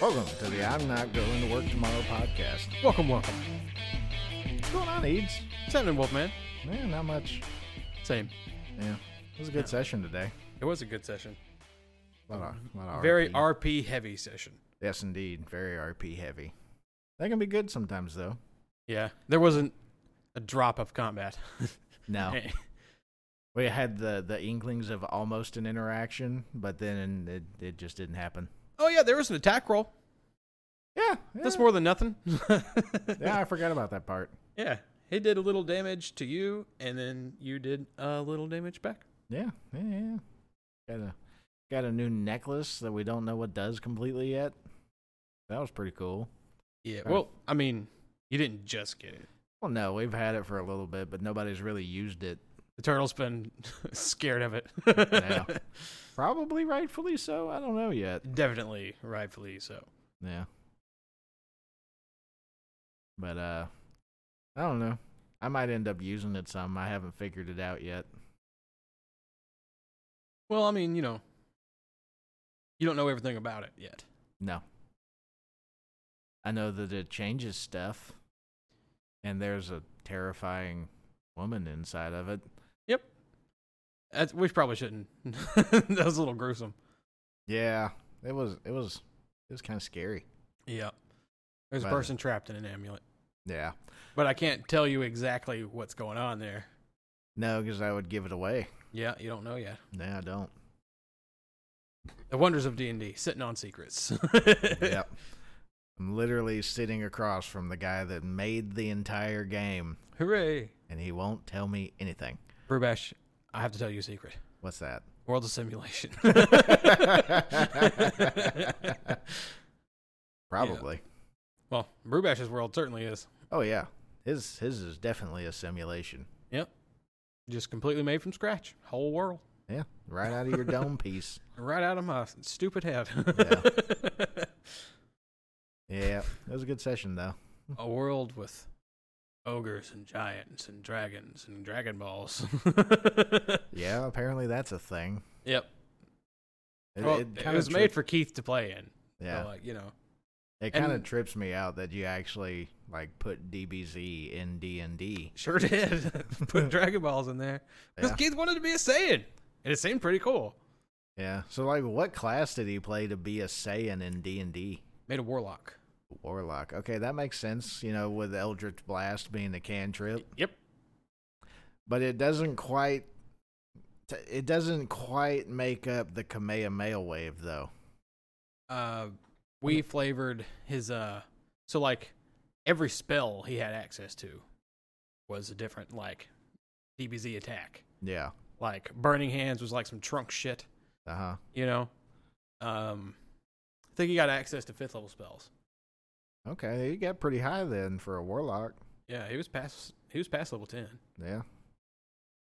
Welcome to the I'm Not Going to Work Tomorrow podcast. Welcome, welcome. What's going on, Eads? What's happening, Wolfman? Man, not much. Same. Yeah, it was a good session today. It was a good session. A lot of, lot of Very RP. RP heavy session. Yes, indeed. Very RP heavy. That can be good sometimes, though. Yeah. There wasn't a drop of combat. No, we had the the inklings of almost an interaction, but then it it just didn't happen. oh, yeah, there was an attack roll. Yeah, That's more than nothing. Yeah, I forgot about that part. yeah. He did a little damage to you, and then you did a little damage back. Yeah, yeah, yeah. Got a got a new necklace that we don't know what does completely yet. That was pretty cool. Yeah. Right. Well, I mean, you didn't just get it. Well, no, we've had it for a little bit, but nobody's really used it. The turtle's been scared of it. Yeah. Probably rightfully so. I don't know yet. Definitely, rightfully so. Yeah. But uh I don't know. I might end up using it some. I haven't figured it out yet. Well, I mean, you know, you don't know everything about it yet. No. I know that it changes stuff. And there's a terrifying woman inside of it. That's, we probably shouldn't. that was a little gruesome. Yeah. It was it was it was kind of scary. Yeah. There's a Right. person trapped in an amulet, Yeah. but I can't tell you exactly what's going on there. No, because I would give it away. Yeah, you don't know yet. No, I don't. The wonders of D and D, sitting on secrets. yep. I'm literally sitting across from the guy that made the entire game, Hooray! and he won't tell me anything. Brubash, I have to tell you a secret. What's that? World of simulation. Probably. well, Brubash's world certainly is. Oh yeah, his his is definitely a simulation. Yep. Just completely made from scratch. Whole world. Yeah, right out of your dome piece. Right out of my stupid head. Yeah, it was a good session though. a world with ogres and giants and dragons and dragon balls. Yeah, apparently that's a thing. yep. It, Well, it, it kinda was made trip- for Keith to play in. Yeah. Yeah, like, you know. it kind of and- trips me out that you actually like put DBZ in D and D. Sure did. Put dragon balls in there. Because Yeah. Keith wanted to be a Saiyan. And it seemed pretty cool. Yeah. So like, what class did he play to be a Saiyan in D and D? Made a warlock. Warlock. Okay, that makes sense. You know, with Eldritch Blast being the cantrip, Yep. but it doesn't quite. t- It doesn't quite make up the Kamehameha wave, though. Uh, we flavored his uh so like every spell he had access to was a different like DBZ attack. Yeah. Like burning hands was like some trunk shit. Uh huh. you know. Um, I think he got access to fifth level spells. Okay, he got pretty high then for a warlock. Yeah, he was past he was past level ten. Yeah.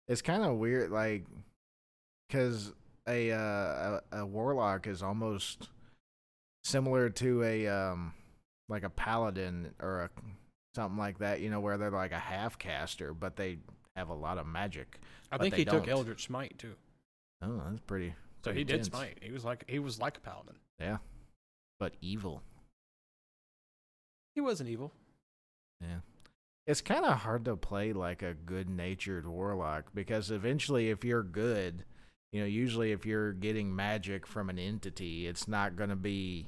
It's kind of weird, like, because a, uh, a a warlock is almost similar to a um like a paladin or a something like that. You know, where they're like a half caster, but they have a lot of magic. I But think they he took don't. Eldritch Smite too, Oh, that's pretty. so pretty he did dense, Smite. He was like he was like a paladin. but evil. He wasn't evil. It's kind of hard to play like a good natured warlock because eventually, if you're good, you know, usually if you're getting magic from an entity, it's not going to be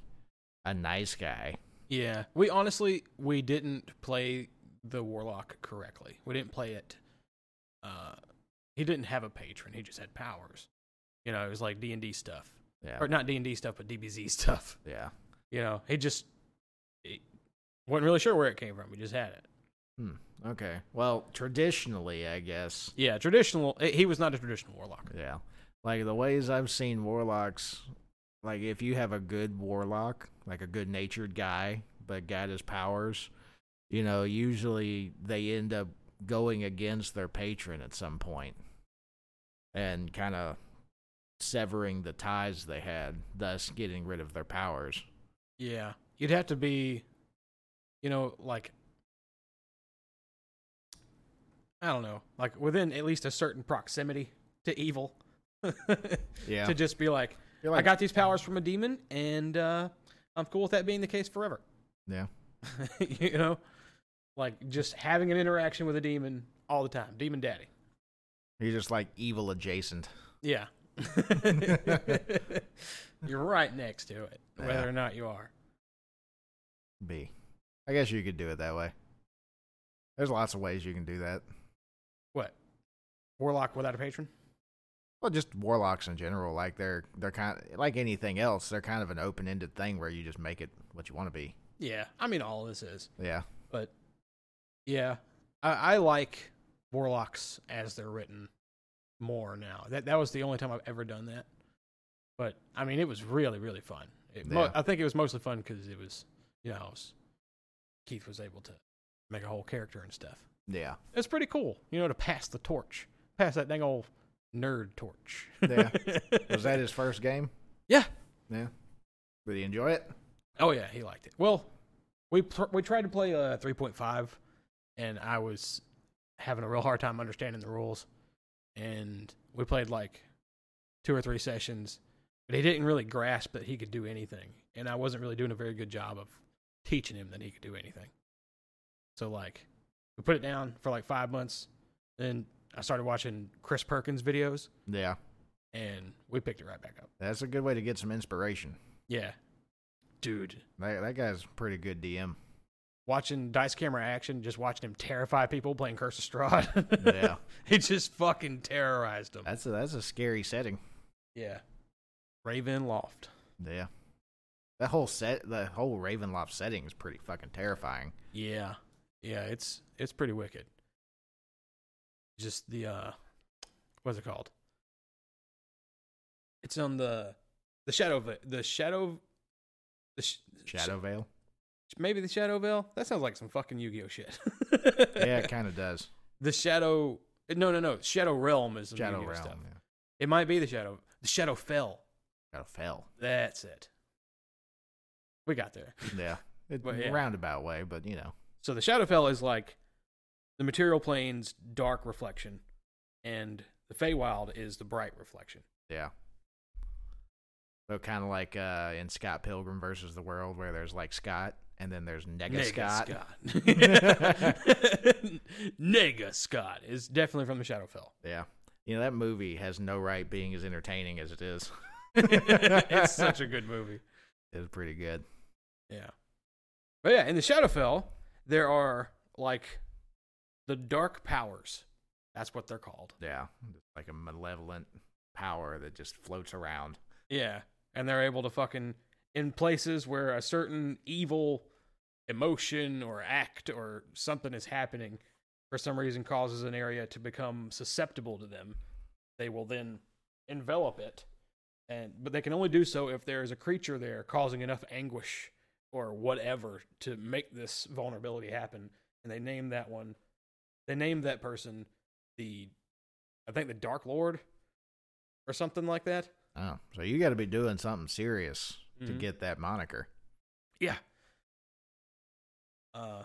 a nice guy. Yeah, we honestly we didn't play the warlock correctly. We didn't play it. Uh, he didn't have a patron. He just had powers. You know, it was like D and D stuff, Yeah. or not D and D stuff, but DBZ stuff. yeah. You know, he just he wasn't really sure where it came from. He just had it. Okay. Well, traditionally, I guess. Yeah, traditional. eh, He was not a traditional warlock. Yeah. Like the ways I've seen warlocks, like if you have a good warlock, like a good natured guy, but got his powers, you know, usually they end up going against their patron at some point and kind of severing the ties they had, thus getting rid of their powers. Yeah, you'd have to be, you know, like I don't know, like within at least a certain proximity to evil, Yeah. to just be like, You're I got these powers from a demon, and uh, I'm cool with that being the case forever. Yeah. you know, like just having an interaction with a demon all the time, demon daddy. He's just like evil adjacent. Yeah. You're right next to it, whether Yeah. or not you are. B. I guess you could do it that way. There's lots of ways you can do that. What? Warlock without a patron? Well, just warlocks in general, like they're they're kind like anything else, they're kind of an open-ended thing where you just make it what you want to be. Yeah. I mean, all of this is. Yeah. but yeah, I, I like warlocks as they're written more now. That that was the only time I've ever done that, but I mean, it was really really fun. It, mo- Yeah. I think it was mostly fun because it was you know I was, Keith was able to make a whole character and stuff. Yeah. It's pretty cool, you know, to pass the torch, pass that dang old nerd torch. Yeah. Was that his first game? Yeah. Yeah. Did he enjoy it? Oh yeah, he liked it. Well, we pr- we tried to play uh, 3.5, and I was having a real hard time understanding the rules. And we played like two or three sessions, but he didn't really grasp that he could do anything, and I wasn't really doing a very good job of teaching him that he could do anything. So like, we put it down for like five months, then I started watching Chris Perkins videos, Yeah. and we picked it right back up. That's a good way to get some inspiration. Yeah, dude. That, that guy's a pretty good DM. watching dice camera action, just watching him terrify people playing Curse of Strahd. Yeah. he just fucking terrorized them. That's a, that's a scary setting. yeah, Raven Loft. Yeah. That whole set, the whole Ravenloft setting is pretty fucking terrifying. Yeah, yeah, it's it's pretty wicked. Just the uh, what's it called? It's on the the shadow Va- the shadow the sh- Shadow Veil. maybe the shadow veil. That sounds like some fucking Yu Gi Oh shit. Yeah, it kind of does. the shadow. No, no, no. Shadow Realm is the Shadow Yu-Gi-Oh Realm. stuff. Yeah. It might be the shadow. The shadow fell. Shadow Fell. That's it. We got there. Yeah. It, Well, yeah. Roundabout way, but you know. So the shadow fell is like the material plane's dark reflection, and the Feywild is the bright reflection. Yeah. So kind of like uh, in Scott Pilgrim versus the World, where there's like Scott and then there's Nega, Scott. Nega Scott. Nega Scott is definitely from the shadow fell. Yeah. You know that movie has no right being as entertaining as it is. it's such a good movie. It's pretty good. Yeah. But yeah, in the Shadowfell, there are like the dark powers. That's what they're called. Yeah. It's like a malevolent power that just floats around. Yeah. And they're able to fucking in places where a certain evil emotion or act or something is happening for some reason causes an area to become susceptible to them. They will then envelop it. And but they can only do so if there is a creature there causing enough anguish or whatever to make this vulnerability happen. And they name that one they named that person the I think the Dark Lord or something like that. Oh, so you got to be doing something serious to Mhm. get that moniker. Yeah. Uh,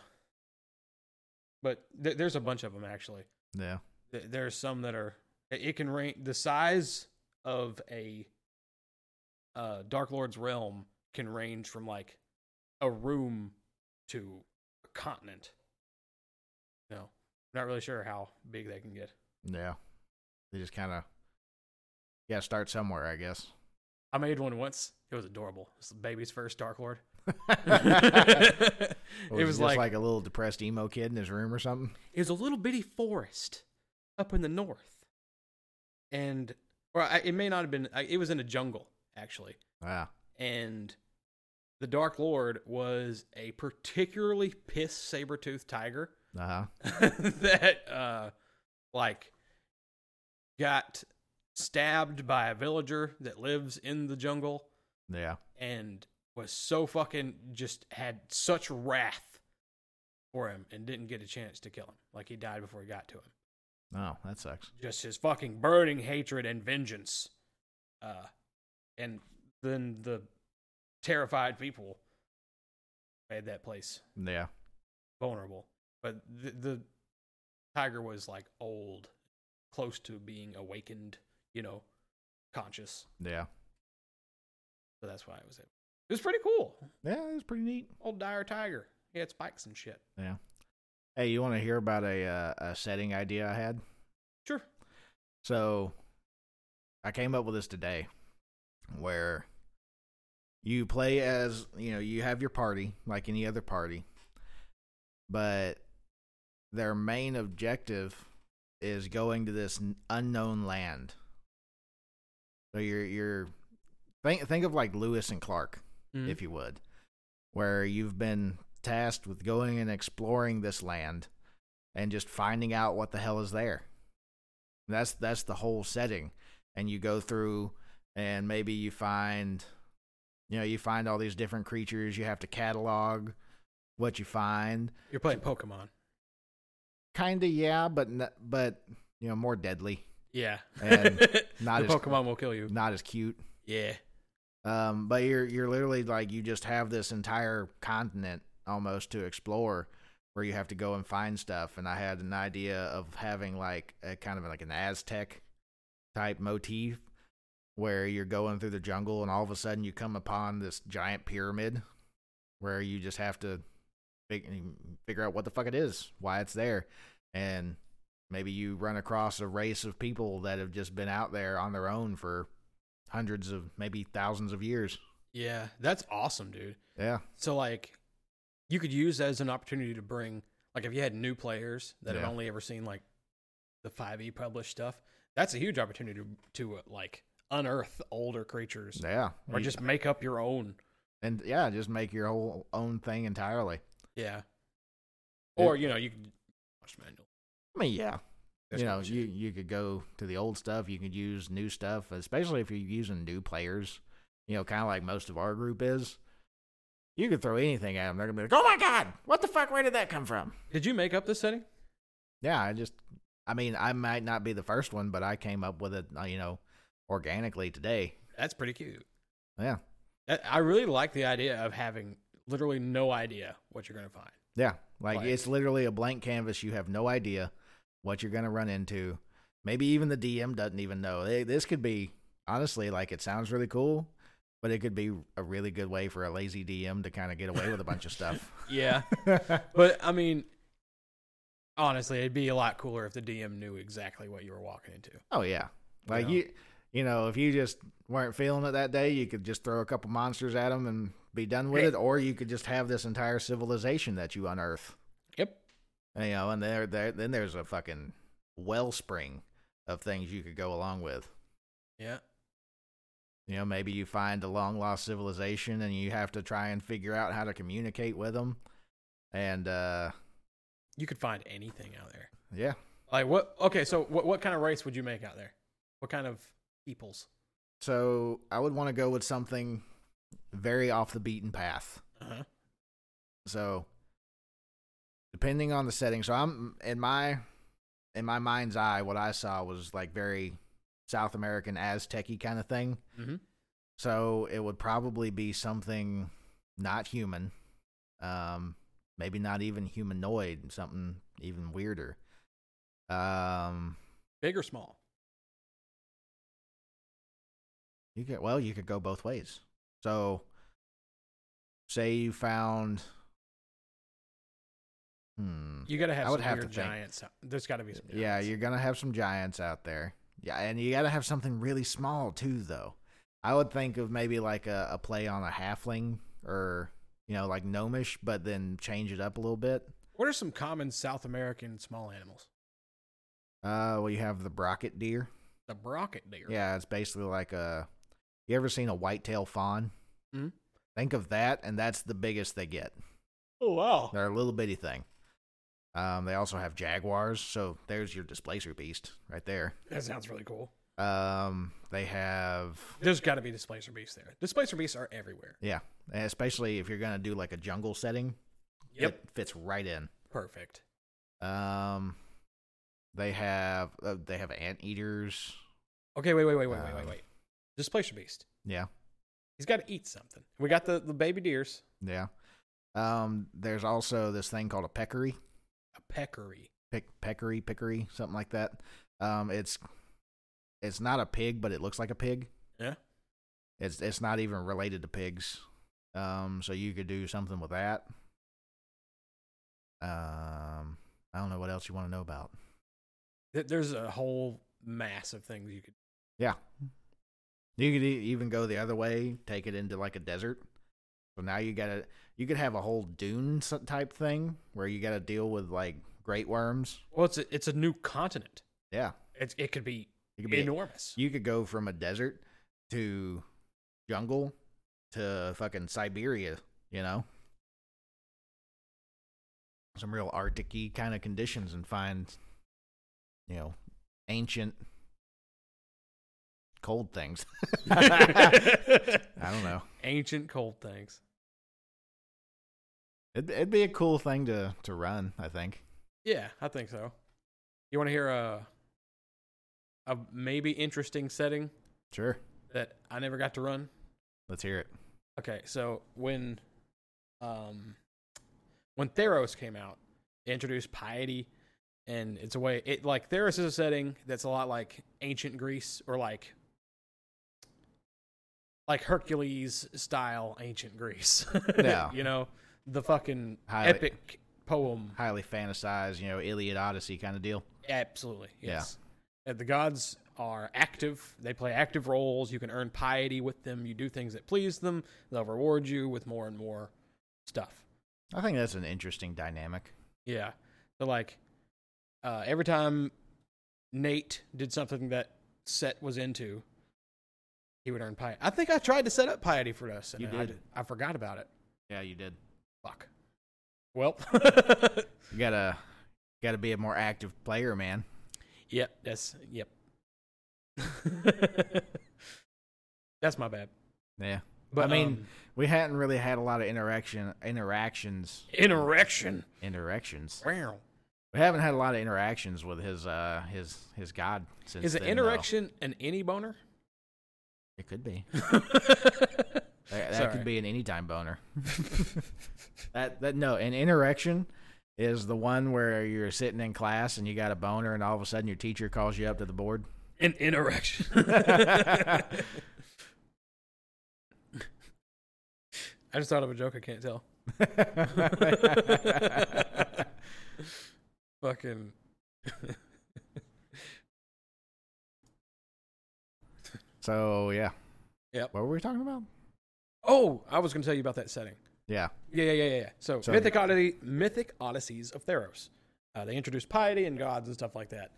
but th- there's a bunch of them actually. Yeah. Th- there's some that are it it can range the size of a uh Dark Lord's realm can range from like a room to a continent. No, not really sure how big they can get. Yeah. They just kind of got to start somewhere, I guess. I made one once. It was adorable. It's the baby's first Dark Lord. it it was, just like, a little depressed emo kid in his room or something. is a little bitty forest up in the north, and or I, it may not have been. I, it was in a jungle actually, Ah, and the Dark Lord was a particularly pissed saber toothed tiger uh huh. that uh like got stabbed by a villager that lives in the jungle Yeah. and was so fucking just had such wrath for him and didn't get a chance to kill him. Like he died before he got to him. Oh, that sucks. Just his fucking burning hatred and vengeance. Uh, and then the terrified people made that place Yeah. vulnerable. But the, the tiger was like old, close to being awakened, you know, conscious. Yeah. So that's why I was able. It was pretty cool. Yeah, it was pretty neat. Old dire tiger. He had spikes and shit. Yeah. Hey, you want to hear about a uh, a setting idea I had? Sure. So I came up with this today where you play as, you know, you have your party like any other party, but their main objective is going to this n- unknown land. So you're you're think think of like Lewis and Clark, Mhm. if you would, where you've been tasked with going and exploring this land and just finding out what the hell is there. That's that's the whole setting. And you go through and maybe you find you know, you find all these different creatures, you have to catalog what you find. You're playing Pokemon. Kind of yeah, but n- but you know, more deadly, Yeah. And not the as- Pokemon will kill you. not as cute. Yeah. Um, but you're you're literally like you just have this entire continent almost to explore where you have to go and find stuff. And I had an idea of having like a kind of like an Aztec type motif where you're going through the jungle and all of a sudden you come upon this giant pyramid where you just have to fig- figure out what the fuck it is, why it's there, and maybe you run across a race of people that have just been out there on their own for hundreds of maybe thousands of years. Yeah. That's awesome, dude. Yeah, So like you could use that as an opportunity to bring like if you had new players that Yeah. have only ever seen like the 5e published stuff, that's a huge opportunity to, to uh, like unearth older creatures yeah, or You- just make up your own. and yeah, just make your whole own thing entirely. Yeah. Yeah. Or you know, you could watch manual. I mean, yeah, That's you know, good you shit. you could go to the old stuff. You could use new stuff, especially if you're using new players. You know, kind of like most of our group is. You could throw anything at them. They're gonna be like, "Oh my god, what the fuck? Where did that come from?" Did you make up this setting? Yeah, I just, I mean, I might not be the first one, but I came up with it, uh, you know, organically today. That's pretty cute. Yeah, That, I really like the idea of having literally no idea what you're going to find. Yeah. Like, Like- it's literally a blank canvas. You have no idea what you're going to run into. Maybe even the DM doesn't even know. They, this could be, honestly, like it sounds really cool, but it could be a really good way for a lazy DM to kind of get away with a bunch of stuff. Yeah. but I mean, honestly, it'd be a lot cooler if the DM knew exactly what you were walking into. oh, yeah. Like, Yeah. you, you know, if you just weren't feeling it that day, you could just throw a couple monsters at them and be done with Hey. it, or you could just have this entire civilization that you unearth. Yep. And, you know, and there, there, then there's a fucking wellspring of things you could go along with. Yeah. You know, maybe you find a long lost civilization and you have to try and figure out how to communicate with them. And uh, You could find anything out there. yeah, Like what? Okay, so what what kind of race would you make out there? What kind of peoples? so I would want to go with something very off the beaten path. Uh-huh. So depending on the setting, so I'm in my in my mind's eye, what I saw was like very South American Aztec-y kind of thing. Mhm. So it would probably be something not human, um, maybe not even humanoid, something even weirder. Um, Big or small? you could well, you could go both ways. So, say you found, hmm, You got to have I would some have weird to think. giants. out- There's got to be some. Giants. yeah, you're gonna have some giants out there. Yeah, and you gotta have something really small too, though. I would think of maybe like a, a play on a halfling or you know like gnomish, but then change it up a little bit. What are some common South American small animals? Uh, well, you have the brocket deer. The brocket deer. Yeah, it's basically like a. You ever seen a whitetail fawn? Mhm. Think of that, and that's the biggest they get. Oh wow. They're a little bitty thing. Um, they also have jaguars, so there's your displacer beast right there. That sounds really cool. Um, they have, There's got to be displacer beasts there. Displacer beasts are everywhere. yeah, especially if you're gonna do like a jungle setting. It fits right in. Perfect. Um, they have uh, they have anteaters. Okay, wait, wait, wait, wait, wait, wait, Um, wait. Displacer beast. Yeah, He's got to eat something. We got the, the baby deers. yeah. Um, there's also this thing called a peccary. A peccary. pick peccary, pickery, something like that. Um, it's it's not a pig, but it looks like a pig. Yeah. It's it's not even related to pigs. Um, so you could do something with that. Um, I don't know what else you want to know about. Th- There's a whole mass of things you could. Yeah. You could e- even go the other way, take it into like a desert. So now you gotta, you could have a whole dune s- type thing where you gotta deal with like great worms. Well, it's a, it's a new continent. Yeah, It's, it could be, it could be enormous. You could go from a desert to jungle to fucking Siberia, you know? Some real Arctic kind of conditions and find, you know, ancient cold things. I don't know. Ancient cold things. It'd, it'd be a cool thing to, to run, I think. Yeah, I think so. You want to hear a a maybe interesting setting Sure. that I never got to run? Let's hear it. Okay, so when um when Theros came out, it introduced piety and it's a way it like Theros is a setting that's a lot like ancient Greece or like like Hercules style ancient Greece. Yeah. you know, the fucking Highly- epic poem. Highly fantasized, you know, Iliad Odyssey kind of deal. Absolutely. Yeah. Yes. Uh, The gods are active. They play active roles. You can earn piety with them. You do things that please them. They'll reward you with more and more stuff. I think that's an interesting dynamic. Yeah. So like uh, every time Nate did something that Set was into, he would earn piety. I think I tried to set up piety for us, and You I, did. I forgot about it. Yeah, you did. Fuck. Well. You gotta gotta be a more active player, man. Yep, that's yep. that's my bad. Yeah. But I mean, um, we hadn't really had a lot of interaction interactions an erection. interactions. Wow. We haven't had a lot of interactions with his uh his his god since. Is an then, though. erection an any boner? It could be. that That, that could be an anytime boner. that that no, an interaction is the one where you're sitting in class and you got a boner and all of a sudden your teacher calls you up to the board. an interaction. I I just thought of a joke. I can't tell. Fucking. so yeah. Yep. What were we talking about? Oh, I was going to tell you about that setting. Yeah. Yeah, yeah, yeah, yeah, yeah. So, So- mythic odyssey, mythic odysseys of Theros. Uh, they introduced piety and gods and stuff like that,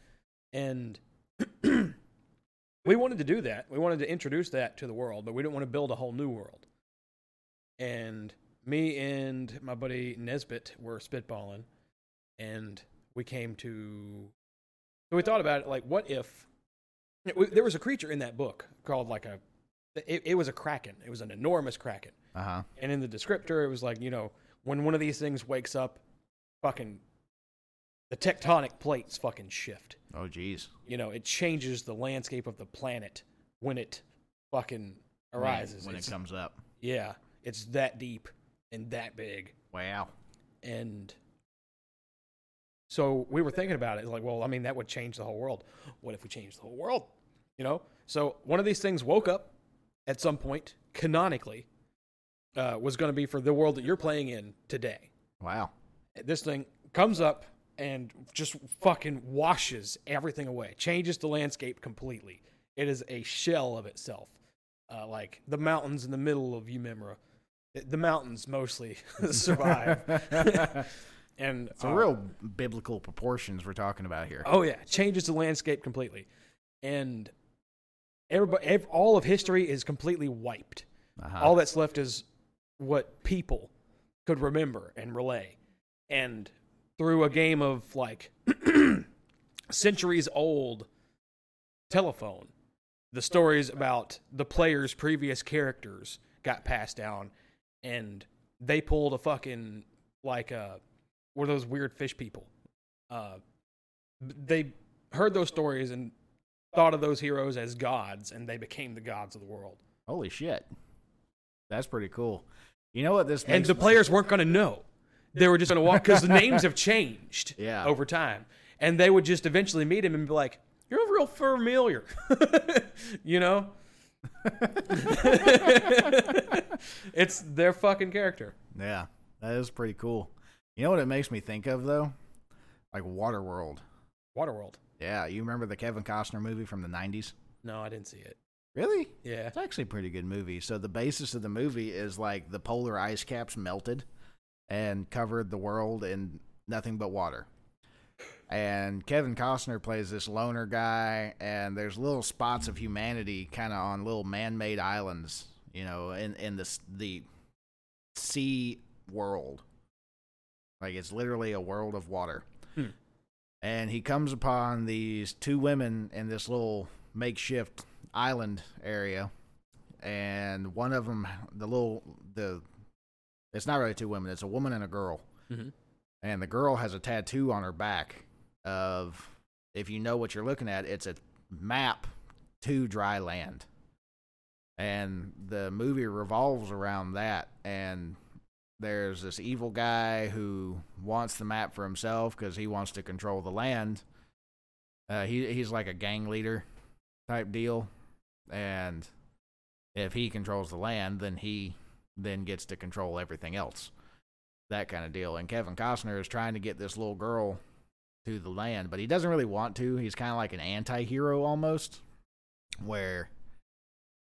and we wanted to do that. We wanted to introduce that to the world, but we didn't want to build a whole new world. And me and my buddy Nesbit were spitballing, and we came to. So we thought about it, like, what if we, there was a creature in that book called like a, it, it was a kraken. It was an enormous kraken. Uh huh. And in the descriptor, it was like, you know, when one of these things wakes up, fucking the tectonic plates fucking shift. Oh geez. You know, it changes the landscape of the planet when it fucking arises. when it It's- comes up. yeah, it's that deep and that big. Wow. And so we were thinking about it. Like, well, I mean, that would change the whole world. What if we change the whole world? You know? So one of these things woke up at some point, canonically, uh, was going to be for the world that you're playing in today. Wow. This thing comes up and just fucking washes everything away, changes the landscape completely. It is a shell of itself. Uh, like the mountains in the middle of Umemra. The mountains mostly survive. and So uh, real biblical proportions we're talking about here. Oh yeah, changes the landscape completely, and everybody, ev- all of history is completely wiped. Uh-huh. All that's left is what people could remember and relay, and through a game of like centuries old telephone, the stories about the players' previous characters got passed down, and they pulled a fucking like a what are those weird fish people? Uh, they heard those stories and thought of those heroes as gods, and they became the gods of the world. Holy shit. That's pretty cool. You know what this And makes the players weren't going to know. They were just going to walk because the names have changed Yeah. over time. And they would just eventually meet him and be like, You're real familiar. you know? it's their fucking character. Yeah, that is pretty cool. You know what it makes me think of though? Like Waterworld. Waterworld. Yeah, you remember the Kevin Costner movie from the 90s? No, I didn't see it. Really? Yeah. It's actually a pretty good movie. So the basis of the movie is like the polar ice caps melted and covered the world in nothing but water. And Kevin Costner plays this loner guy, and there's little spots of humanity kind of on little man-made islands, you know, in in this the sea world. Like it's literally a world of water. Hmm. And he comes upon these two women in this little makeshift island area, and one of them, the little the, it's not really two women. It's a woman and a girl, Mhm. and the girl has a tattoo on her back of, if you know what you're looking at, it's a map to dry land, and the movie revolves around that and there's this evil guy who wants the map for himself because he wants to control the land. Uh, he he's like a gang leader type deal, and if he controls the land, then he then gets to control everything else. That kind of deal. And Kevin Costner is trying to get this little girl to the land, but he doesn't really want to. He's kind of like an anti-hero almost, where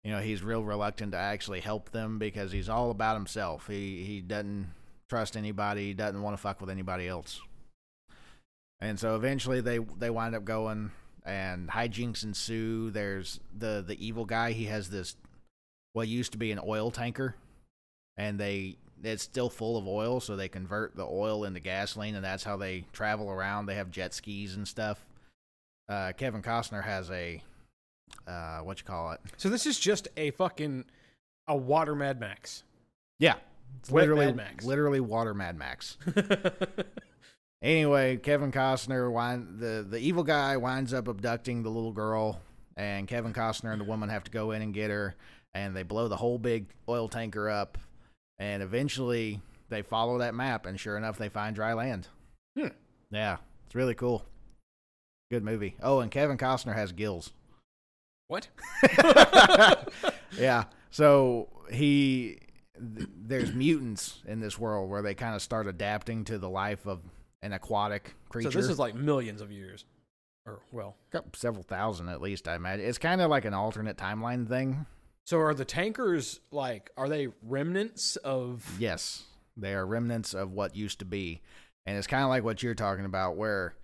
you know he's real reluctant to actually help them because he's all about himself he he doesn't trust anybody he doesn't want to fuck with anybody else and so eventually they they wind up going and hijinks ensue there's the the evil guy he has this what used to be an oil tanker and they it's still full of oil so they convert the oil into gasoline and that's how they travel around they have jet skis and stuff uh, kevin costner has a uh, what you call it So this is just a fucking a water Mad Max. Yeah. It's Wet literally Mad Max. literally water Mad Max. Anyway, Kevin Costner wind, the the evil guy winds up abducting the little girl and Kevin Costner and the woman have to go in and get her and they blow the whole big oil tanker up and eventually they follow that map and sure enough they find dry land. Hmm. Yeah, it's really cool. Good movie. Oh, and Kevin Costner has gills. what? yeah. So he, th- there's mutants in this world where they kind of start adapting to the life of an aquatic creature. So this is like millions of years, or well. Got several thousand at least. I imagine it's kind of like an alternate timeline thing. So are the tankers like? Are they remnants of? Yes, they are remnants of what used to be, and it's kind of like what you're talking about, where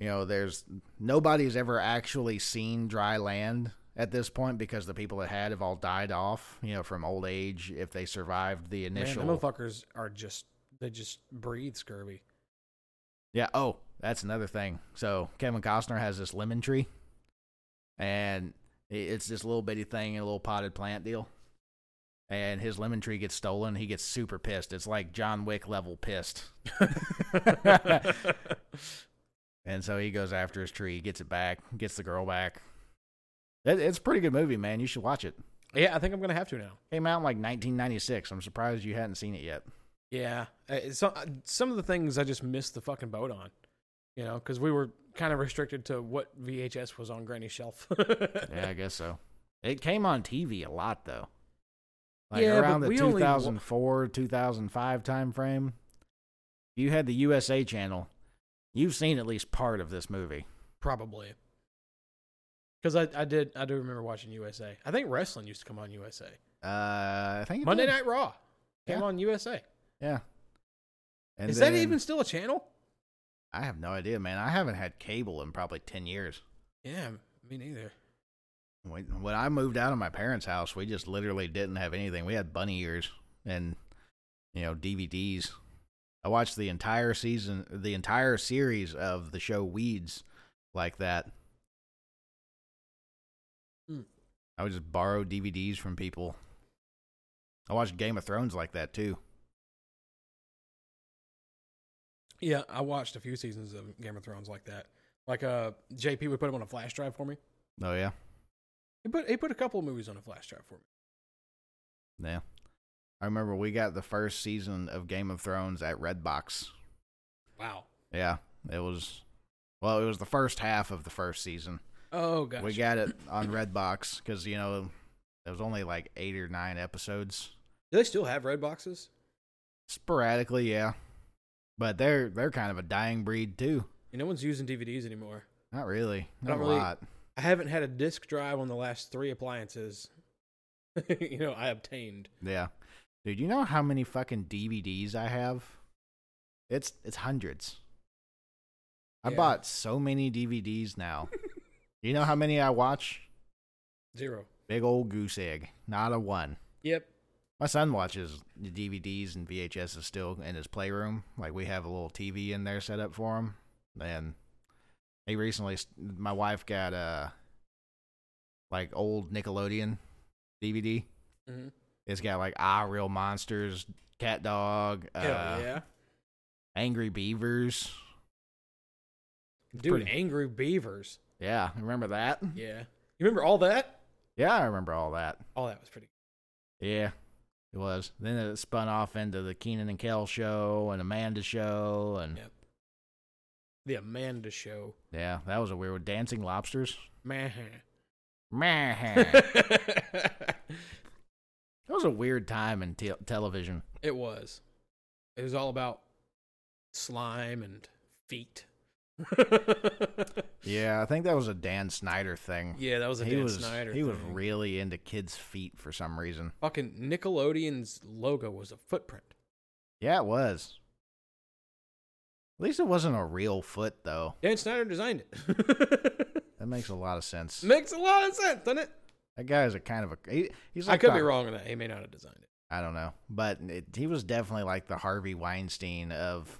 you know there's nobody's ever actually seen dry land at this point because the people that had have all died off, you know, from old age if they survived the Man, initial. them motherfuckers are just they just breathe scurvy. Yeah. Oh, that's another thing. So Kevin Costner has this lemon tree, and i- it's this little bitty thing in a little potted plant deal. And his lemon tree gets stolen. He gets super pissed. It's like John Wick level pissed. and so he goes after his tree, gets it back, gets the girl back. It, it's a pretty good movie, man. You should watch it. Yeah, I think I'm gonna have to now. Came out in like 1996. I'm surprised you hadn't seen it yet. Yeah, uh, so, uh, some of the things I just missed the fucking boat on, you know, because we were kind of restricted to what VHS was on Granny's shelf. Yeah, I guess so. It came on TV a lot though. Like Yeah, but around the we only wa- 2004, 2005 time frame. If you had the USA channel, you've seen at least part of this movie. probably. Because I, I did I do remember watching USA. I think wrestling used to come on USA. Uh, I think it Monday did. Night Raw came Yeah. on USA. Yeah. And Is that then- even still a channel? I have no idea, man. I haven't had cable in probably ten years. Yeah, me neither. When when I moved out of my parents' house, we just literally didn't have anything. We had bunny ears and you know DVDs. I watched the entire season, the entire series of the show Weeds, like that. Hmm. I would just borrow DVDs from people. I watched Game of Thrones like that too. Yeah, I watched a few seasons of Game of Thrones like that. Like uh, JP would put them on a flash drive for me. Oh yeah, He put he put a couple of movies on a flash drive for me. yeah. I remember we got the first season of Game of Thrones at Redbox. Wow. Yeah, it was. Well, it was the first half of the first season. Oh gosh. We got it on Redbox because you know There was only like eight or nine episodes. Do they still have red boxes? Sporadically, yeah. But they're they're kind of a dying breed too. And no one's using DVDs anymore. Not really. I Not don't a really- lot. I haven't had a disk drive on the last three appliances. you know, I obtained. Yeah. Dude, you know how many fucking DVDs I have? It's it's hundreds. I Yeah. bought so many DVDs now. you know how many I watch? Zero. Big old goose egg. Not a one. Yep. My son watches the DVDs and VHS is still in his playroom. Like we have a little TV in there set up for him. And he recently, my wife got a like old Nickelodeon DVD. Mhm. It's got like Ah Real Monsters, Cat Dog, uh, Hell yeah. Angry Beavers. Dude, pretty- Angry Beavers. Yeah, remember that? Yeah. You remember all that? Yeah, I remember all that. All that was pretty. Yeah, it was. Then it spun off into the Keenan and Kel show and Amanda show, and Yeah. The Amanda Show. yeah, that was a weird one. Dancing Lobsters. Man. Man, that it was a weird time in te- television. was. It was all about slime and feet. Yeah, I think that was a Dan Snyder thing. yeah, that was a he Dan was Snyder. he was thing. really into kids' feet for some reason. Fucking Nickelodeon's logo was a footprint. Yeah, it was. At least it wasn't a real foot though. Dan Snyder designed it. That makes a lot of sense. Makes a lot of sense, doesn't it? That guy is a kind of a he, he's I like could the- be wrong on that. He may not have designed it. I don't know, but it, he was definitely like the Harvey Weinstein of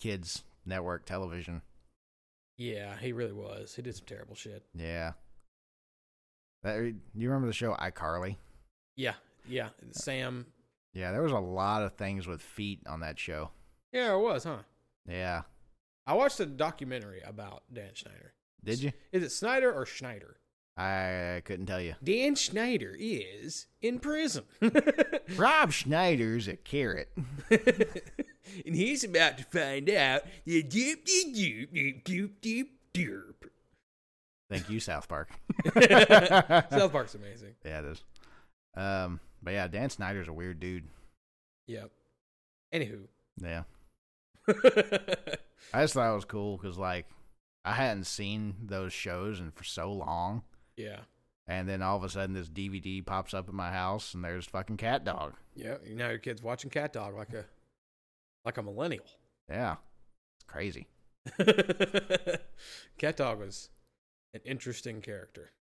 kids network television. Yeah, he really was. He did some terrible shit. Yeah. That, you remember the show iCarly? Yeah, yeah. Sam. Yeah, there was a lot of things with feet on that show. Yeah, it was, huh? Yeah. I watched a documentary about Dan Schneider. Did you? Is it Snyder or Schneider? I couldn't tell you. Dan Schneider is in prison. Rob Schneider's a carrot. and he's about to find out the doop de doop de doop doop doop. Thank you, South Park. South Park's amazing. Yeah, it is. Um, but yeah, Dan Snyder's a weird dude. Yep. Anywho. Yeah. I just thought it was cool because, like, I hadn't seen those shows and for so long. yeah. And then all of a sudden, this DVD pops up at my house, and there's fucking Cat Dog. Yeah. Now your kid's watching Cat Dog like a like a millennial. Yeah, it's crazy. Cat Dog was an interesting character.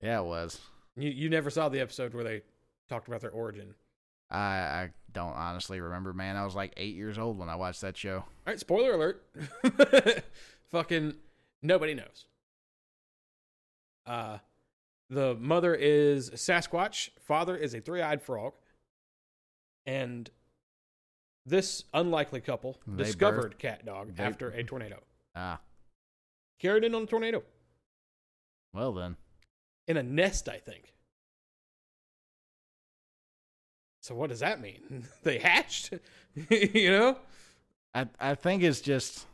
Yeah, it was. You you never saw the episode where they talked about their origin. I I don't honestly remember, man. I was like eight years old when I watched that show. All right, spoiler alert. Fucking nobody knows. Uh, the mother is a Sasquatch, father is a three eyed frog. And this unlikely couple They discovered Cat Dog they- after a tornado. Ah, Carried in on a tornado well then, in a nest, I think. So, what does that mean? they hatched? you know? I I think it's just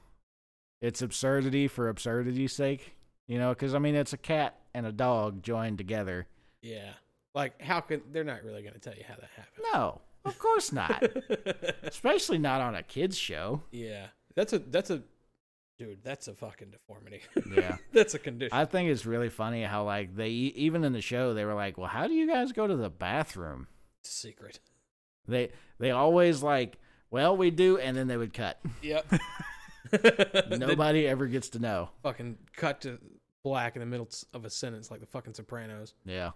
it's absurdity for absurdity's sake, you know? Because I mean, it's a cat and a dog joined together. Yeah. Like, how could they're not really going to tell you how that happened? No, of course not. Especially not on a kids show. yeah, that's a that's a dude. That's a fucking deformity. Yeah. that's a condition. I think it's really funny how like they e, even in the show they were like, "Well, how do you guys go to the bathroom?" It's a secret. They they always like, "Well, we do," and then they would cut. Yep. They Nobody ever gets to know. fucking cut to black in the middle of a sentence like the fucking Sopranos. Yeah.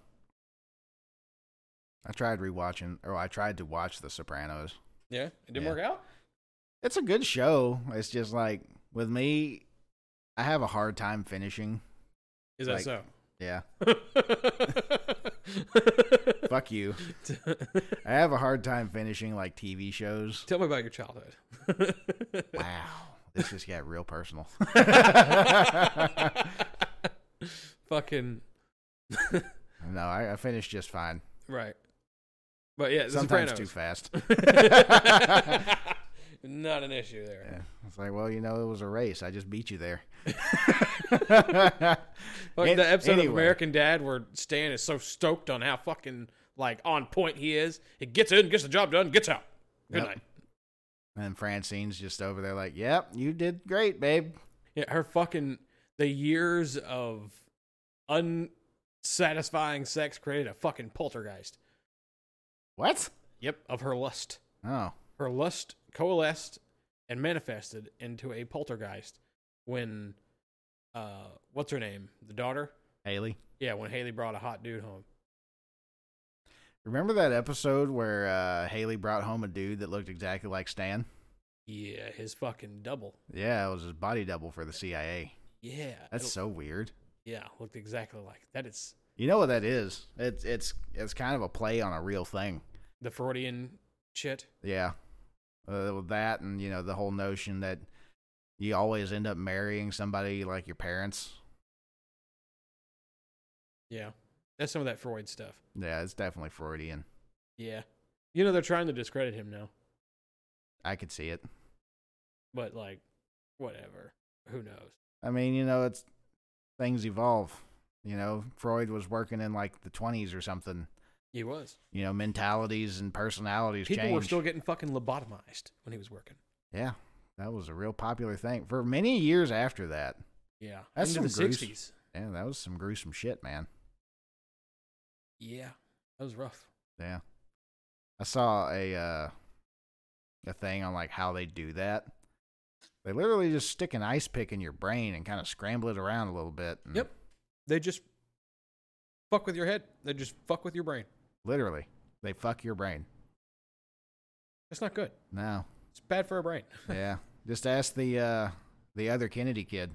I tried rewatching or I tried to watch The Sopranos. Yeah, it didn't Yeah. work out. It's a good show. It's just like with me I have a hard time finishing. Is that Like- so? Yeah. Fuck you. I have a hard time finishing like TV shows. Tell me about your childhood. Wow. This just got real personal. fucking No, I, I finished just fine. right. But yeah, the Sometimes Sopranos. too fast. Not an issue there. It's like, well, you know, it was a race. I just beat you there. Fuck, An- the episode anyway. of American Dad where Stan is so stoked on how fucking like on point he is. He gets in, gets the job done, gets out. Good Yep. night. And Francine's just over there, like, "Yep, you did great, babe." Yeah, her fucking the years of unsatisfying sex created a fucking poltergeist. What? Yep, of her lust. Oh, Her lust coalesced and manifested into a poltergeist when uh what's her name? The daughter? Haley. Yeah, when Haley brought a hot dude home. Remember that episode where uh, Haley brought home a dude that looked exactly like Stan? Yeah, his fucking double. Yeah, it was his body double for the CIA. Yeah. That's it'll- so weird. yeah, looked exactly like that is You know what that is? It's it's it's kind of a play on a real thing. the Freudian shit. Yeah, uh, with that and you know the whole notion that you always end up marrying somebody like your parents. Yeah. That's some of that Freud stuff. Yeah, it's definitely Freudian. Yeah. You know they're trying to discredit him now. I could see it. but like whatever who knows I mean, you know, it's things evolve. You know, Freud was working in like the twenties or something. he was You know, mentalities and personalities people change. were still getting fucking lobotomized when he was working yeah, that was a real popular thing for many years after that. yeah That's into the some grues- 60s Yeah, that was some gruesome shit, man. yeah that was rough Yeah. I saw a uh a thing on like how they do that. They literally just stick an ice pick in your brain and kind of scramble it around a little bit. and- Yep. they just fuck with your head they just fuck with your brain Literally. They fuck your brain. that's not good No. it's bad for our brain Yeah. just ask the uh the other Kennedy kid.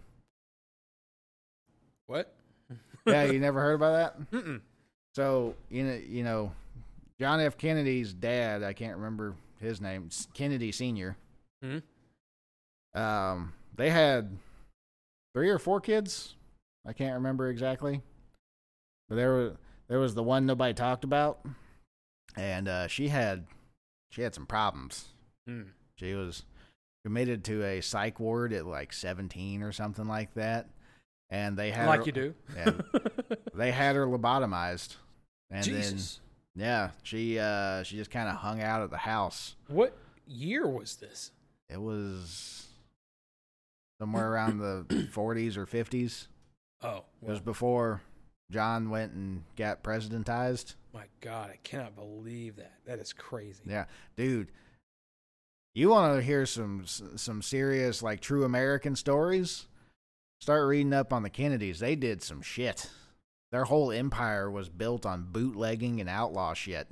what Yeah, you never heard about that? Mm-mm. So, you know, you know, John F. Kennedy's dad, I can't remember his name, S- Kennedy senior. Mhm. Um, they had three or four kids. I can't remember exactly, but there was there was the one nobody talked about, and uh, she had she had some problems. Mm. She was committed to a psych ward at like seventeen or something like that, and they had like her, you do and they had her lobotomized, and jesus then yeah, she uh she just kind of hung out at the house. what year was this It was somewhere around the 40s or 50s. oh It was well, before John went and got presidentized. my god i cannot believe that that is crazy Yeah, dude. You want to hear some some serious like true American stories? Start reading up on the Kennedys. They did some shit. Their whole empire was built on bootlegging and outlaw shit.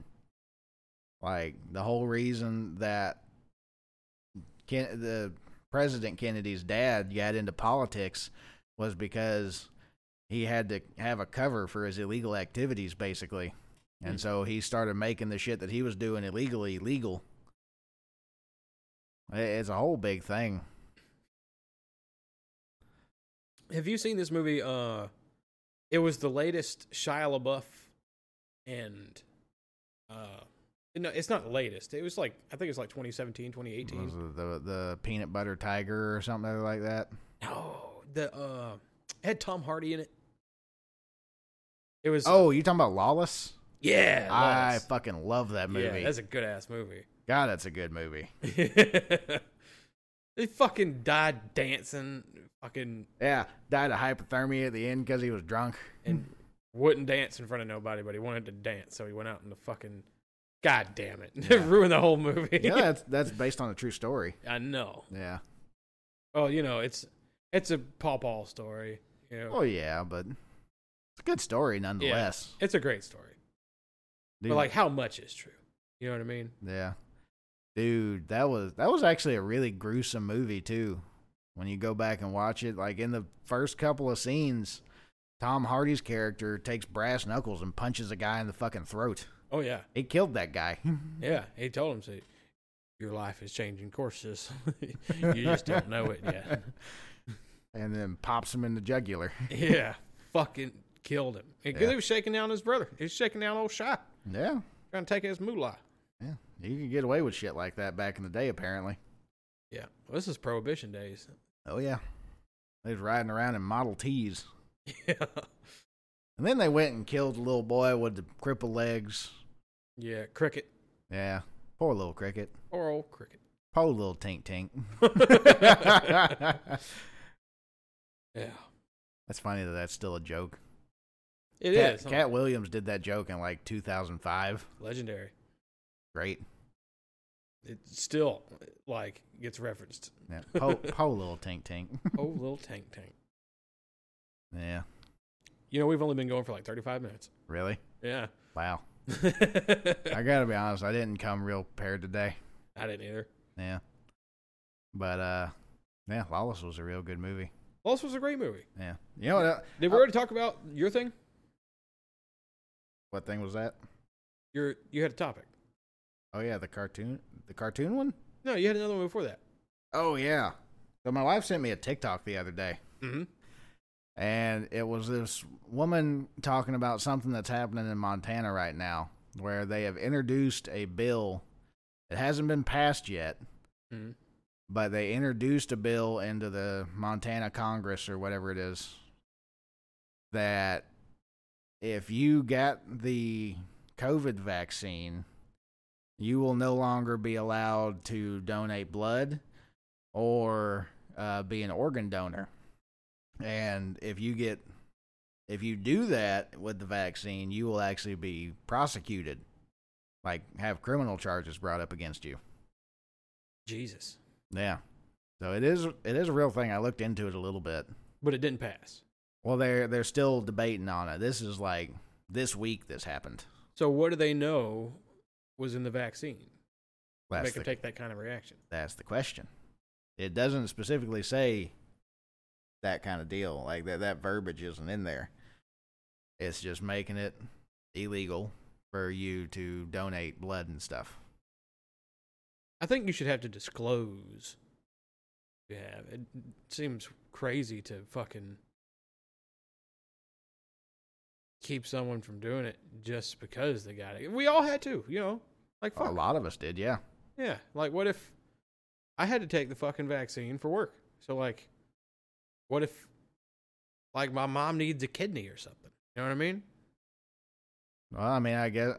Like the whole reason that Ken- the President Kennedy's dad got into politics was because he had to have a cover for his illegal activities, basically. And Hmm. so he started making the shit that he was doing illegally legal. I- It's a whole big thing. Have you seen this movie? Uh, it was the latest Shia LaBeouf, and uh, no, it's not the latest. It was like I think it's like 2017, 2018. Was it the the peanut butter tiger or something like that? No, the uh, it had Tom Hardy in it. It was Oh, you talking about Lawless? yeah, I Lawless. fucking love that movie. Yeah, that's a good ass movie. God, that's a good movie. they fucking died dancing, fucking Yeah, died of hypothermia at the end because he was drunk. and wouldn't dance in front of nobody, but he wanted to dance, so he went out in the fucking. God damn it! Yeah. Ruined the whole movie. Yeah, that's that's based on a true story. I know. Yeah. Well, you know, it's it's a Paw Paw story. You know, Oh yeah, but it's a good story nonetheless. it's a great story, Dude, but like, how much is true? You know what I mean? yeah, dude, that was that was actually a really gruesome movie too. When you go back and watch it, like in the first couple of scenes, Tom Hardy's character takes brass knuckles and punches a guy in the fucking throat. Oh yeah, He killed that guy. yeah. He told him, "Say, your life is changing courses. you just don't know it yet." and then pops him in the jugular. yeah, fucking killed him because Yeah. he was shaking down his brother. He was shaking down old Shy, Yeah, trying to take his moolah. yeah, you could get away with shit like that back in the day, apparently. Yeah, well, this is Prohibition days. Oh yeah, they was riding around in Model Ts. Yeah, And then they went and killed the little boy with the crippled legs. Yeah, cricket. Yeah. Poor little cricket. Or old cricket. Poor little tink tink. Yeah. that's funny that that's still a joke. it Cat, is huh? Cat Williams did that joke in like 2005. Legendary. Great. It still like gets referenced. Yeah. Po, po little tink tink. Oh, little tank tank. yeah. You know, we've only been going for like 35 minutes. Really? Yeah. Wow. I I gotta be honest. I didn't come real prepared today. didn't either. Yeah. But uh, yeah, Lawless was a real good movie. Well, this was a great movie. Yeah. You know what? el- Did we already talk about your thing? What thing was that? Your you had a topic. Oh yeah, the cartoon, the cartoon one. No, you had another one before that. Oh yeah. So my wife sent me a TikTok the other day, Mm-hmm. and it was this woman talking about something that's happening in Montana right now, where they have introduced a bill. It hasn't been passed yet, Mhm. but they introduced a bill into the Montana Congress or whatever it is that if you got the COVID vaccine, you will no longer be allowed to donate blood or uh, be an organ donor. And if you get, if you do that with the vaccine, you will actually be prosecuted, like have criminal charges brought up against you. Jesus. Yeah. So it is it is a real thing. I looked into it a little bit. But it didn't pass. Well, they're they're still debating on it. This is like this week this happened. So what do they know was in the vaccine? That's they could the, take that kind of reaction. that's the question. It doesn't specifically say that kind of deal. Like that that verbiage isn't in there. It's just making it illegal for you to donate blood and stuff. I think you should have to disclose. Yeah, it seems crazy to fucking keep someone from doing it just because they got it. We all had to, you know. Like fuck. A lot of us did, yeah. Yeah. Like, what if I had to take the fucking vaccine for work? So, like, what if, like, my mom needs a kidney or something? You know what I mean? Well, I mean, I guess.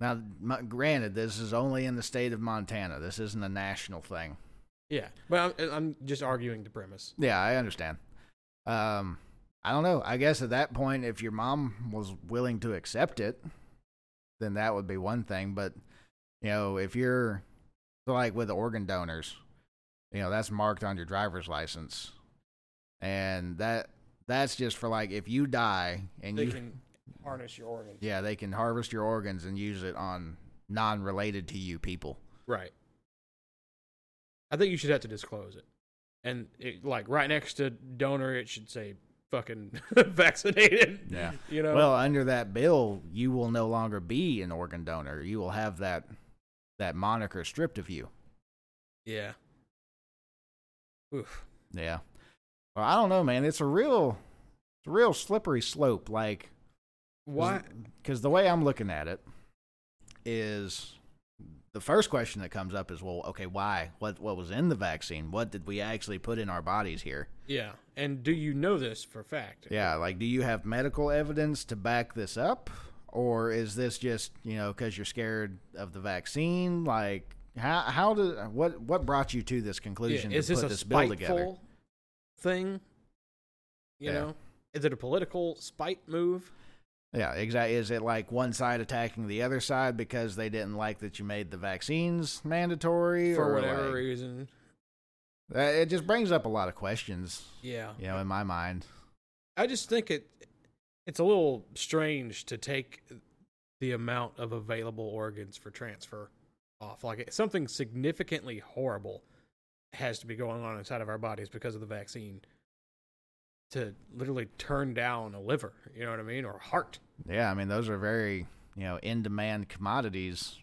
Now, m- granted, this is only in the state of Montana. This isn't a national thing. Yeah. But I'm, I'm just arguing the premise. Yeah, I understand. Um, I don't know. I guess at that point, if your mom was willing to accept it, then that would be one thing. But you know, if you're so like with organ donors, you know that's marked on your driver's license, and that that's just for like if you die and They you can harness your organs. yeah they can harvest your organs and use it on non-related to you people. Right. I think you should have to disclose it. And, it, like, right next to donor, it should say fucking vaccinated. Yeah. You know? Well, under that bill, you will no longer be an organ donor. You will have that that moniker stripped of you. yeah. Oof. Yeah. Well, I don't know, man. It's a real, it's a real slippery slope. Like, Why? Because the way I'm looking at it is, the first question that comes up is, well, okay, why? What what was in the vaccine? What did we actually put in our bodies here? Yeah. And do you know this for a fact? Yeah, like, do you have medical evidence to back this up, or is this just you know because you're scared of the vaccine? Like, how how did what what brought you to this conclusion is to this put a this bill spiteful together? thing? You Yeah. know, is it a political spite move? Yeah, exactly. Is it like one side attacking the other side because they didn't like that you made the vaccines mandatory for or whatever like- reason. Uh, It just brings up a lot of questions, Yeah. you know, in my mind. I just think it it's a little strange to take the amount of available organs for transfer off. Like something significantly horrible has to be going on inside of our bodies because of the vaccine to literally turn down a liver, you know what I mean, or a heart. Yeah, I mean, those are very you know in demand commodities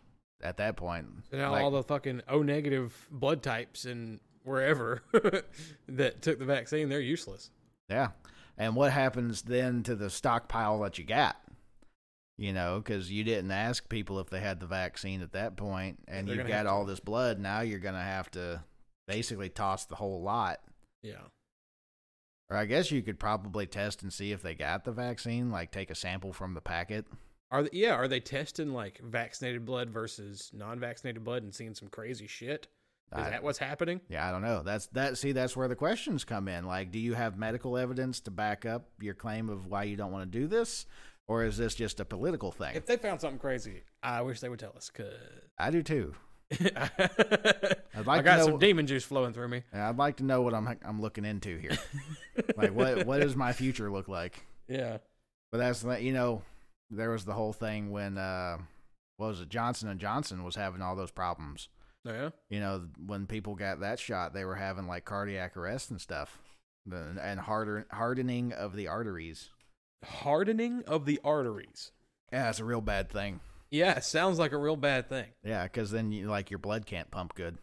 at that point. So now Like- all the fucking O negative blood types and wherever that took the vaccine, they're useless. Yeah. And what happens then to the stockpile that you got? You know, because you didn't ask people if they had the vaccine at that point, and They're you've gonna have got to. all this blood. Now you're going to have to basically toss the whole lot. Yeah. Or I guess you could probably test and see if they got the vaccine, like take a sample from the packet. Are they, yeah, are they testing like vaccinated blood versus non-vaccinated blood and seeing some crazy shit? Is I- that what's happening? Yeah, I don't know. That's that. See, that's where the questions come in. Like, do you have medical evidence to back up your claim of why you don't want to do this, or is this just a political thing? If they found something crazy, I wish they would tell us. Cause I do too. i like to got know- some demon juice flowing through me. And I'd like to know what I'm I'm looking into here. like, what what does my future look like? Yeah, But that's the- you know, there was the whole thing when uh, what was it Johnson and Johnson was having all those problems. yeah. You know, when people got that shot, they were having like cardiac arrest and stuff, and, and harder hardening of the arteries. Hardening of the arteries. Yeah, it's a real bad thing. Yeah, sounds like a real bad thing. Yeah, because then you, like your blood can't pump good.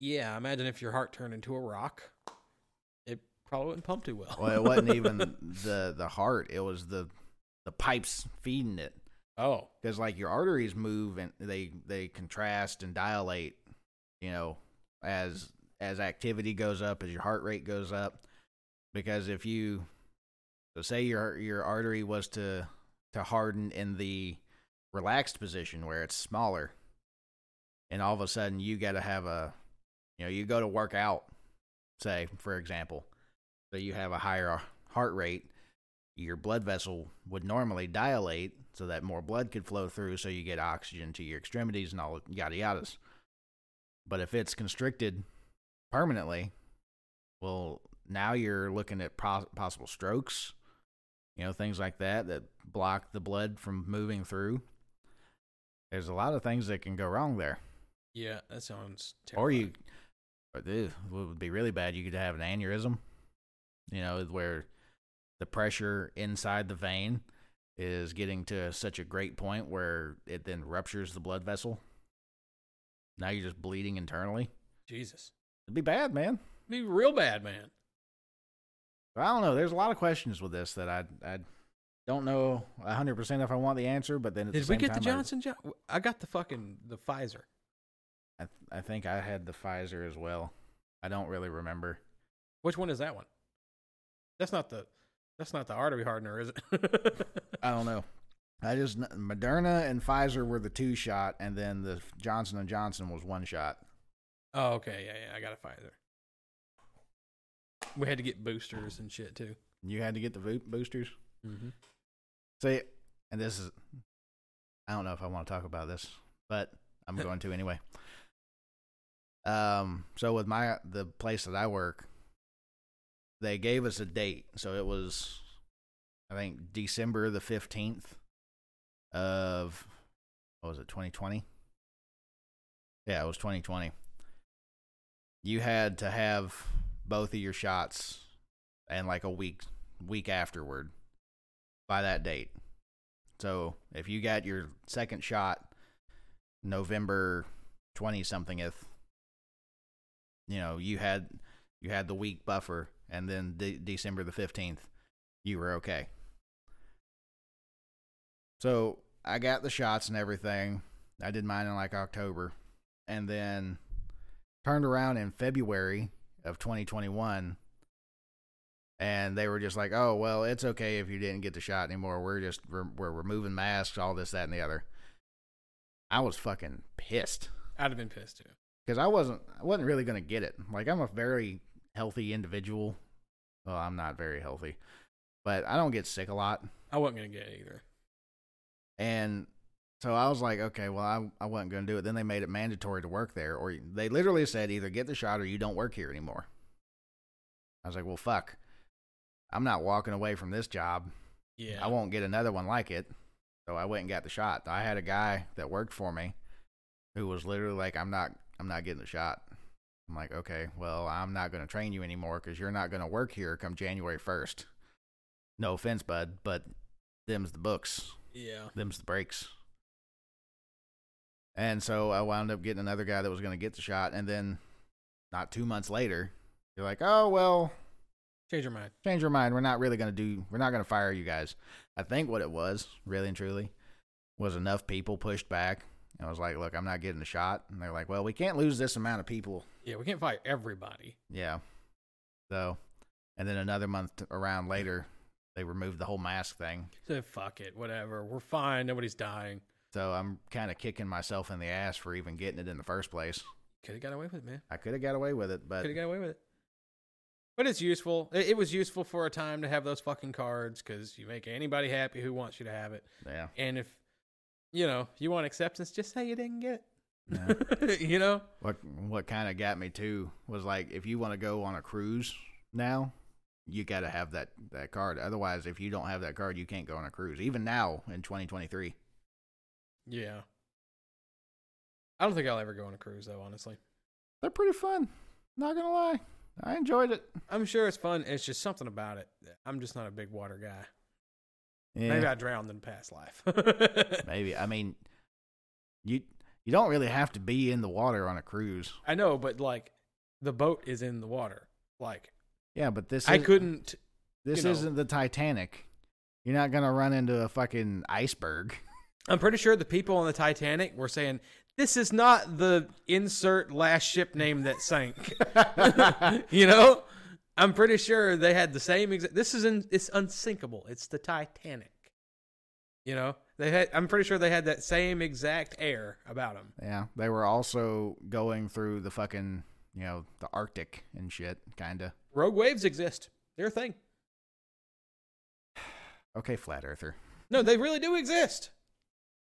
Yeah, imagine if your heart turned into a rock, it probably wouldn't pump too well. Well, it wasn't even the the heart; it was the the pipes feeding it. oh, Because like your arteries move and they they contrast and dilate, you know, as as activity goes up, as your heart rate goes up. Because if you so say your your artery was to to harden in the relaxed position where it's smaller, and all of a sudden you got to have a you know you go to work out say for example so you have a higher heart rate your blood vessel would normally dilate so that more blood could flow through so you get oxygen to your extremities and all yada yadas but if it's constricted permanently well now you're looking at pos- possible strokes you know things like that that block the blood from moving through there's a lot of things that can go wrong there yeah, that sounds terrible. or you or this what would be really bad you could have an aneurysm you know where the pressure inside the vein is getting to such a great point where it then ruptures the blood vessel now you're just bleeding internally Jesus, it'd be bad man be real bad, man. i don't know there's a lot of questions with this that i i don't know 100% if i want the answer but then at Did the we same get the time, I- Johnson? Jo- I got the fucking the Pfizer. I, I think i had the pfizer as well i don't really remember Which one is that one? That's not the that's not the artery hardener, is it? I don't know. I just kn- Moderna and Pfizer were the two shot, and then the Johnson and Johnson was one shot. oh, okay, yeah, yeah, I got a Pfizer. We had to get boosters and shit too. You had to get the vo- boosters. Mm-hmm. See, and this is, I don't know if I want to talk about this, but I'm going to anyway. Um, so with my the place that I work, they gave us a date, so it was, I think December the fifteenth of what was it, 2020? Yeah, it was 2020. You had to have both of your shots, and like a week week afterward by that date. So if you got your second shot November twenty somethingeth, you know you had you had the week buffer, and then de- December the fifteenth, you were okay. So I got the shots and everything. I did mine in like October, and then turned around in February of 2021 and they were just like, "Oh, well, it's okay if you didn't get the shot anymore. We're just we're, we're removing masks, all this, that, and the other." I was fucking pissed I'd have been pissed too. because I wasn't I wasn't really gonna get it. Like I'm a very healthy individual. Well, I'm not very healthy, but I don't get sick a lot, I wasn't gonna get it either. and so I was like, "Okay, well, I I wasn't gonna do it." Then they made it mandatory to work there, or they literally said either get the shot or you don't work here anymore. I was like, "Well, fuck." I'm not walking away from this job Yeah, I won't get another one like it. So I went and got the shot. I had a guy that worked for me who was literally like, I'm not, I'm not getting the shot. I'm like, okay, well, I'm not going to train you anymore because you're not going to work here come January 1st. No offense, bud, but them's the books, Yeah, them's the breaks. And so I wound up getting another guy that was going to get the shot. And then not two months later, you're like, oh, well, change your mind. change your mind. We're not really going to do, we're not going to fire you guys. I think what it was, really and truly, was enough people pushed back. And I was like, look, I'm not getting the shot. And they're like, well, we can't lose this amount of people. Yeah, we can't fight everybody. Yeah. So, and then another month around later, they removed the whole mask thing. So fuck it, whatever. We're fine. Nobody's dying. So I'm kind of kicking myself in the ass for even getting it in the first place. Could have got away with it, man. I could have got away with it, but Could have got away with it. But it's useful. It, it was useful for a time to have those fucking cards because you make anybody happy who wants you to have it. yeah, And if you know you want acceptance, just say you didn't get yeah. it. you know, What what kind of got me too was like if you want to go on a cruise now, you got to have that that card. Otherwise, if you don't have that card, you can't go on a cruise. Even now in 2023, yeah. I don't think I'll ever go on a cruise though. Honestly, they're pretty fun. Not gonna lie, I enjoyed it. I'm sure it's fun. It's just something about it. I'm just not a big water guy. Yeah, Maybe I drowned in past life. maybe. I mean, you you don't really have to be in the water on a cruise. I know, but like the boat is in the water. Like Yeah, but this I is- couldn't. This you know. isn't the Titanic. You're not gonna run into a fucking iceberg. I'm pretty sure the people on the Titanic were saying this is not the insert last ship name that sank. you know, I'm pretty sure they had the same exact. This is in, it's unsinkable. It's the Titanic. You know, they had. I'm pretty sure they had that same exact air about them. Yeah, they were also going through the fucking, you know, the Arctic and shit, kinda. Rogue waves exist. They're a thing. Okay, flat earther. No, they really do exist.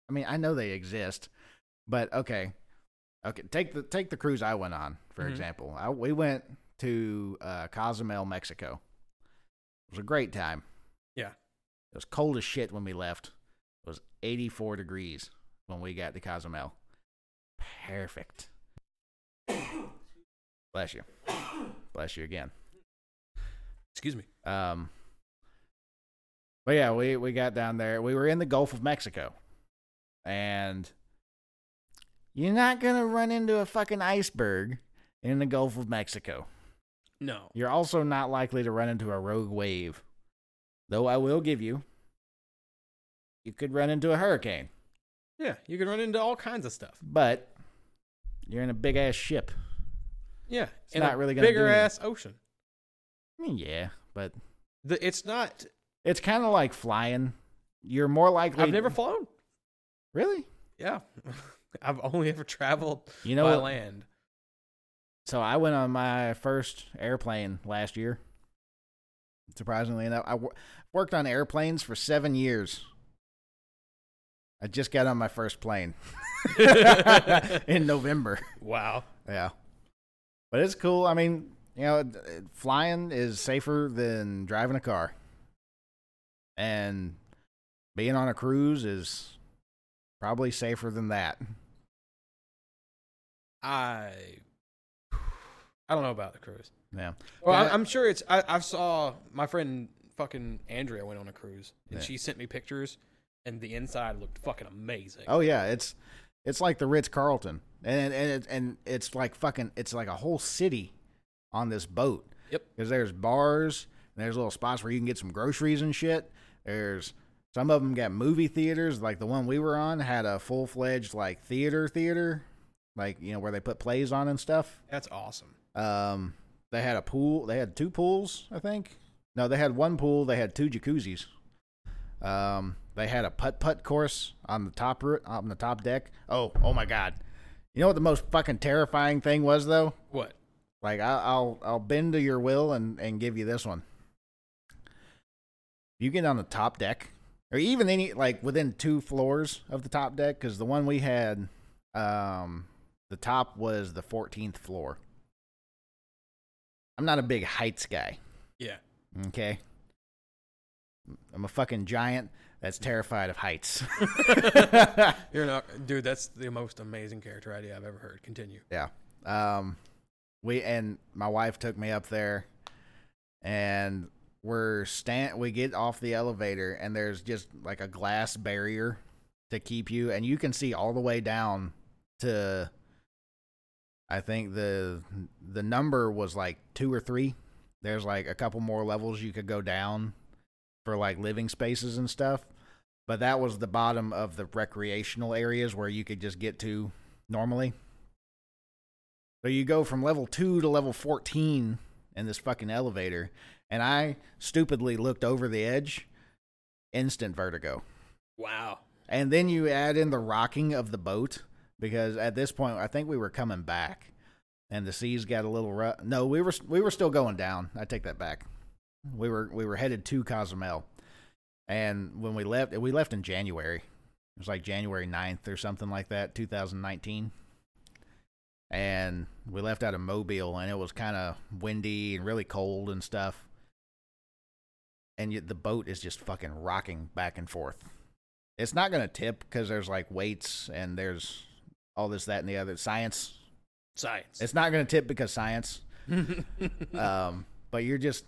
I mean, I know they exist, but okay, okay. Take the take the cruise I went on, for Mhm. example. I, we went to uh, Cozumel, Mexico. It was a great time. Yeah. It was cold as shit when we left. It was 84 degrees when we got to Cozumel. Perfect. Bless you. Bless you again. Excuse me. Um, but yeah, we, we got down there. We were in the Gulf of Mexico. And you're not going to run into a fucking iceberg in the Gulf of Mexico. No. You're also not likely to run into a rogue wave. Though I will give you, you could run into a hurricane, Yeah, you can run into all kinds of stuff. but you're in a big ass ship. Yeah, It's in not a really gonna do bigger ass ocean. I mean, Mm, yeah, but The, it's not. it's kind of like flying. You're more likely. I've never flown. really. Yeah, I've only ever traveled You know by what? land. So I went on my first airplane last year. Surprisingly enough, I wo- worked on airplanes for seven years. I just got on my first plane in November. Wow. Yeah. But it's cool. I mean, you know, d- flying is safer than driving a car. And being on a cruise is probably safer than that. I I don't know about the cruise. Yeah. Well, I, Yeah. I'm sure it's. I, I saw my friend fucking Andrea went on a cruise, and Yeah. she sent me pictures, and the inside looked fucking amazing. Oh yeah, it's it's like the Ritz Carlton. And and it, and it's like fucking it's like a whole city on this boat. Yep. Cuz there's bars, and there's little spots where you can get some groceries and shit. There's some of them got movie theaters, like the one we were on had a full-fledged like theater theater, like you know where they put plays on and stuff. That's awesome. Um they had a pool, they had two pools, I think. No, they had one pool, they had two jacuzzis. Um, they had a putt putt course on the top root on the top deck. Oh, oh my god! You know what the most fucking terrifying thing was though? What? Like I, I'll I'll bend to your will and and give you this one. You get on the top deck, or even any like within two floors of the top deck, because the one we had, um, the top was the fourteenth floor. I'm not a big heights guy. Yeah. Okay. I'm a fucking giant that's terrified of heights. You're not, dude. That's the most amazing character idea I've ever heard. Continue. yeah. Um we and my wife took me up there and we're stand we get off the elevator and there's just like a glass barrier to keep you and you can see all the way down to I think the the number was like 2 or 3. There's like a couple more levels you could go down for like living spaces and stuff. But that was the bottom of the recreational areas where you could just get to normally. So you go from level two to level 14 in this fucking elevator, and I stupidly looked over the edge. Instant vertigo. Wow. And then you add in the rocking of the boat because at this point I think we were coming back, and the seas got a little rough. No, we were we were still going down. I take that back. We were we were headed to Cozumel, and when we left, we left in January. It was like January 9th or something like that, 2019. And we left out of Mobile, and it was kind of windy and really cold and stuff. And yet the boat is just fucking rocking back and forth it's not going to tip because there's like weights and there's all this that and the other science Science. it's not going to tip because science um, but you're just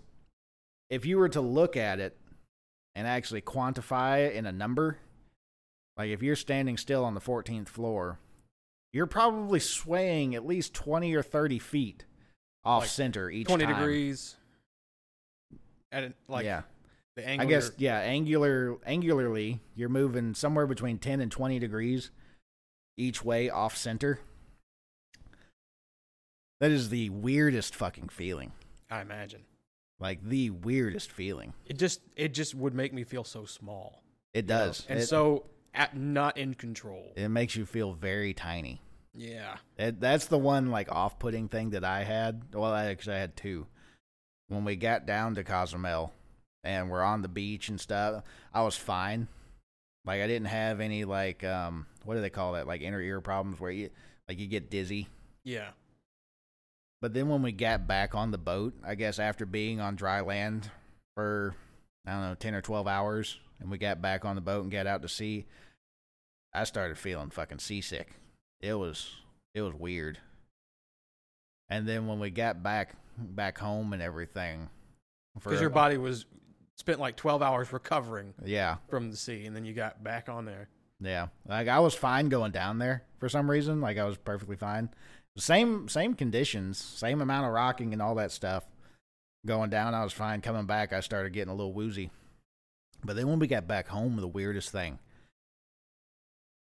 if you were to look at it and actually quantify it in a number like if you're standing still on the 14th floor you're probably swaying at least 20 or 30 feet off Like center each 20 time. degrees. At an- like yeah the angle. I guess yeah, angular angularly, you're moving somewhere between 10 and 20 degrees each way off center. That is the weirdest fucking feeling. I imagine. Like the weirdest feeling. It just it just would make me feel so small. It does. And it, so at, not in control. it makes you feel very tiny. yeah. That that's the one like off-putting thing that I had. Well, I actually had two. When we got down to Cozumel and we're on the beach and stuff, I was fine. Like I didn't have any like um what do they call that? Like inner ear problems where you like you get dizzy. Yeah. But then when we got back on the boat, I guess after being on dry land for I don't know, 10 or 12 hours and we got back on the boat and got out to sea, I started feeling fucking seasick. It was it was weird. And then when we got back back home and everything for Because your body was spent like 12 hours recovering Yeah. from the sea and then you got back on there. Yeah. Like I was fine going down there for some reason. Like I was perfectly fine. Same same conditions, same amount of rocking and all that stuff. Going down, I was fine. Coming back, I started getting a little woozy. But then when we got back home, the weirdest thing.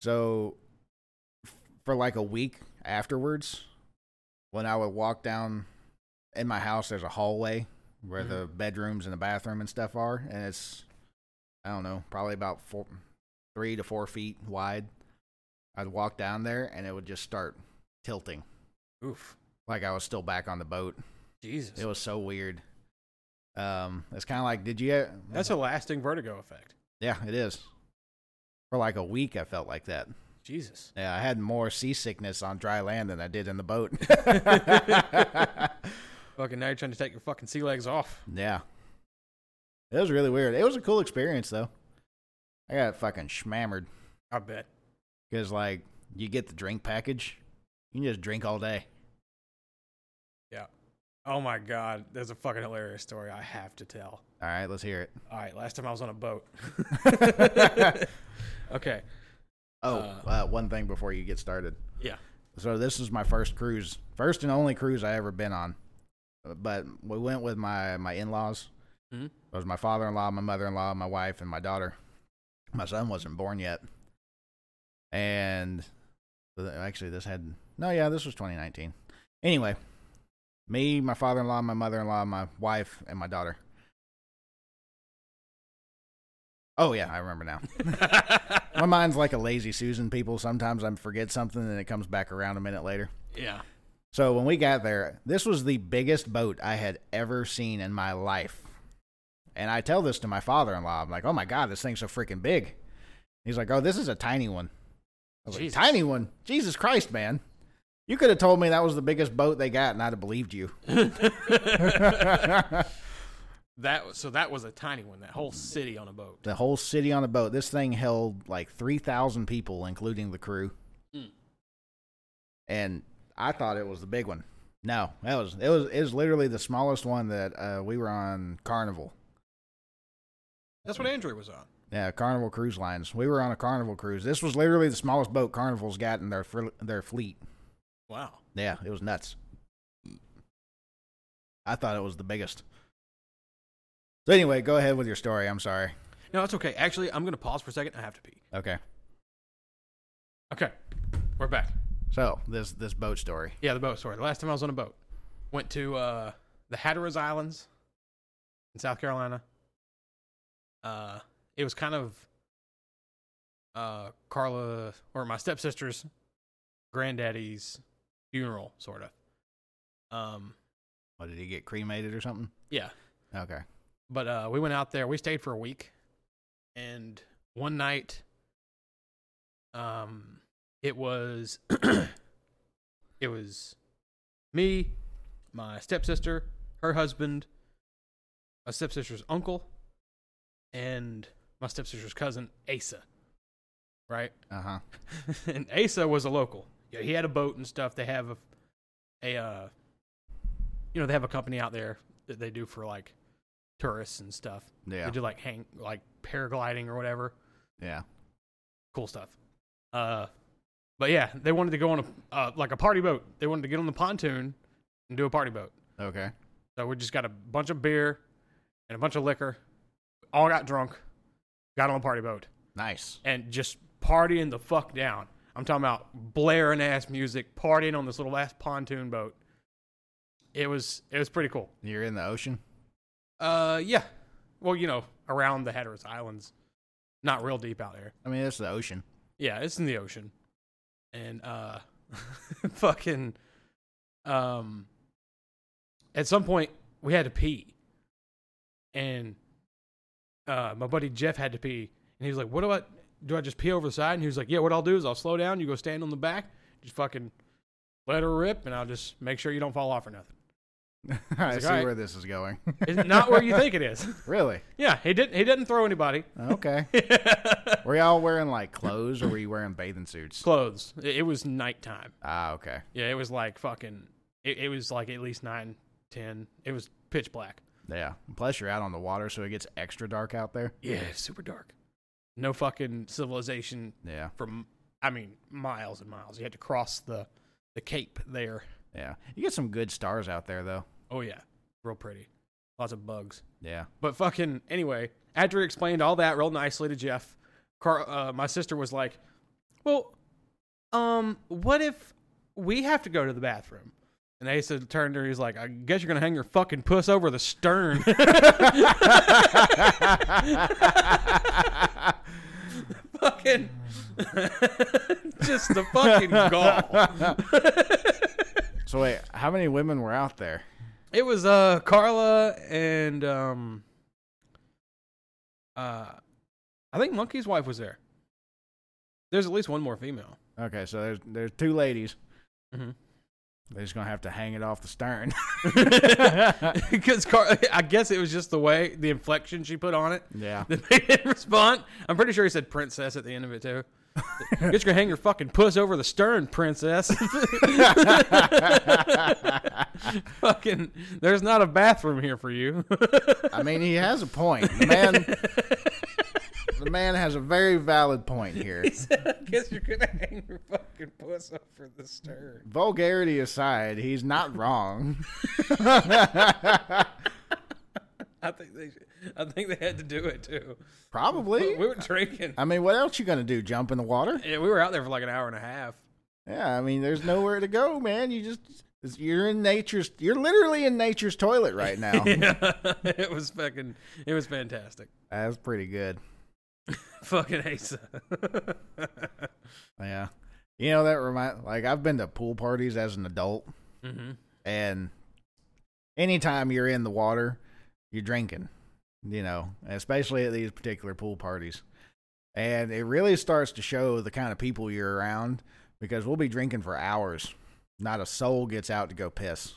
So f- for like a week afterwards, when I would walk down in my house, there's a hallway where the bedrooms and the bathroom and stuff are, and it's I don't know, probably about four, three to four feet wide. I'd walk down there and it would just start tilting. Oof. Like I was still back on the boat. Jesus. It was so weird. Um, it's kind of like, did you? e-, That's a lasting vertigo effect. yeah, it is. For like a week, I felt like that. Jesus. Yeah, I had more seasickness on dry land than I did in the boat. Fucking now you're trying to take your fucking sea legs off. yeah, it was really weird. It was a cool experience though. I got fucking schmammered I bet. because like you get the drink package, you can just drink all day. Yeah. Oh my God. There's a fucking hilarious story I have to tell. All right, let's hear it. All right. Last time I was on a boat. okay. Oh, Uh, uh, one thing before you get started. Yeah. So this is my first cruise, first and only cruise I ever been on. Uh, But we went with my my in laws. Mhm. It was my father in law, my mother in law, my wife, and my daughter. My son wasn't born yet, and uh, actually, this had no, yeah, this was 2019. Anyway, me, my father in law, my mother in law, my wife, and my daughter. Oh yeah, I remember now my mind's like a lazy Susan people. Sometimes I forget something and it comes back around a minute later. yeah. So when we got there, this was the biggest boat I had ever seen in my life. And I tell this to my father in law. I'm like, oh my God, this thing's so freaking big. He's like, oh, this is a tiny one. I was Jesus. like, tiny one? Jesus Christ, man. You could have told me that was the biggest boat they got and I'd have believed you. that was, so that was a tiny one. That whole city on a boat. the whole city on a boat. This thing held like 3,000 people, including the crew. Mm. And I thought it was the big one. No, that was it was it was literally the smallest one that uh, we were on Carnival. That's what Andrew was on. Yeah, Carnival Cruise Lines. We were on a Carnival cruise. This was literally the smallest boat Carnival's got in their fr- their fleet. Wow. Yeah, it was nuts. I thought it was the biggest. So anyway, go ahead with your story. I'm sorry. No, that's okay. Actually, I'm going to pause for a second. I have to pee. Okay. Okay. We're back. So, this this boat story. Yeah, the boat. Sorry, the last time I was on a boat, went to uh, the Hatteras Islands in South Carolina. Uh, it was kind of uh, Carla or my stepsister's granddaddy's funeral, sort of. Um, What did he get cremated or something? yeah, Okay. but uh, we went out there. We stayed for a week, and one night, um, it was it was me, my stepsister, her husband, my stepsister's uncle, and my stepsister's cousin Asa, right? Uh huh. and Asa was a local. Yeah, he had a boat and stuff. They have a, a uh, you know, they have a company out there that they do for like tourists and stuff. Yeah. They do like hang like paragliding or whatever, Yeah. cool stuff. Uh, but yeah, they wanted to go on a uh, like a party boat. They wanted to get on the pontoon and do a party boat. Okay. So we just got a bunch of beer and a bunch of liquor. All got drunk, got on a party boat Nice. and just partying the fuck down. I'm talking about blaring ass music, partying on this little ass pontoon boat. It was it was pretty cool. You're in the ocean. Uh, yeah. Well, you know, around the Hatteras Islands, not real deep out there. I mean, it's the ocean. Yeah, it's in the ocean, and uh, fucking, um, at some point we had to pee, and uh, my buddy Jeff had to pee, and he was like, "What do I do? I just pee over the side?" And he was like, "Yeah, what I'll do is I'll slow down. You go stand on the back, just fucking let her rip, and I'll just make sure you don't fall off or nothing." I like, see all right. where this is going. It's not where you think it is. really? yeah, he didn't. He didn't throw anybody. Okay. were y'all wearing like clothes or were you wearing bathing suits? Clothes. It- it was nighttime. Ah, okay. Yeah, it was like fucking. It, it was like at least nine, ten. It was pitch black. Yeah. Plus, you're out on the water, so it gets extra dark out there. Yeah, it's super dark. No fucking civilization Yeah. from. I mean, miles and miles. You had to cross the the cape there. Yeah. You get some good stars out there, though. Oh yeah, real pretty. Lots of bugs. Yeah. But fucking anyway, after he explained all that real nicely to Jeff, Carl, uh, my sister was like, "Well, um, what if we have to go to the bathroom?" And Asa turned to her. He's like, "I guess you're gonna hang your fucking puss over the stern." fucking, just the fucking gall. So, wait, how many women were out there? It was uh Carla and um, uh, I think Monkey's wife was there. There's at least one more female. Okay, so there's there's two ladies. Mhm. They're just gonna have to hang it off the stern. because Car- I guess it was just the way the inflection she put on it yeah. that made him respond. I'm pretty sure he said princess at the end of it too. Get your hang your fucking puss over the stern, princess. fucking, there's not a bathroom here for you. I mean, he has a point. The man, the man has a very valid point here. I guess you're gonna hang your fucking puss over the stern. Vulgarity aside, he's not wrong. I think they, I think they had to do it too. Probably. We were drinking. I mean, what else you gonna do? Jump in the water? Yeah, we were out there for like an hour and a half. Yeah. I mean, there's nowhere to go, man. You just it's- you're in nature's. You're literally in nature's toilet right now. Yeah, it was fucking, it was fantastic. That's pretty good. Fucking Asa. Yeah. You know that remind like I've been to pool parties as an adult mm-hmm. and anytime you're in the water, you're drinking, you know, especially at these particular pool parties. And it really starts to show the kind of people you're around because we'll be drinking for hours. Not a soul gets out to go piss.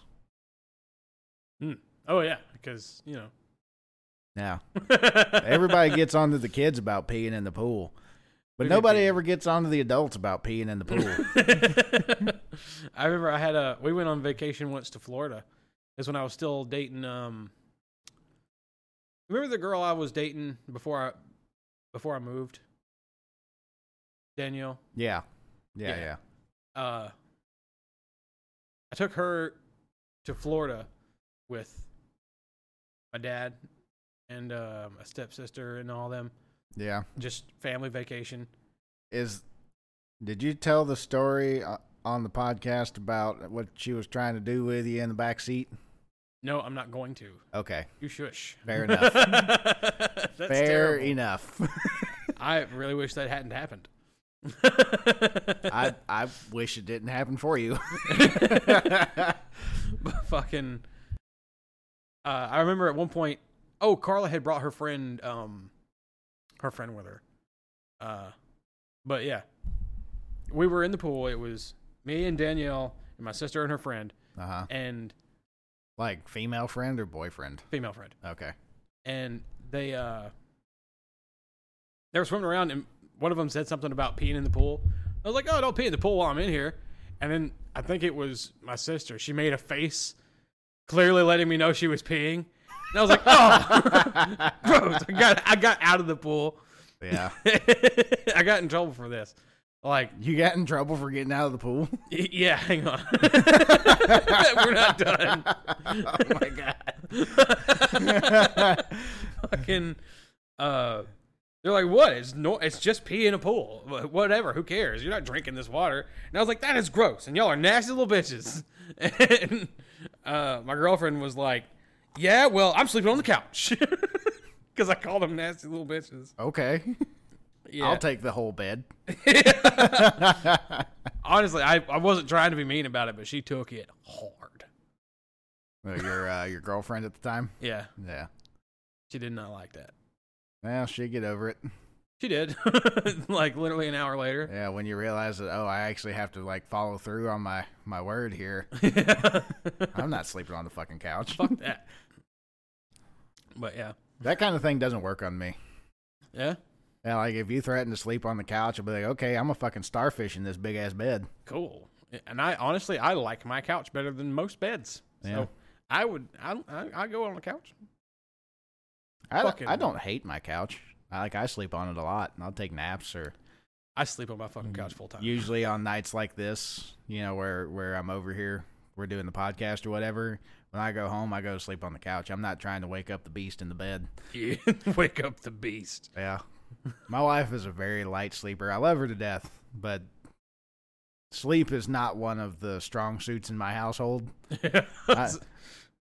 Oh yeah, because you know Yeah. Everybody gets onto the kids about peeing in the pool. But nobody ever gets onto the adults about peeing in the pool. I remember I had a. We went on vacation once to Florida. That's when I was still dating. Um, remember the girl I was dating before I before I moved. Danielle. yeah. Yeah, Yeah. yeah. Uh, I took her to Florida with my dad and uh, my stepsister and all them. Yeah. Just family vacation. is did you tell the story uh, on the podcast about what she was trying to do with you in the back seat No, I'm not going to. Okay, You shush. fair enough. That's fair terrible. enough. I really wish that hadn't happened. I I wish it didn't happen for you. But fucking uh, I remember at one point oh Carla had brought her friend um her friend with her. Uh but yeah. We were in the pool, it was me and Danielle and my sister and her friend Uh huh. and Like female friend or boyfriend? female friend. Okay. And they uh they were swimming around and one of them said something about peeing in the pool. I was like, "Oh, don't pee in the pool while I'm in here." And then I think it was my sister. She made a face, clearly letting me know she was peeing. And I was like, "Oh, gross!" I got I got out of the pool. Yeah. I got in trouble for this. Like, You got in trouble for getting out of the pool? y- yeah, hang on. We're not done. oh my god. Fucking uh they're like, what? It's no it's just pee in a pool. Wh- Whatever, who cares? You're not drinking this water. And I was like, that is gross, and y'all are nasty little bitches. And uh my girlfriend was like, Yeah, well, I'm sleeping on the couch. Cause I called them nasty little bitches. Okay. Yeah. I'll take the whole bed. Honestly, I, I wasn't trying to be mean about it, but she took it hard. Uh, Your uh, your girlfriend at the time? Yeah. Yeah. She did not like that. Well, she get over it. She did. like literally an hour later. Yeah, when you realize that oh, I actually have to like follow through on my my word here. I'm not sleeping on the fucking couch. Fuck that. But yeah. That kind of thing doesn't work on me. Yeah. Yeah, like if you threaten to sleep on the couch, I'll be like, okay, I'm a fucking starfish in this big ass bed. Cool. And I honestly I like my couch better than most beds. So Yeah. I would I I I go on the couch. I don't, Fucking- I don't hate my couch. I like I sleep on it a lot, and I'll take naps or I sleep on my fucking couch full time. usually on nights like this, you know, where where I'm over here, we're doing the podcast or whatever. When I go home, I go to sleep on the couch. I'm not trying to wake up the beast in the bed. You wake up the beast. Yeah, my wife is a very light sleeper. I love her to death, but sleep is not one of the strong suits in my household. I-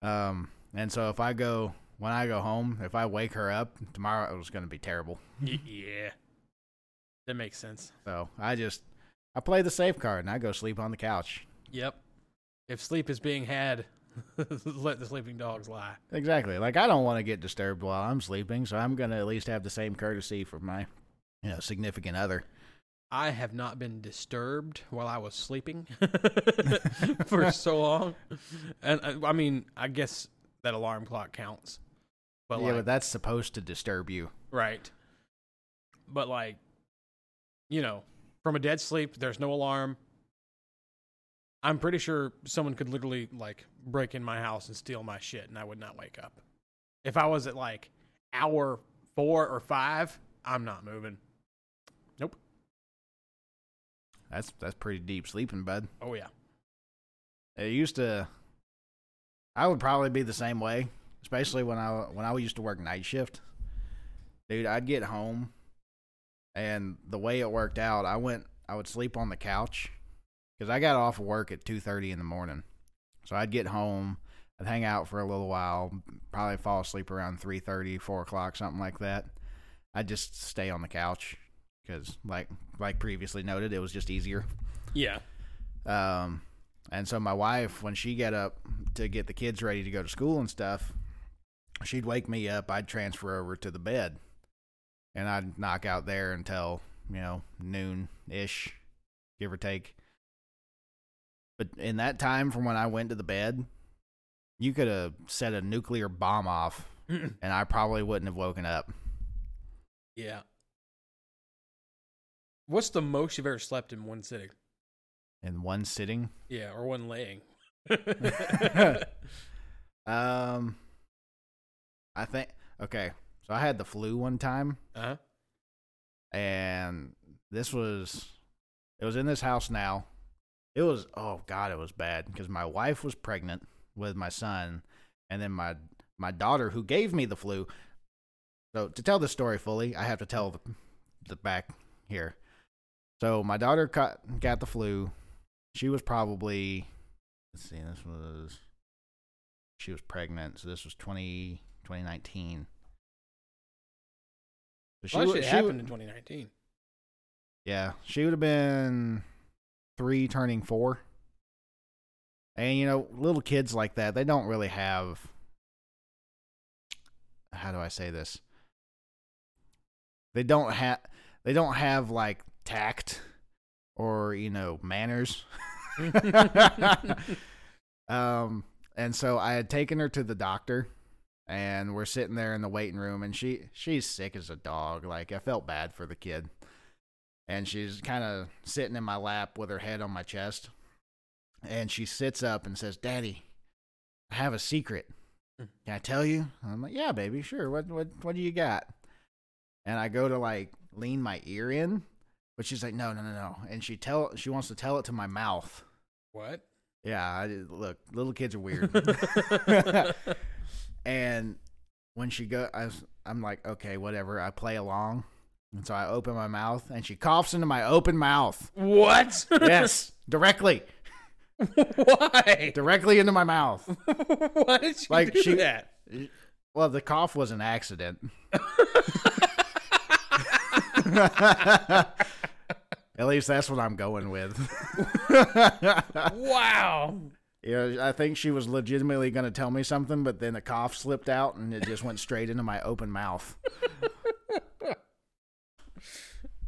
um, and so if I go when I go home, if I wake her up tomorrow, it was going to be terrible. Y- yeah. That makes sense. So I just I play the safe card and I go sleep on the couch. Yep. If sleep is being had, let the sleeping dogs lie. Exactly. Like I don't want to get disturbed while I'm sleeping, so I'm gonna at least have the same courtesy for my, you know, significant other. I have not been disturbed while I was sleeping for so long, and uh, I mean, I guess that alarm clock counts, but yeah, like, but that's supposed to disturb you. right, but like, you know, from a dead sleep, there's no alarm. I'm pretty sure someone could literally like break in my house and steal my shit, and I would not wake up. If I was at like hour four or five, I'm not moving. That's that's pretty deep sleeping, bud. Oh yeah, It used to. I would probably be the same way, especially when I when I used to work night shift. Dude, I'd get home, and the way it worked out, I went I would sleep on the couch because I got off of work at two thirty in the morning, so I'd get home. I'd hang out for a little while, probably fall asleep around 3.30, 4 o'clock, something like that. I'd just stay on the couch because, like, like previously noted, it was just easier. yeah, Um, and so my wife, when she got up to get the kids ready to go to school and stuff, she'd wake me up. I'd transfer over to the bed, and I'd knock out there until you know noon ish, give or take. But in that time from when I went to the bed, you could have set a nuclear bomb off, and I probably wouldn't have woken up. Yeah. What's the most you've ever slept in one sitting? In one sitting, Yeah, or one laying. Uh-huh. um, I think okay. So I had the flu one time. uh-huh. and this was it was in this house now it was oh god it was bad because my wife was pregnant with my son and then my my daughter who gave me the flu so to tell the story fully i have to tell the, the back here so my daughter got, got the flu she was probably let's see this was she was pregnant. So this was 20, 2019. So a lot of wa- shit she wa- happened in 2019. yeah, she would have been three, turning four. And you know, little kids like that, they don't really have. How do I say this? They don't have. They don't have like tact, or you know, manners. um, and so I had taken her to the doctor, and we're sitting there in the waiting room, and she she's sick as a dog. Like I felt bad for the kid and she's kind of sitting in my lap with her head on my chest. And she sits up and says, "Daddy, I have a secret. Can I tell you?" And I'm like, "Yeah, baby, sure. What what what do you got?" And I go to like lean my ear in, but she's like, "No, no, no, no." And she tell she wants to tell it to my mouth. What? Yeah, I, look, little kids are weird. And when she go, I was, I'm like, okay, whatever. I play along, and so I open my mouth, and she coughs into my open mouth. what? Yes, directly, Why? directly into my mouth. Why did you Like, do she- that? Well, the cough was an accident. At least that's what I'm going with. Wow. you know, I think she was legitimately going to tell me something, but then the cough slipped out and it just went straight into my open mouth.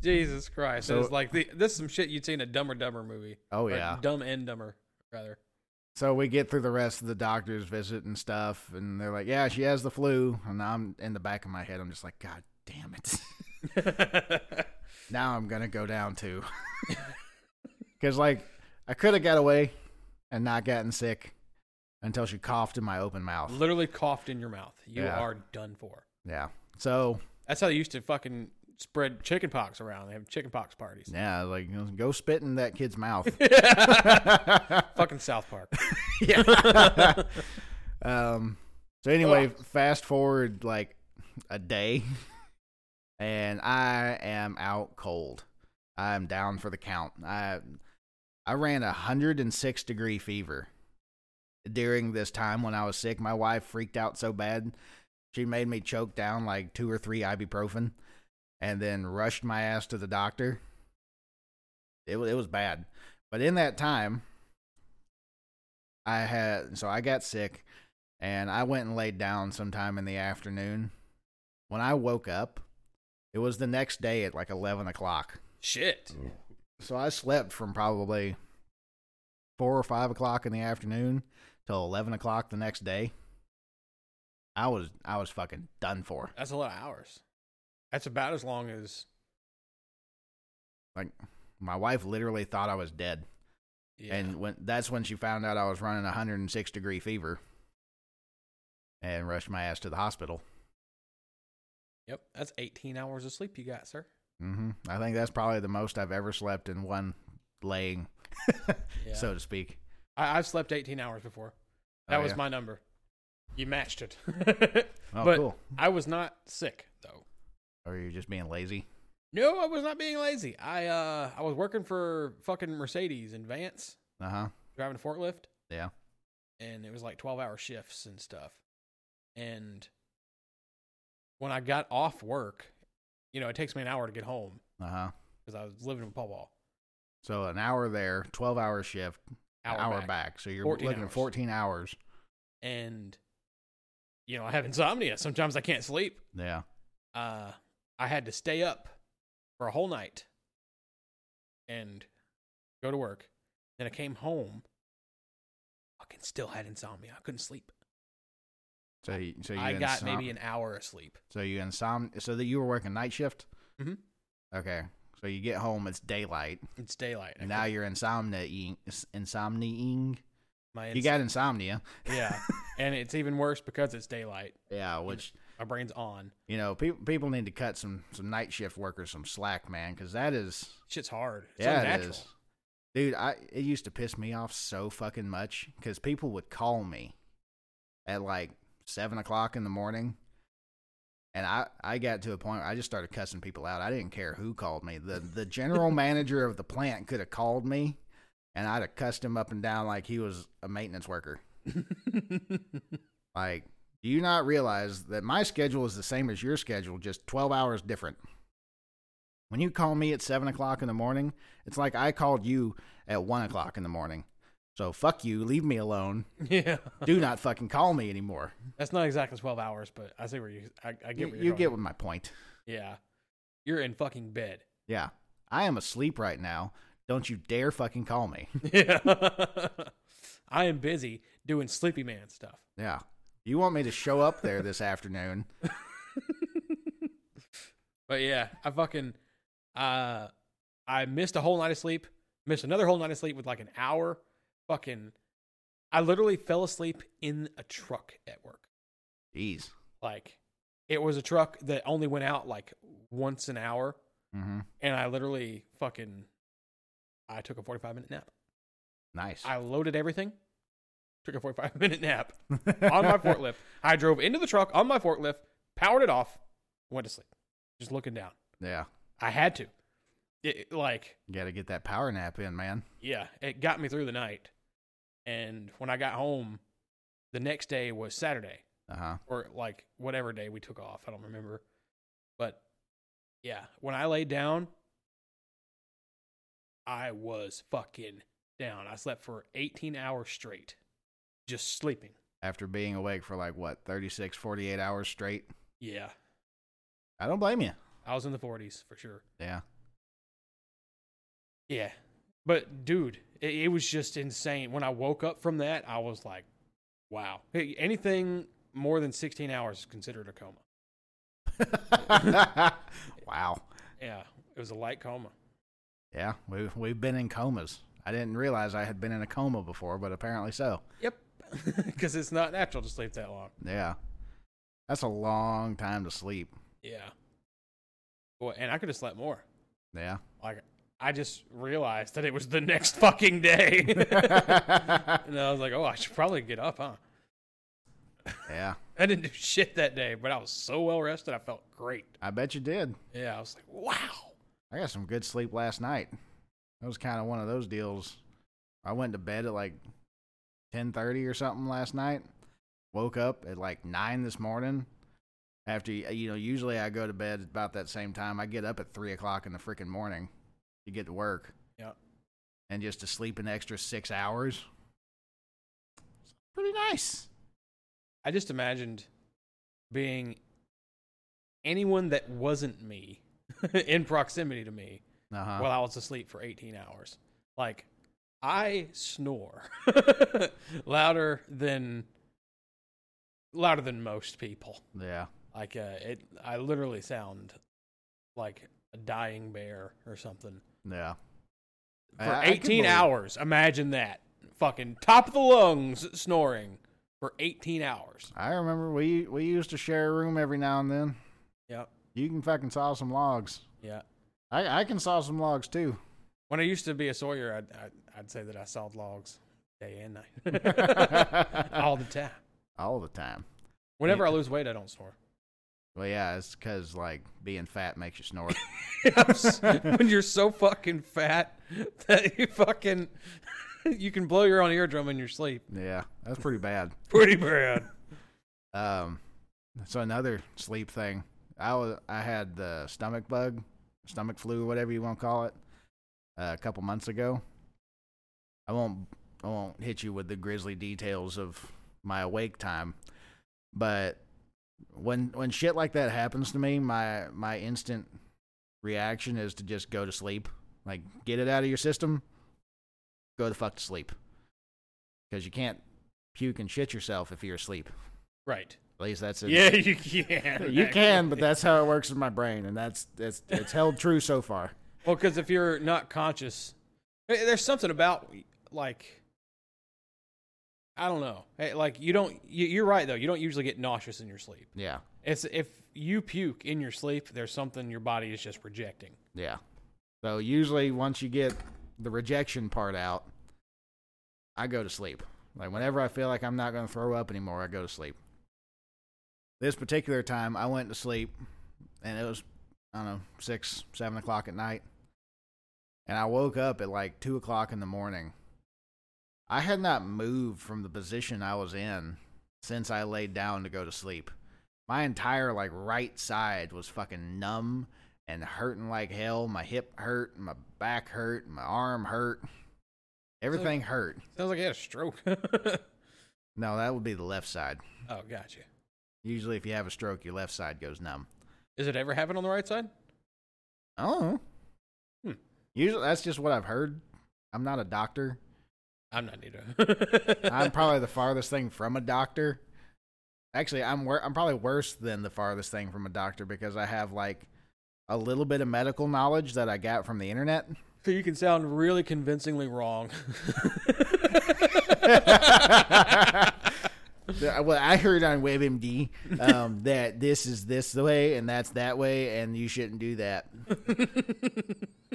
Jesus Christ. So, So- it's like the, this is some shit you'd see in a Dumb and Dumber movie. Oh, Or yeah. Dumb and Dumber, rather. So we get through the rest of the doctor's visit and stuff, and they're like, "Yeah, she has the flu." And I'm in the back of my head, I'm just like, "God damn it!" now I'm gonna go down too, because like I could have got away and not gotten sick until she coughed in my open mouth. Literally coughed in your mouth. You Yeah. are done for. Yeah. So That's how they used to fucking spread chicken pox around. They have chicken pox parties. yeah, like you know, go spit in that kid's mouth. fucking South Park. yeah. um. So anyway, fast forward like a day, and I am out cold. I'm down for the count. I I ran a hundred and six degree fever during this time when I was sick. My wife freaked out so bad she made me choke down like two or three ibuprofen, and then rushed my ass to the doctor. It wa- it was bad, but in that time, I had so I got sick and I went and laid down sometime in the afternoon. When I woke up, it was the next day at like eleven o'clock. Shit. So I slept from probably four or five o'clock in the afternoon till eleven o'clock the next day. I was I was fucking done for. That's a lot of hours. That's about as long as Like my wife literally thought I was dead. yeah. And when that's when she found out I was running a 106 degree fever and rushed my ass to the hospital. Yep, that's 18 hours of sleep you got, sir. hmm I think that's probably the most I've ever slept in one laying, Yeah. so to speak. I, I've slept 18 hours before. That Oh, was yeah? my number. You matched it. Oh, but cool. I was not sick though. Or you're just being lazy. No, I was not being lazy. I uh I was working for fucking Mercedes in Vance, Uh huh. driving a forklift. Yeah. And it was like 12 hour shifts and stuff. And when I got off work, you know, it takes me an hour to get home Uh huh. because I was living with Paul Ball. So an hour there, twelve hour shift, Hour, an hour back. back. So you're 14 looking at hours. fourteen hours. And you know, I have insomnia. Sometimes I can't sleep. Yeah. uh, I had to stay up for a whole night and go to work. Then I came home. Fucking still had insomnia. I couldn't sleep. So you, so you I got insom- maybe an hour of sleep. so you insom so that you were working night shift. Mhm. Okay. So you get home, it's daylight. It's daylight. I And now couldn't- you're insomniaing, insomniaing. my You ins- got insomnia. yeah, and it's even worse because it's daylight. Yeah, which My brain's on. you know, people people need to cut some some night shift workers some slack, man, because that is Shit's hard. It's yeah, unnatural. it is. Dude, I it used to piss me off so fucking much because people would call me at like seven o'clock in the morning, and I I got to a point where I just started cussing people out. I didn't care who called me. the The general manager of the plant could have called me, and I'd have cussed him up and down like he was a maintenance worker. Like, do you not realize that my schedule is the same as your schedule, just 12 hours different? When you call me at 7 o'clock in the morning, it's like I called you at 1 o'clock in the morning. So fuck you, leave me alone. Yeah, Do not fucking call me anymore. that's not exactly twelve hours, but I see where you. I, I get You, where you you're get going. what my point. Yeah, you're in fucking bed. Yeah. I am asleep right now. Don't you dare fucking call me. Yeah, I am busy doing Sleepy Man stuff. Yeah. You want me to show up there this afternoon? But yeah, I fucking uh I missed a whole night of sleep, missed another whole night of sleep with like an hour. Fucking I literally fell asleep in a truck at work. Jeez. Like it was a truck that only went out like once an hour Mm-hmm. and I literally fucking I took a 45 minute nap. Nice. I loaded everything. Took a 45 minute nap on my forklift. I drove into the truck on my forklift, powered it off, went to sleep. Just looking down. Yeah. I had to. It, it- like, You got to get that power nap in, man. yeah, it got me through the night. And when I got home, the next day was Saturday Uh huh. or like whatever day we took off. I don't remember. But yeah, when I laid down, I was fucking down. I slept for 18 hours straight, just sleeping. After being awake for like, what, 36, 48 hours straight? Yeah, I don't blame you. I was in the 40s for sure. Yeah. Yeah. But dude, it, it was just insane. When I woke up from that, I was like, wow. Hey, anything more than 16 hours is considered a coma. wow. Yeah. It was a light coma. Yeah. We, we've been in comas. I didn't realize I had been in a coma before, but apparently so. Yep. Because it's not natural to sleep that long. Yeah. That's a long time to sleep. Yeah. Boy, and I could have slept more. Yeah. Like, I just realized that it was the next fucking day. and I was like, oh, I should probably get up, huh? yeah. I didn't do shit that day, but I was so well rested. I felt great. I bet you did. Yeah. I was like, wow. I got some good sleep last night. That was kind of one of those deals. I went to bed at like 10:30 or something last night. Woke up at like 9 this morning. After you know, usually I go to bed about that same time. I get up at three o'clock in the freaking morning to get to work. Yep. And just to sleep an extra six hours. It's pretty nice. I just imagined being anyone that wasn't me in proximity to me Uh huh. while I was asleep for 18 hours. Like, I snore louder than louder than most people. yeah. Like, uh, it, I literally sound like a dying bear or something Yeah. for I- I can 18 believe- hours. Imagine that fucking top of the lungs snoring for 18 hours. I remember we we used to share a room every now and then. Yep. You can fucking saw some logs. Yeah. I, I can saw some logs too. When I used to be a sawyer, I'd, I'd, I'd say that I sawed logs day and night, All all the time. the time. Whenever I lose weight, I don't snore. Well, yeah, it's because like being fat makes you snort. when you're so fucking fat that you fucking you can blow your own eardrum in your sleep. yeah, that's pretty bad. Pretty bad. Um, so another sleep thing. I was I had the stomach bug, stomach flu, whatever you want to call it, uh, a couple months ago. I won't I won't hit you with the grisly details of my awake time, but when when shit like that happens to me, my my instant reaction is to just go to sleep, like get it out of your system, go the fuck to sleep, because you can't puke and shit yourself if you're asleep. Right. At least that's it. Yeah, you can. You can, but that's how it works in my brain, and that's it's it's held true so far. Well, because if you're not conscious, eh, there's something about like I don't know. Eh, Like you don't. you- You're right though. You don't usually get nauseous in your sleep. Yeah, It's if you puke in your sleep, there's something your body is just rejecting. yeah. So usually, once you get the rejection part out, I go to sleep. Like whenever I feel like I'm not going to throw up anymore, I go to sleep. This particular time, I went to sleep, and it was I don't know six, seven o'clock at night, and I woke up at like two o'clock in the morning. I had not moved from the position I was in since I laid down to go to sleep. My entire like right side was fucking numb and hurting like hell. My hip hurt, my back hurt, my arm hurt. Everything hurt. Sounds like he had a stroke. oh, No, that would be the left side. gotcha. Usually if you have a stroke, your left side goes numb. Is it ever happen on the right side? Oh. Hmm. Usually that's just what I've heard. I'm not a doctor. I'm not either. I'm probably the farthest thing from a doctor. Actually, I'm wor- I'm probably worse than the farthest thing from a doctor because I have like a little bit of medical knowledge that I got from the internet. So you can sound really convincingly wrong. Yeah, well, I heard on WebMD um, that this is this way and that's that way, and you shouldn't do that.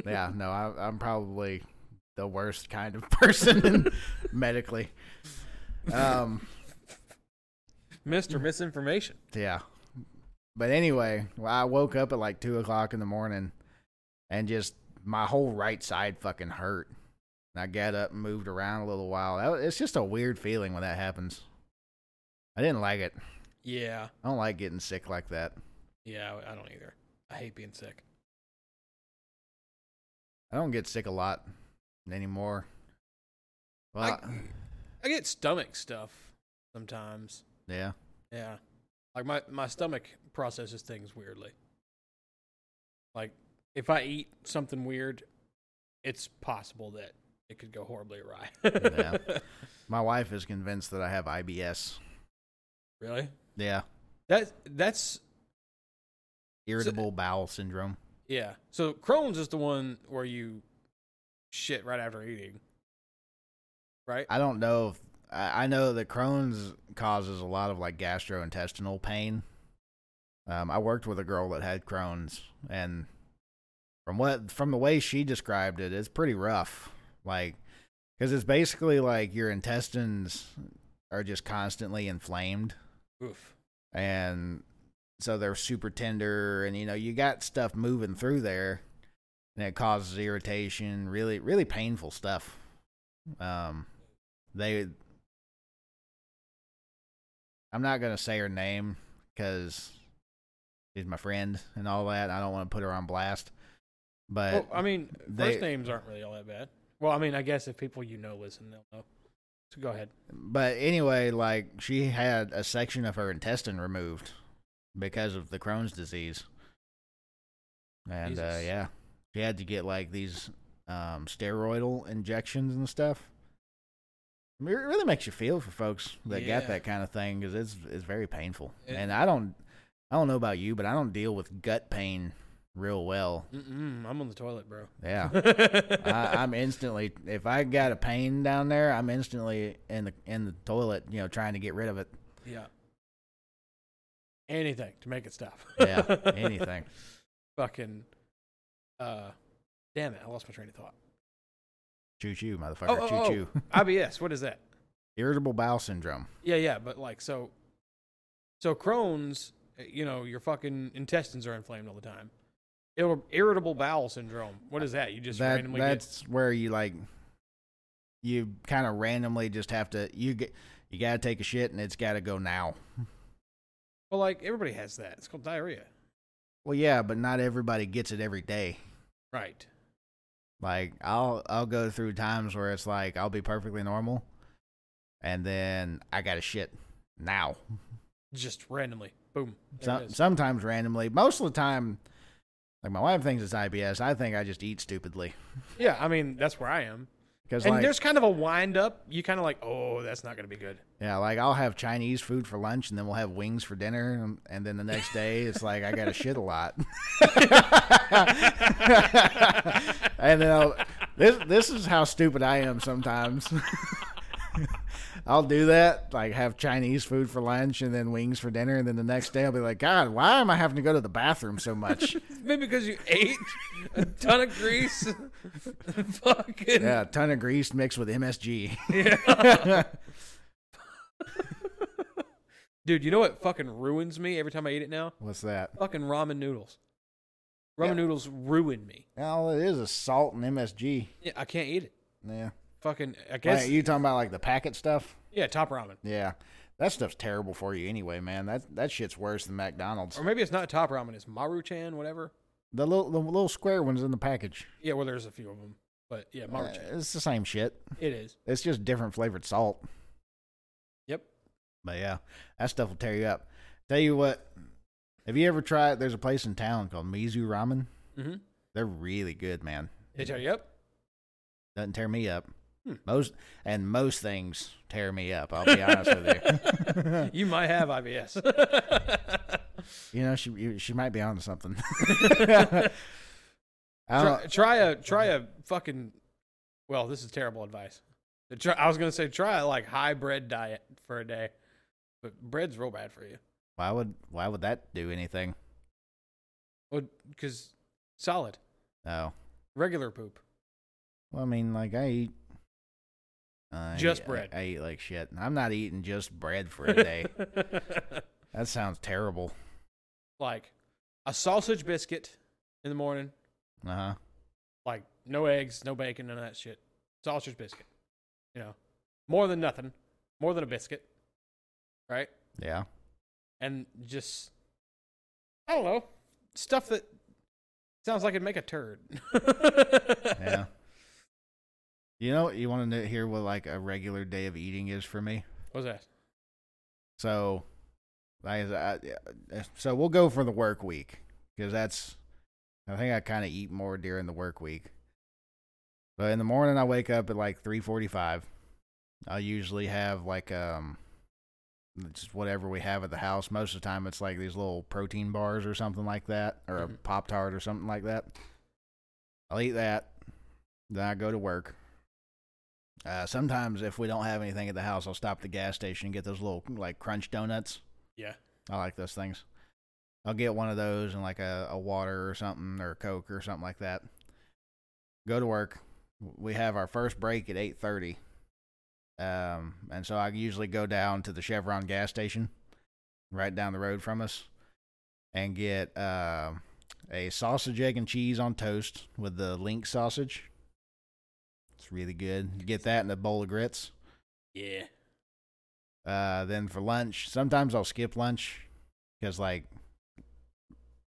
yeah, no, I, I'm probably the worst kind of person medically. Um, Mr. Misinformation. Yeah. But anyway, well, I woke up at like two o'clock in the morning and just my whole right side fucking hurt. And I got up and moved around a little while. That, it's just a weird feeling when that happens. I didn't like it. Yeah. I don't like getting sick like that. Yeah, I- I don't either. I hate being sick. I don't get sick a lot anymore. Well, I- I get stomach stuff sometimes. yeah. Yeah. Like my, my stomach processes things weirdly. Like if I eat something weird, it's possible that it could go horribly awry. Yeah. My wife is convinced that I have IBS. Really? Yeah. That that's Irritable bowel syndrome. yeah. So Crohn's is the one where you shit right after eating. Right? I don't know if I I know that Crohn's causes a lot of like gastrointestinal pain. Um, I worked with a girl that had Crohn's, and from what from the way she described it, it's pretty rough. Like, because it's basically like your intestines are just constantly inflamed, Oof. and so they're super tender, and you know you got stuff moving through there, and it causes irritation, really really painful stuff. Um, they I'm not gonna say her name because she's my friend and all that. I don't want to put her on blast, but Well, I mean, they- first names aren't really all that bad. Well, I mean, I guess if people you know listen, they'll know. So go ahead. but anyway, like she had a section of her intestine removed because of the Crohn's disease, and uh, Jesus. yeah, she had to get like these um, steroidal injections and stuff. I mean, it really makes you feel for folks that Yeah. got that kind of thing because it's it's very painful. It- and I don't, I don't know about you, but I don't deal with gut pain real well. Mm-mm, I'm on the toilet, bro. Yeah. I, I'm instantly if I got a pain down there, I'm instantly in the in the toilet, you know, trying to get rid of it. yeah. Anything to make it stop. Yeah, anything. Fucking. Uh, damn it! I lost my train of thought. Choo choo, motherfucker. Oh, oh, choo choo. IBS. What is that? Irritable bowel syndrome. Yeah, yeah, but like so, so Crohn's, you know, your fucking intestines are inflamed all the time. Ir- irritable bowel syndrome. What is that? You just that randomly get. that's where you like you kind of randomly just have to you get you gotta take a shit and it's gotta go now. Well, like everybody has that. It's called diarrhea, Well, yeah, but not everybody gets it every day. right? Like I'll I'll go through times where it's like I'll be perfectly normal, and then I gotta shit now. Just randomly, boom. There it Some, is. sometimes randomly. Most of the time, like my wife thinks it's IBS. I think I just eat stupidly yeah, I mean that's where I am. because And like there's kind of a wind up. You kind of like, oh, that's not gonna be good. yeah, like I'll have Chinese food for lunch and then we'll have wings for dinner, and, and then the next day it's like I gotta shit a lot. and then I'll, this this is how stupid I am sometimes. I'll do that, like have Chinese food for lunch and then wings for dinner, and then the next day I'll be like, God, why am I having to go to the bathroom so much? Maybe because you ate a ton of grease. fucking Yeah, a ton of grease mixed with MSG. dude, you know what fucking ruins me every time I eat it now? What's that? Fucking ramen noodles. Ramen Yeah. noodles ruin me. Well, it is a salt and MSG. Yeah, I can't eat it. Yeah. Fucking, I guess. Like, you talking about like the packet stuff? yeah, top ramen. Yeah. That stuff's terrible for you anyway, man. That that shit's worse than McDonald's. Or maybe it's not top ramen. It's Maruchan, whatever. The little the little square ones in the package. Yeah, well, there's a few of them, but yeah, Uh, Maruchan. it's the same shit. it is. It's just different flavored salt. Yep. But yeah, that stuff will tear you up. Tell you what, have you ever tried? There's a place in town called Mizu Ramen. Mm-hmm. They're really good, man. They tell you up. Doesn't tear me up. Hmm. Most and most things tear me up. I'll be honest with you. You might have IBS. You know, she you- she might be onto something. I don't- try, try a try a fucking. Well, this is terrible advice. To Try, I was gonna say try a like high bread diet for a day, but bread's real bad for you. why would why would that do anything? Well, because solid Oh, regular poop. well, I mean, like I eat. I- Just I- bread. I, eat like shit. I'm not eating just bread for a day. that sounds terrible. like a sausage biscuit in the morning. Uh huh. Like no eggs, no bacon, none of that shit. Sausage biscuit. You know, more than nothing, more than a biscuit, right? Yeah. and just I don't know stuff that sounds like it'd make a turd. Yeah. you know, you want to hear what like a regular day of eating is for me? What's that? So, I, I so we'll go for the work week because that's I think I kind of eat more during the work week. But in the morning, I wake up at like three forty-five. I usually have like um, just whatever we have at the house. Most of the time, it's like these little protein bars or something like that, or a Mhm. pop tart or something like that. I'll eat that. Then I go to work. Uh, sometimes, if we don't have anything at the house, I'll stop at the gas station and get those little like crunch donuts. Yeah. I like those things. I'll get one of those and like a, a water or something or a coke or something like that. Go to work. We have our first break at eight thirty. Um, and so I usually go down to the Chevron gas station, right down the road from us, and get uh, a sausage, egg, and cheese on toast with the link sausage. It's really good. You get that in a bowl of grits. Yeah. Uh, then for lunch, sometimes I'll skip lunch because like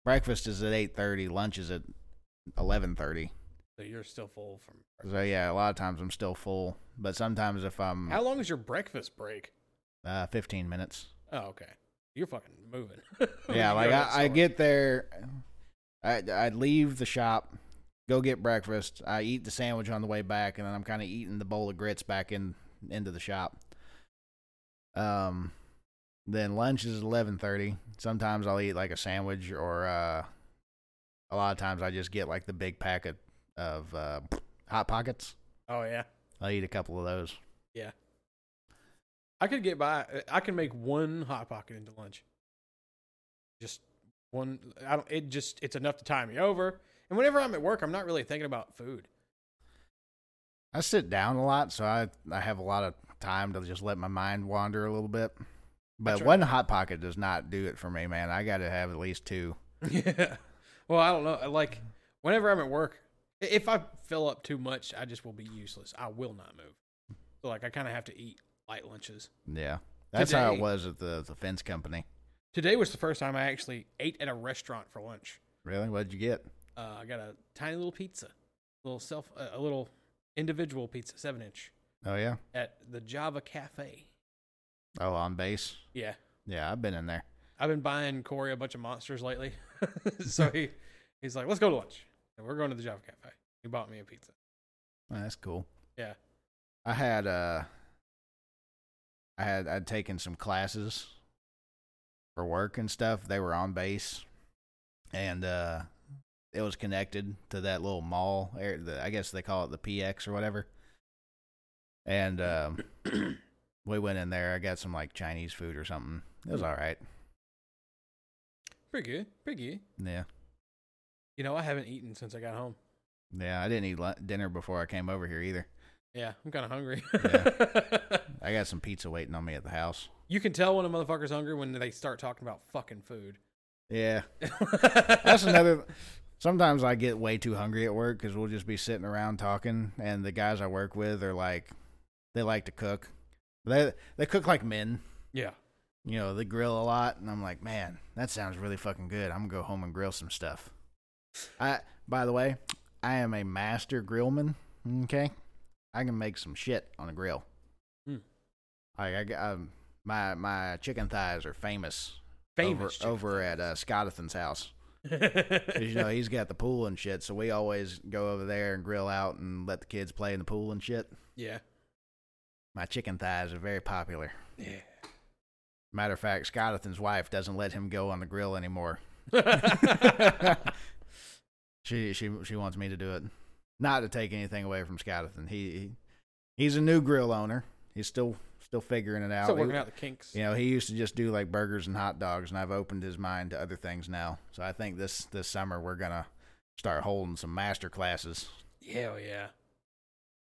breakfast is at eight thirty, lunch is at eleven thirty. So you're still full from. So yeah, a lot of times I'm still full, but sometimes if I'm How long is your breakfast break? uh, fifteen minutes, Oh, okay. You're fucking moving. yeah, You like go that I, I slow. get there, I I leave the shop, go get breakfast, I eat the sandwich on the way back, and then I'm kind of eating the bowl of grits back in into the shop. Um, then lunch is eleven thirty. Sometimes I'll eat like a sandwich, or uh, a lot of times I just get like the big packet of uh, hot pockets. Oh yeah. I'll eat a couple of those. I could get by. uh, I can make one hot pocket into lunch. Just one. I don't. It just. It's enough to tie me over. And whenever I'm at work, I'm not really thinking about food. I sit down a lot, so I I have a lot of time to just let my mind wander a little bit. But try one hot pocket does not do it for me, man. I got to have at least two. Yeah. Well, I don't know. Like, whenever I'm at work, i- if I fill up too much, I just will be useless. I will not move. So, like, I kind of have to eat light lunches. Yeah, that's how it Today- was at the the fence company. Today was the first time I actually ate at a restaurant for lunch. Really, what'd you get? Uh, I got a tiny little pizza, a little self, uh, a a little individual pizza, seven inch, Oh yeah, at the Java Cafe. oh on base. Yeah. Yeah, I've been in there. I've been buying Corey a bunch of monsters lately. so he, he's like, let's go to lunch. And we're going to the Java Cafe. He bought me a pizza. Oh, that's cool. Yeah. I had uh, I had I'd taken some classes for work and stuff. They were on base, and uh, it was connected to that little mall. ar- the- I guess they call it the PX or whatever. And um, we went in there. I got some like Chinese food or something. It was all right. Pretty good. Pretty good. Yeah, You know, I haven't eaten since I got home. yeah. I didn't eat lun- dinner before I came over here either. Yeah, I'm kind of hungry. I got some pizza waiting on me at the house. you can tell when a motherfucker's hungry when they start talking about fucking food. Yeah, That's another. Sometimes I get way too hungry at work because we'll just be sitting around talking, and the guys I work with are like, they like to cook. They they cook like men. Yeah. You know, they grill a lot, and I'm like, man, that sounds really fucking good. I'm gonna go home and grill some stuff. I, by the way, I am a master grillman. Okay, I can make some shit on a grill. Hmm. Like I, g- um, my my chicken thighs are famous. Famous. over, over at uh, Scottathan's house. chicken. 'Cause, you know he's got the pool and shit, so we always go over there and grill out and let the kids play in the pool and shit. yeah. My chicken thighs are very popular. Yeah. Matter of fact, Scottathan's wife doesn't let him go on the grill anymore. She she she wants me to do it. Not to take anything away from Scottathan. He, he he's a new grill owner. He's still still figuring it out. Still He- working out the kinks. You know, he used to just do like burgers and hot dogs, and I've opened his mind to other things now. So I think this this summer we're gonna start holding some master classes. Hell yeah.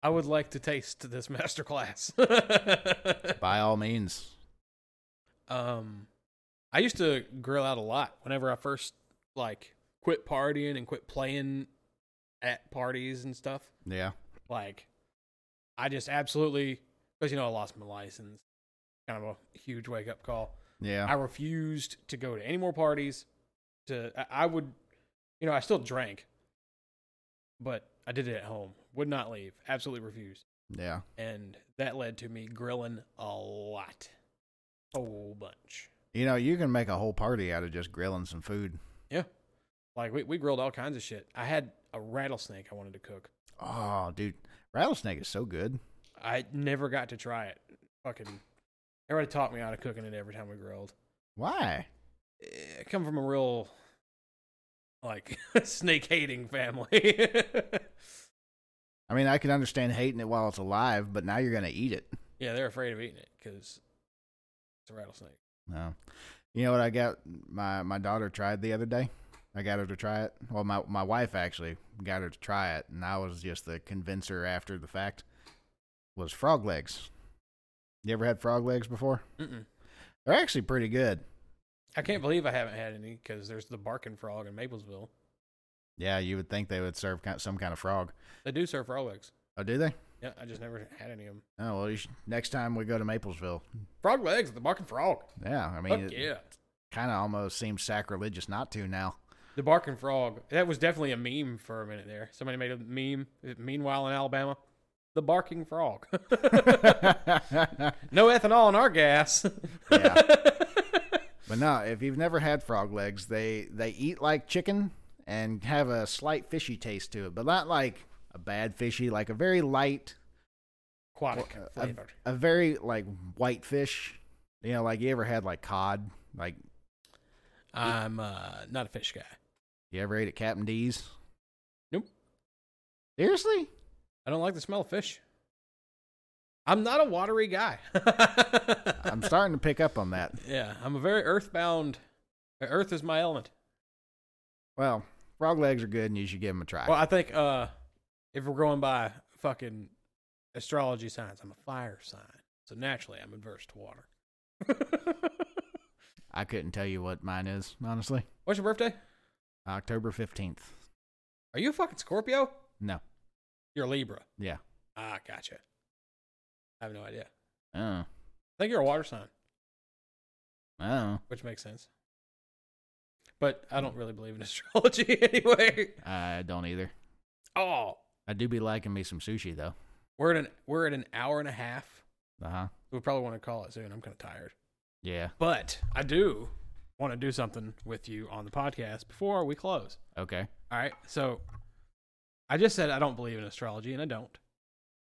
I would like to taste this masterclass. By all means, um, I used to grill out a lot whenever I first like quit partying and quit playing at parties and stuff. yeah, Like, I just absolutely because you know I lost my license. Kind of a huge wake up call. yeah, I refused to go to any more parties. To I, I would, you know, I still drank, but I did it at home. Would not leave. Absolutely refused, yeah. and that led to me grilling a lot, a whole bunch. You know, you can make a whole party out of just grilling some food. Like we we grilled all kinds of shit. I had a rattlesnake I wanted to cook. Oh, dude, rattlesnake is so good. I never got to try it. Fucking everybody taught me how to cooking it every time we grilled. Why? Eh, I come from a real like snake hating family. I mean, I can understand hating it while it's alive, but now you're gonna eat it. Yeah, they're afraid of eating it because it's a rattlesnake. No. You know what I got my my daughter tried the other day? I got her to try it. Well, my my wife actually got her to try it, and I was just the convincer after the fact. Was frog legs. You ever had frog legs before? Mm-mm. They're actually pretty good. I can't believe I haven't had any because there's the barking frog in Maplesville. Yeah, you would think they would serve ki- some kind of frog. They do serve frog legs. Oh, do they? Yeah, I just never had any of them. Oh well, you should, next time we go to Maplesville. Frog legs, the barking frog. Yeah, I mean, Fuck it yeah. kind of almost seems sacrilegious not to now. The barking frog. That was definitely a meme for a minute there. Somebody made a meme. Meanwhile, in Alabama, the barking frog. yeah, no ethanol in our gas. But no, if you've never had frog legs, they they eat like chicken and have a slight fishy taste to it, but not like a bad fishy, like a very light, Aquatic a, flavor. a very like white fish. You know, like you ever had like cod? Like I'm uh, not a fish guy. you ever ate at Captain D's? Nope. Seriously? I don't like the smell of fish. I'm not a watery guy. I'm starting to pick up on that. yeah, I'm a very earthbound. uh, Earth is my element. Well, frog legs are good, and you should give them a try. Well, I think uh, if we're going by fucking astrology signs, I'm a fire sign, so naturally I'm adverse to water. I couldn't tell you what mine is, honestly. What's your birthday? October fifteenth. Are you a fucking Scorpio? No. You're a Libra. Yeah. Ah, gotcha. I have no idea. I Oh. think you're a water sign, Oh. which makes sense. But I don't really believe in astrology anyway. I don't either. Oh, I do be liking me some sushi though. We're at an we're at an hour and a half. Uh huh. We probably want to call it soon. I'm kind of tired, Yeah. but I do want to do something with you on the podcast before we close. Okay. All right. So I just said I don't believe in astrology, and I don't.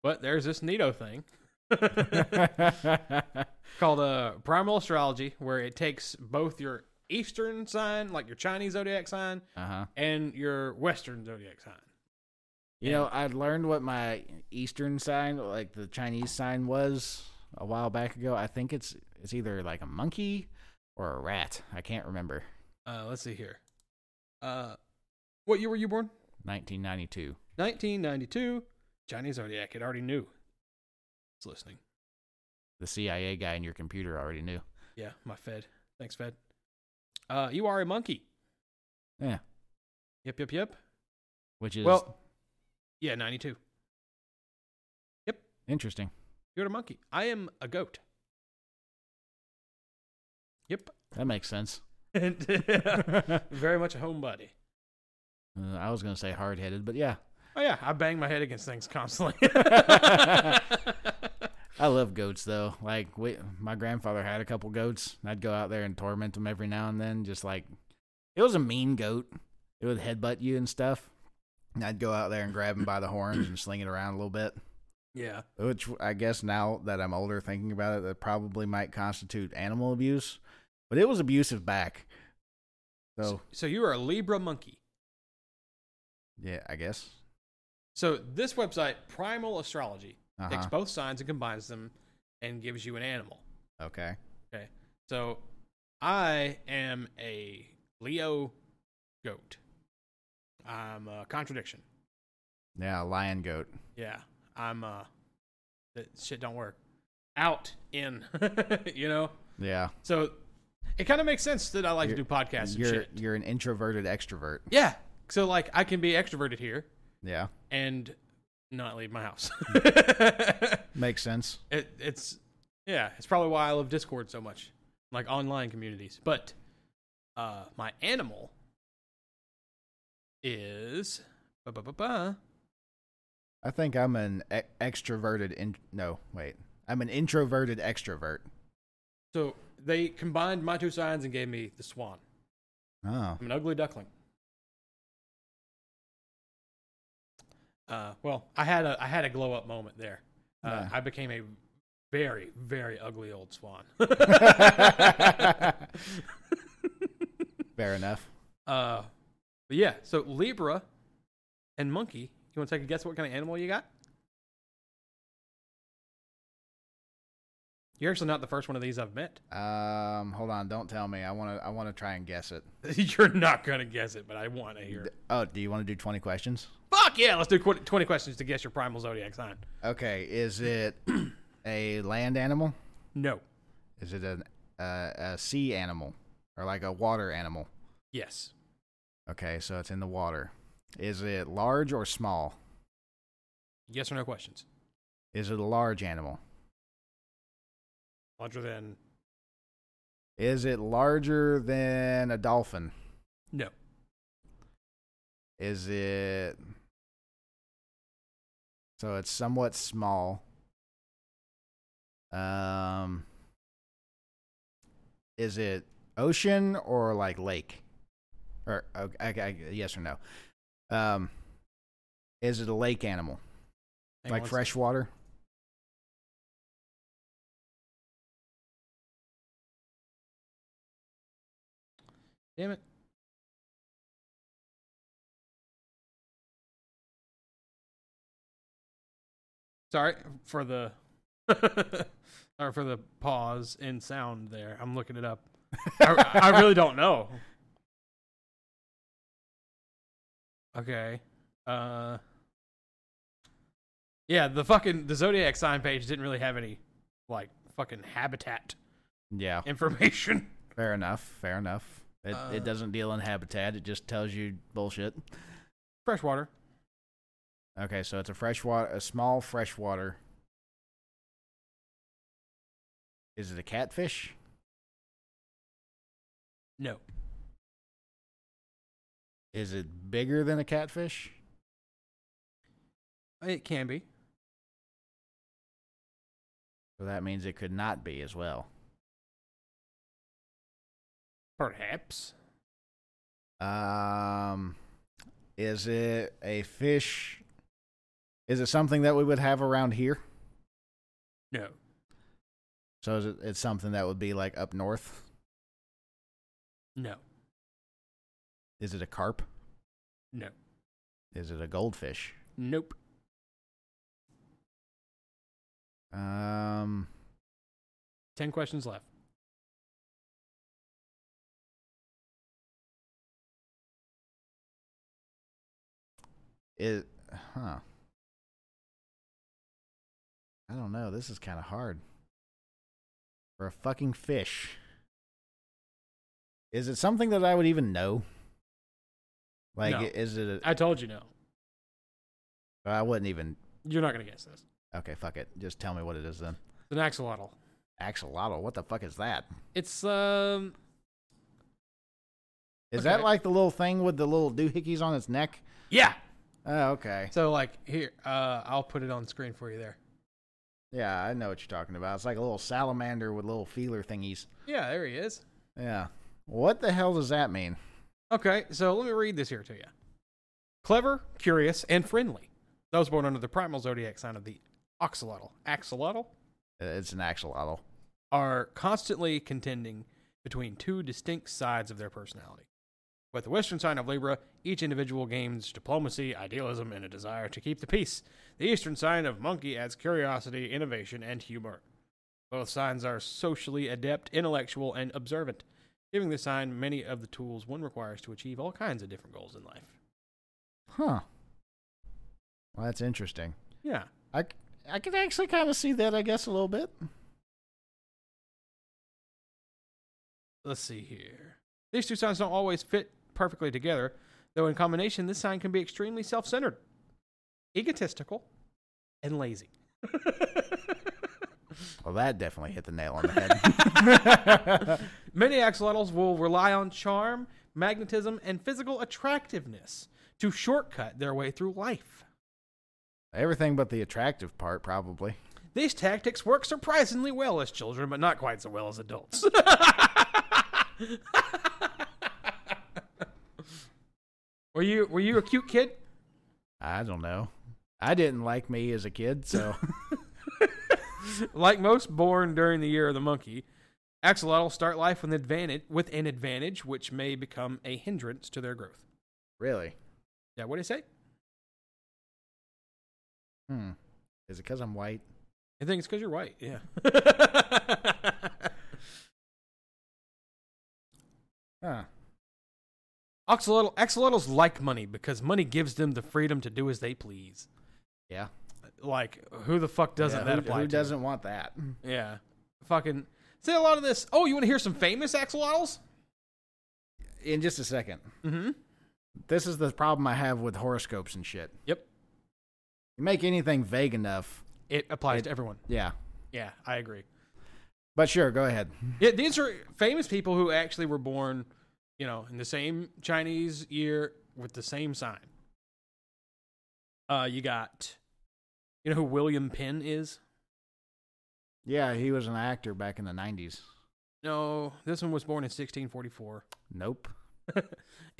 But there's this neato thing Uh-huh. called uh, primal astrology, where it takes both your Eastern sign, like your Chinese zodiac sign, huh. and your Western zodiac sign. You Yeah. know, I learned what my Eastern sign, like the Chinese sign, was a while back ago. I think it's it's either like a monkey or a rat. I can't remember. Uh, let's see here. Uh, what year were you born? 1992. 1992, Chinese Zodiac. It already knew. It's listening. The CIA guy in your computer already knew. Yeah, my Fed. Thanks, Fed. Uh, you are a monkey. Yeah. Yep, yep, yep. Which is Well, yeah, 92. interesting. You're a monkey. I am a goat. Yep. That makes sense. Very much a homebody. Uh, I was going to say hard headed, but yeah, Oh yeah, I bang my head against things constantly. I love goats though. Like we, my grandfather had a couple goats. and I'd go out there and torment them every now and then. Just like it was a mean goat. It would headbutt you and stuff. And I'd go out there and grab him by the horns and sling it around a little bit. yeah. Which I guess now that I'm older, thinking about it, that probably might constitute animal abuse. But it was abusive back. So So you are a Libra monkey. yeah, I guess. So this website, Primal Astrology, takes Uh-huh. both signs and combines them and gives you an animal. Okay. Okay. So I am a Leo goat. I'm a contradiction. Yeah, lion goat. Yeah. I'm uh that shit don't work. Out in, you know. Yeah. So it kind of makes sense that I like to do podcasts and you're shit. you're an introverted extrovert. Yeah. So like I can be extroverted here Yeah. and not leave my house. Makes sense. it, it's yeah, it's probably why I love Discord so much, like online communities. But uh, my animal is ba-ba-ba-ba, I think I'm an e- extroverted in no, wait. I'm an introverted extrovert. so they combined my two signs and gave me the swan. Oh. I'm an ugly duckling. Uh, well, I had a I had a glow up moment there. Uh, Yeah. I became a very very ugly old swan. Fair enough. Uh, but yeah, so Libra and monkey. You want to take a guess what kind of animal you got? You're actually not the first one of these I've met. Um, hold on, don't tell me. I want to I want to try and guess it. You're not gonna guess it, but I want to hear. D- it. Oh, do you want to do 20 questions? Fuck yeah! Let's do qu- twenty questions to guess your primal zodiac sign. Okay, is it a land animal? No. Is it an uh, a sea animal or like a water animal? Yes. Okay, so it's in the water. Is it large or small? Yes or no questions. Is it a large animal? Larger than Is it larger than a dolphin? no. Is it so it's somewhat small. Um is it ocean or like lake? Or okay, I, I- yes or no. Um is it a lake animal? Hang on like one freshwater? sec. Damn it. Sorry for the sorry for the pause in sound there. I'm looking it up. I, I really don't know. Okay. Uh Yeah, the fucking the zodiac sign page didn't really have any like fucking habitat Yeah. information. Fair enough. Fair enough. It Uh, it doesn't deal in habitat. It just tells you bullshit. Freshwater. Okay, so it's a freshwater, a small freshwater. Is it a catfish? No. Is it bigger than a catfish? It can be. So that means it could not be as well. Perhaps. Um, is it a fish? Is it something that we would have around here? No. So is it, it's something that would be like up north? No. Is it a carp? No. Is it a goldfish? Nope. Um, Ten questions left. It, huh? I don't know. This is kind of hard. For a fucking fish. Is it something that I would even know? Like, No. i- is it? A, I told you no. I wouldn't even. You're not gonna guess this. Okay, fuck it. Just tell me what it is then. It's an axolotl. Axolotl. What the fuck is that? It's um Is that Okay. like the little thing with the little doohickeys on its neck? yeah. Oh, okay. So like here, uh, I'll put it on screen for you there. Yeah, I know what you're talking about. It's like a little salamander with little feeler thingies. Yeah, there he is. Yeah. What the hell does that mean? Okay, so let me read this here to you. Clever, curious, and friendly. Those born under the primal zodiac sign of the oxalotl, axolotl, Uh, It's an axolotl. are constantly contending between two distinct sides of their personality. With the western sign of Libra, each individual gains diplomacy, idealism, and a desire to keep the peace. The eastern sign of Monkey adds curiosity, innovation, and humor. Both signs are socially adept, intellectual, and observant, giving the sign many of the tools one requires to achieve all kinds of different goals in life. Huh. Well, that's interesting. Yeah. I, c- I could actually kind of see that, I guess, a little bit. Let's see here. These two signs don't always fit perfectly together, though in combination, this sign can be extremely self centered, egotistical, and lazy. Well, that definitely hit the nail on the head. Many axolotls will rely on charm, magnetism, and physical attractiveness to shortcut their way through life. Everything but the attractive part, probably. These tactics work surprisingly well as children, but not quite so well as adults. were you were you a cute kid? I don't know. I didn't like me as a kid, so like most born during the year of the monkey, axolotls start life with an advantage, with an advantage which may become a hindrance to their growth. really. Yeah, what do you say? Hmm. Is it because I'm white? I think it's because you're white. Yeah. Huh. Axolotl, axolotls like money because money gives them the freedom to do as they please. Yeah. Like, who the fuck doesn't Yeah, that who, apply Who to? doesn't want that? Yeah. Fucking. Say a lot of this. Oh, you want to hear some famous axolotls? In just a second. Mm hmm. This is the problem I have with horoscopes and shit. Yep. You make anything vague enough. It applies to everyone. Yeah. Yeah, I agree. But sure, go ahead. Yeah, these are famous people who actually were born, you know, in the same Chinese year with the same sign. Uh, you got, you know, who William Penn is? Yeah, he was an actor back in the 90s. No, this one was born in 1644. Nope.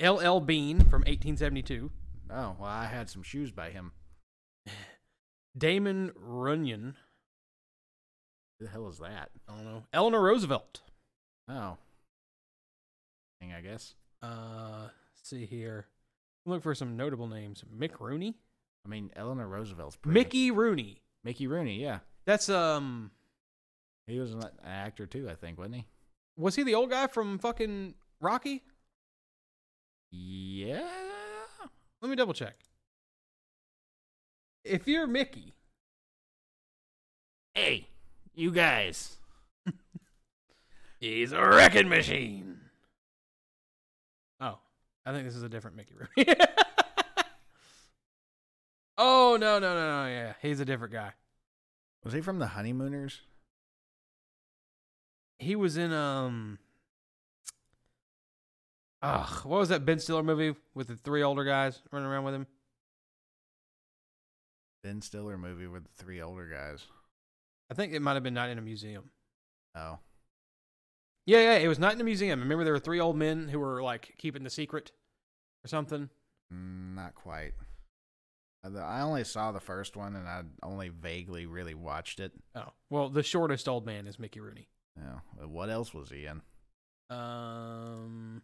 L.L. Bean from 1872. Oh, well, I had some shoes by him. Damon Runyon. Who the hell is that? I don't know. Eleanor Roosevelt. Oh. Thing, I guess. Uh, let's see here. Look for some notable names. Mick Rooney. I mean, Eleanor Roosevelt's pretty. Mickey Rooney. Mickey Rooney, yeah. That's That's um. He was an actor too, I think, wasn't he? Was he the old guy from fucking Rocky? Yeah. Let me double check. If you're Mickey, Hey, you guys. he's a wrecking machine. Oh, I think this is a different Mickey Rooney. oh no no no no yeah, he's a different guy. Was he from the Honeymooners? He was in um. Ugh, what was that Ben Stiller movie with the three older guys running around with him? Ben Stiller movie with the three older guys. I think it might have been Night in a Museum. Oh. Yeah, yeah, it was Night in a Museum. Remember, there were three old men who were like keeping the secret or something. Mm, Not quite. Uh, the- I only saw the first one and I only vaguely really watched it. Oh, well, the shortest old man is Mickey Rooney. Yeah. but Oh, What else was he in? Um,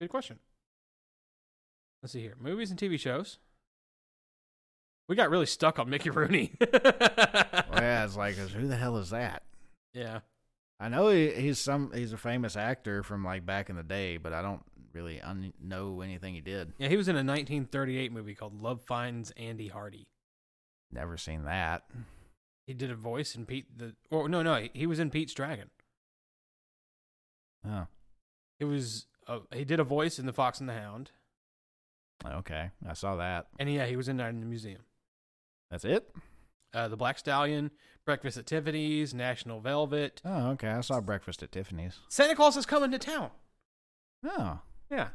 good question. Let's see here. Movies and TV shows. We got really stuck on Mickey Rooney. Well, yeah, it's like, who the hell is that? yeah. I know he, he's some he's a famous actor from like back in the day, but I don't really un- know anything he did. Yeah, he was in a 1938 movie called Love Finds Andy Hardy. Never seen that. He did a voice in Pete the or no, no, he was in Pete's Dragon. Oh, He was uh, he did a voice in The Fox and the Hound. okay. I saw that. And yeah, he was in Night in the Museum. That's it. uh, The Black Stallion, Breakfast at Tiffany's, National Velvet. Oh, okay. I saw Breakfast at Tiffany's. Santa Claus is coming to town. Oh, Yeah,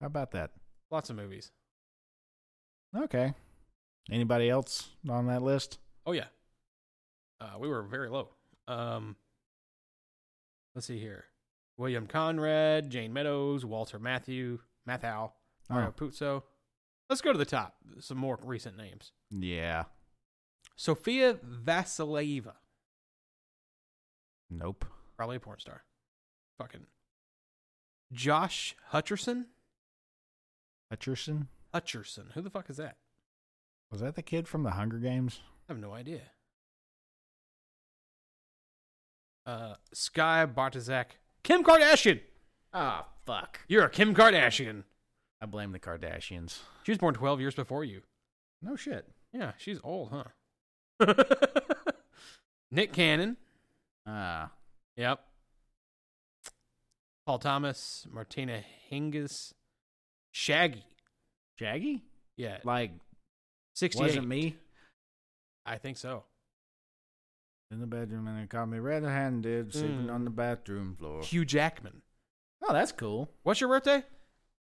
how about that? lots of movies. Okay. Anybody else on that list? Oh yeah, uh, we were very low. Um, let's see here: William Conrad, Jane Meadows, Walter Matthew, Mathau, Mario Oh. Puzo. Let's go to the top. Some more recent names: Yeah. Sophia Vasilieva, Nope. probably a porn star. Fucking Josh Hutcherson. Hutcherson? Hutcherson, who the fuck is that? Was that the kid from the Hunger Games? I have no idea. Uh, Sky Bartizak, Kim Kardashian. Ah, fuck. You're a Kim Kardashian. I blame the Kardashians. She was born 12 years before you. No shit. Yeah, she's old, huh? Nick Cannon. Ah. Yep. Paul Thomas, Martina Hingis, Shaggy. Shaggy? Yeah, Like, 68. wasn't me? I think so. In the bedroom and they caught me red-handed, sleeping Mm. on the bathroom floor. Hugh Jackman. Hmm. Oh, that's cool. What's your birthday?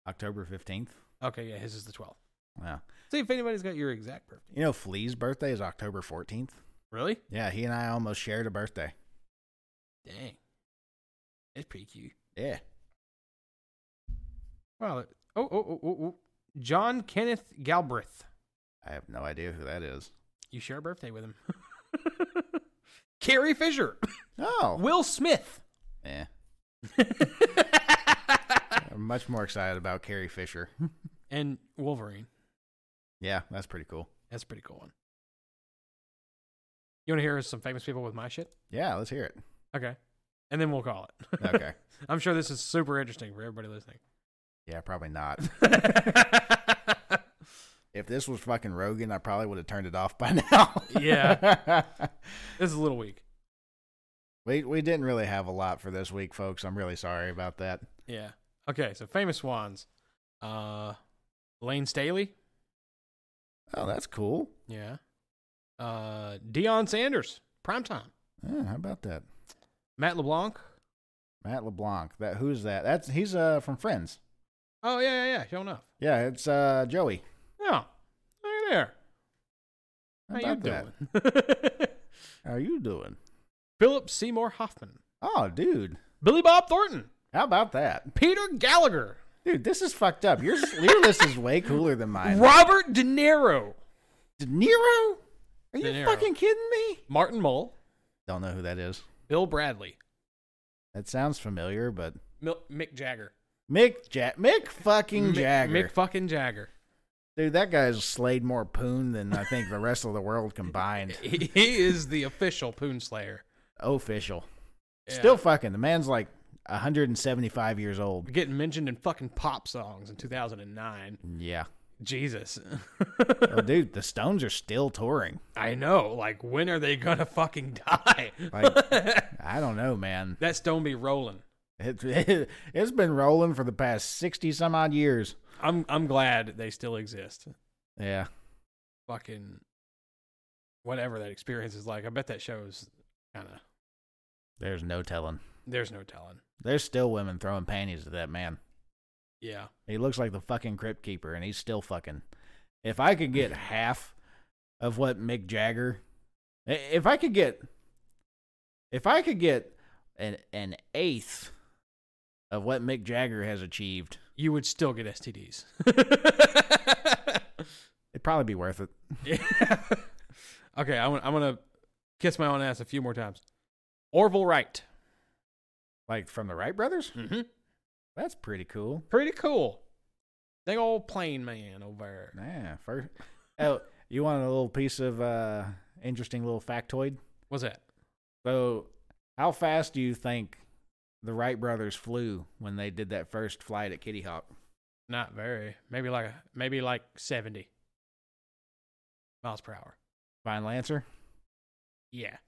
October 15th. Okay, yeah, his is the 12th. Wow. See if anybody's got your exact birthday. You know, Flea's birthday is October 14th. Really? Yeah, he and I almost shared a birthday. Dang. It's pretty cute. Yeah. Wow. that- Oh, oh, oh, oh, oh. John Kenneth Galbraith. I have no idea who that is. You share a birthday with him. Carrie Fisher. Oh. Will Smith. Yeah. I'm much more excited about Carrie Fisher. and Wolverine. Yeah, that's pretty cool. That's a pretty cool one. You want to hear some famous people with my shit? Yeah, let's hear it. Okay. And then we'll call it. Okay. I'm sure this is super interesting for everybody listening. yeah, probably not. If this was fucking Rogan, I probably would have turned it off by now. Yeah. this is a little weak. we we didn't really have a lot for this week, folks. I'm really sorry about that. Yeah. Okay, so famous ones. Uh Lane Staley. Oh, that's cool. Yeah. Uh Deion Sanders, primetime. Yeah, how about that? Matt LeBlanc. Matt LeBlanc. That who's that? That's he's uh from Friends. Oh yeah, yeah, yeah. Sure enough. Yeah, it's uh Joey. Yeah. Look at there. How How you about that? doing? How are you doing? Philip Seymour Hoffman. Oh, dude. Billy Bob Thornton. How about that? Peter Gallagher. Dude, this is fucked up. Your your list is way cooler than mine. Robert De Niro. De Niro? Are you De Niro. fucking kidding me? Martin Mull. Don't know who that is. Bill Bradley. That sounds familiar, but Mil- Mick Jagger. Mick ja- Mick fucking Mick- Jagger. Mick fucking Jagger. Dude, that guy's slayed more poon than I think the rest of the world combined. He, he is the official Poon Slayer. Official. Yeah. Still fucking. The man's like 175 years old. getting mentioned in fucking pop songs in 2009. Yeah. Jesus. Oh, dude, the Stones are still touring. I know. Like, when are they gonna fucking die? Like, I don't know, man. That stone be rolling. It, it's been rolling for the past 60 some odd years. I'm I'm glad they still exist. Yeah. Fucking whatever that experience is like. I bet that shows kind of. There's no telling. There's no telling. There's still women throwing panties at that man. Yeah. He looks like the fucking crypt keeper, and he's still fucking. If I could get half of what Mick Jagger, i- if I could get, if I could get an an eighth of what Mick Jagger has achieved, You would still get STDs. it'd probably be worth it. yeah. Okay, I'm, I'm gonna kiss my own ass a few more times. Orville Wright. Like from the Wright brothers, Mm-hmm. that's pretty cool. pretty cool. Big old plane man over there. Yeah, first. Oh, you want a little piece of uh interesting little factoid? What's that? So, how fast do you think the Wright brothers flew when they did that first flight at Kitty Hawk? Not very. Maybe like a, maybe like seventy miles per hour. Final answer? Yeah.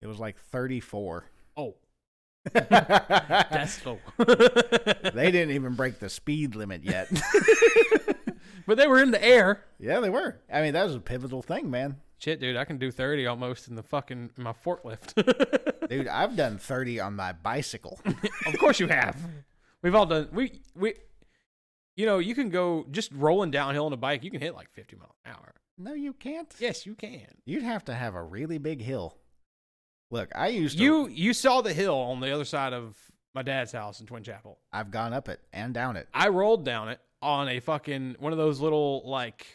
It was like 34. Oh. That's slow. they didn't even break the speed limit yet. but they were in the air. yeah, they were. I mean, that was a pivotal thing, man. Shit, dude, I can do 30 almost in the fucking in my forklift. Dude, I've done 30 on my bicycle. of course you have. We've all done we we you know, you can go just rolling downhill on a bike, you can hit like 50 miles an hour. no, you can't. Yes, you can. You'd have to have a really big hill. Look, I used to. You you saw the hill on the other side of my dad's house in Twin Chapel. I've gone up it and down it. I rolled down it on a fucking one of those little like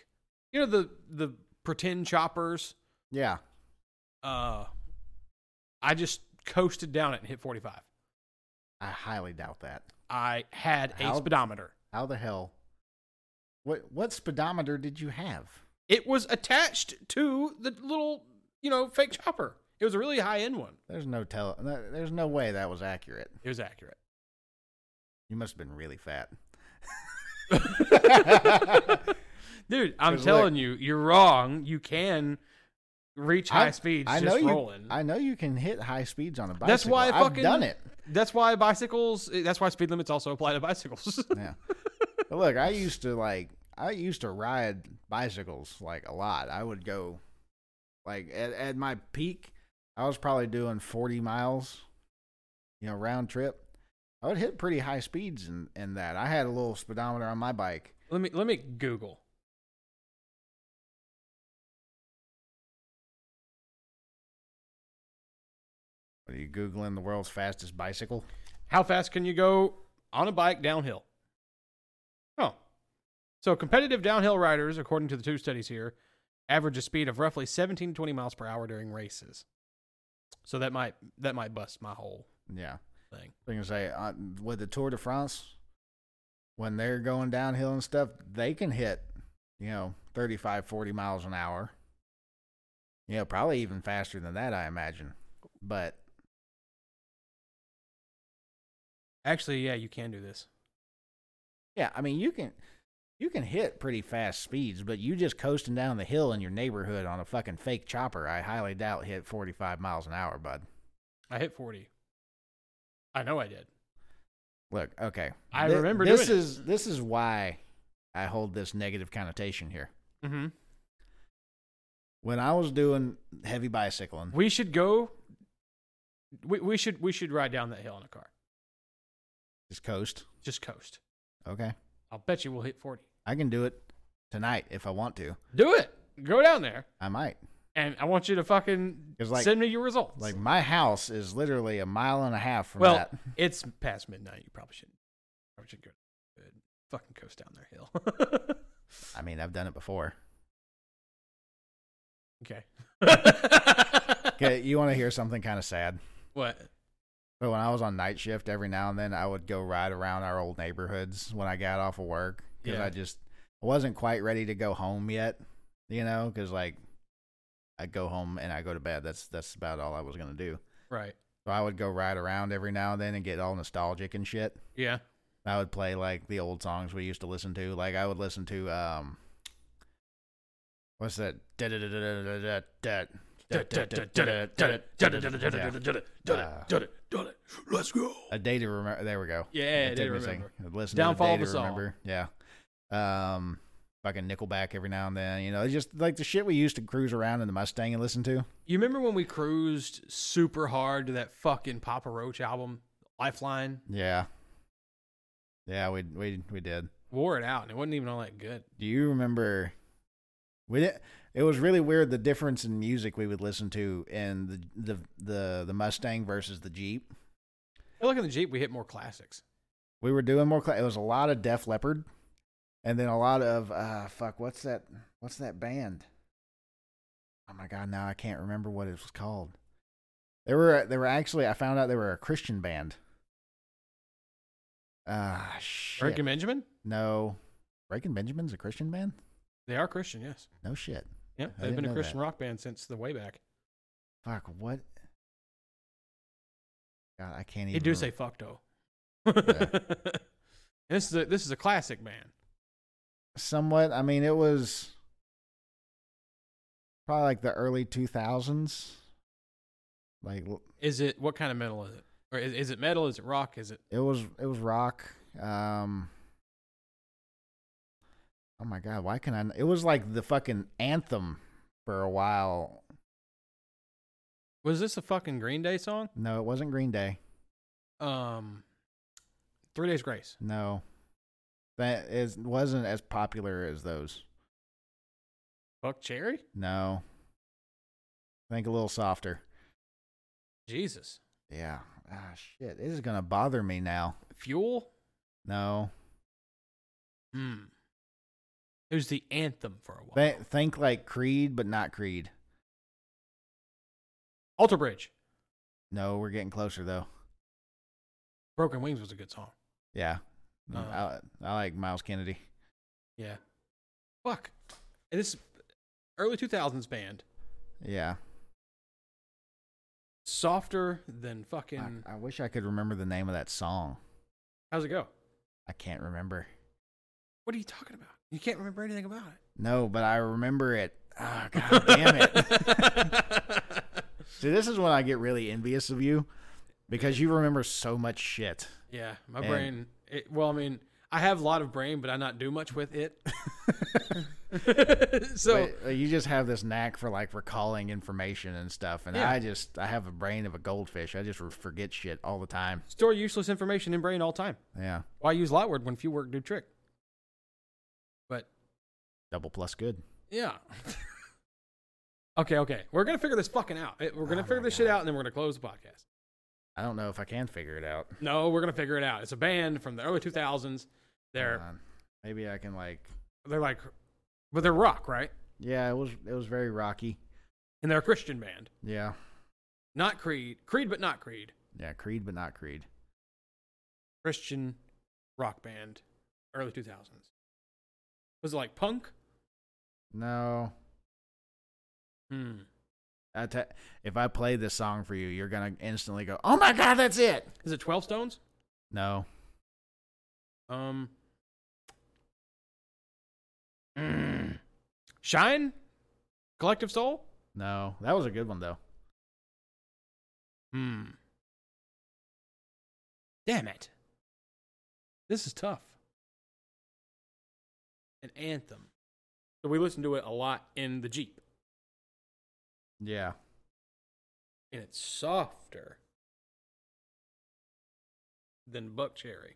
you know the the pretend choppers. Yeah. Uh I just coasted down it and hit 45. I highly doubt that. I had a How- speedometer. How the hell? What what speedometer did you have? It was attached to the little, you know, fake chopper. It was a really high end one. There's no tell. no- There's no way that was accurate. It was accurate. You must have been really fat. Dude, I'm 'Cause look- telling you, you're wrong. You can reach high I- speeds I know just you. rolling. I know you can hit high speeds on a bicycle. That's why I I've fucking- done it. that's why bicycles, eh, that's why speed limits also apply to bicycles. Yeah. but look, I used to like. I used to ride bicycles like a lot. I would go, like at at my peak, I was probably doing forty miles, you know, round trip. I would hit pretty high speeds in, in that. I had a little speedometer on my bike. let me let me Google. Are you googling the world's fastest bicycle? How fast can you go on a bike downhill? Oh. So competitive downhill riders, according to the two studies here, average a speed of roughly 17 to 20 miles per hour during races. So that might that might bust my whole Yeah. thing. I'm gonna say uh, with the Tour de France, when they're going downhill and stuff, they can hit, you know, 35, 40 miles an hour. You know, probably even faster than that, I imagine. But Actually, yeah, you can do this. yeah, I mean, you can you can hit pretty fast speeds, but you just coasting down the hill in your neighborhood on a fucking fake chopper, I highly doubt hit 45 miles an hour, bud. I hit 40. I know I did. Look, okay. I Thi- remember this doing it. is this is why I hold this negative connotation here. Mhm. When I was doing heavy bicycling, We should go we, we should we should ride down that hill in a car. just coast. Just coast. Okay, I'll bet you we'll hit 40. I can do it tonight if I want to. Do it. Go down there. I might. and I want you to fucking 'Cause, like- send me your results. Like my house is literally a mile and a half from well, that. it's past midnight. You probably shouldn't. Probably should go to bed. fucking coast down their hill. I mean, I've done it before. okay. Okay, you want to hear something kind of sad? What? But when I was on night shift, every now and then I would go ride around our old neighborhoods when I got off of work because Yeah. I just I wasn't quite ready to go home yet, you know, because like I go home and I go to bed. That's that's about all I was gonna do. Right. So I would go ride around every now and then and get all nostalgic and shit. Yeah. I would play like the old songs we used to listen to. Like I would listen to um, what's that? Yeah. Uh, Let's go. A day to remember. There we go. Yeah, I It did took me a remember. second. Listen Downfall to of the a day to Song. remember. Yeah. Um, fucking Nickelback every now and then. You know, it's just like the shit we used to cruise around in the Mustang and listen to. You remember when we cruised super hard to that fucking Papa Roach album, Lifeline? Yeah. Yeah, we we we did. Wore it out, and it wasn't even all that good. Do you remember? We did. It was really weird the difference in music we would listen to in the the the, the Mustang versus the Jeep. Hey, look in the Jeep, we hit more classics. We were doing more. Cla- it was a lot of Def Leppard, and then a lot of uh fuck. What's that? What's that band? Oh my god! Now I can't remember what it was called. They were they were actually I found out they were a Christian band. Ah shit! Rick and Benjamin? no, Breaking Benjamin's a Christian band. They are Christian, yes. No shit. I Yeah, they've didn't been a know Christian that. rock band since the way back. Fuck what? God, I can't even. They do rem- say fuck though. Yeah. this is a this is a classic man. somewhat. I mean, it was probably like the early two thousands. Like l- Is it what kind of metal is it? Or is, is it metal? Is it rock? Is it It was it was rock. Um Oh my god, why can I it was like the fucking anthem for a while. was this a fucking Green Day song? No, it wasn't Green Day. Um, Three Days Grace. No. That is wasn't as popular as those. Fuck Cherry. No. Think a little softer. Jesus. Yeah. Ah shit. This is gonna bother me now. Fuel. No. Hmm. It was the anthem for a while. Th- think like Creed, but not Creed. Alter Bridge. No, we're getting closer though. Broken Wings was a good song. Yeah. Oh. I, I like Miles Kennedy. Yeah. Fuck. And this early two thousands band. Yeah. Softer than I- fucking. I, wish I could remember the name of that song. How's it go? I can't remember. What are you talking about? You can't remember anything about it. No, but I remember it. Oh, God damn it. See, this is when I get really envious of you because you remember so much shit. yeah, my And- brain. It, well, I mean, I have a lot of brain, but I not do much with it. so But, uh, you just have this knack for like recalling information and stuff. And Yeah. I just, I have a brain of a goldfish. I just re- forget shit all the time. store useless information in brain all time. Yeah. Why use Lightword when few work do trick? But Double plus good. yeah. okay, okay. We're gonna figure this fucking out. Eh, We're gonna Oh figure my this shit God. out, and then we're gonna close the podcast. I don't know if I can figure it out. No, we're gonna figure it out. It's a band from the early two thousands. They're Hold on. Uh, Maybe I can like, they're like, but they're rock, right? yeah, it was, it was very rocky. And they're a Christian band, Yeah. not Creed. Creed, but not Creed. Yeah. Creed, but not Creed. Christian rock band, early two thousands. Was it like punk? No. Hmm. I te- if I play this song for you, you're gonna instantly go, "Oh my god, that's it!" Is it Twelve Stones? No, Um. mm. Shine, Collective Soul. no, that was a good one though. Hmm. Damn it. This is tough. An anthem. So we listen to it a lot in the Jeep, Yeah, and it's softer than Buck Cherry.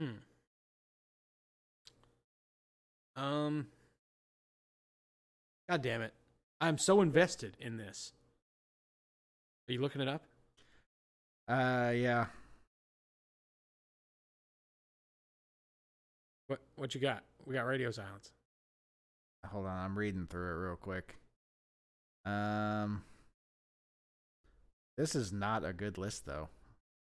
Hmm. Um. God damn it. I'm so invested in this. Are you looking it up? uh, yeah. What what you got? We got radio silence. Hold on, I'm reading through it real quick. Um, this is not a good list though.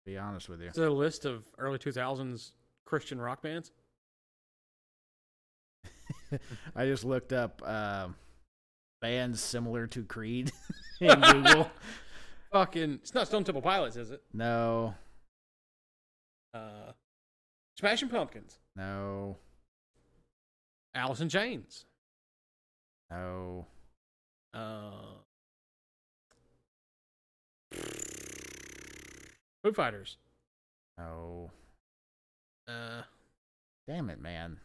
To be honest with you, Is it a list of early two thousands Christian rock bands? I just looked up um bands similar to Creed in Google. Fucking it's not Stone Temple Pilots, is it? No, Uh Smashing Pumpkins. no, Alice in Chains. no. Uh Foo Fighters. No. Uh Damn it, man.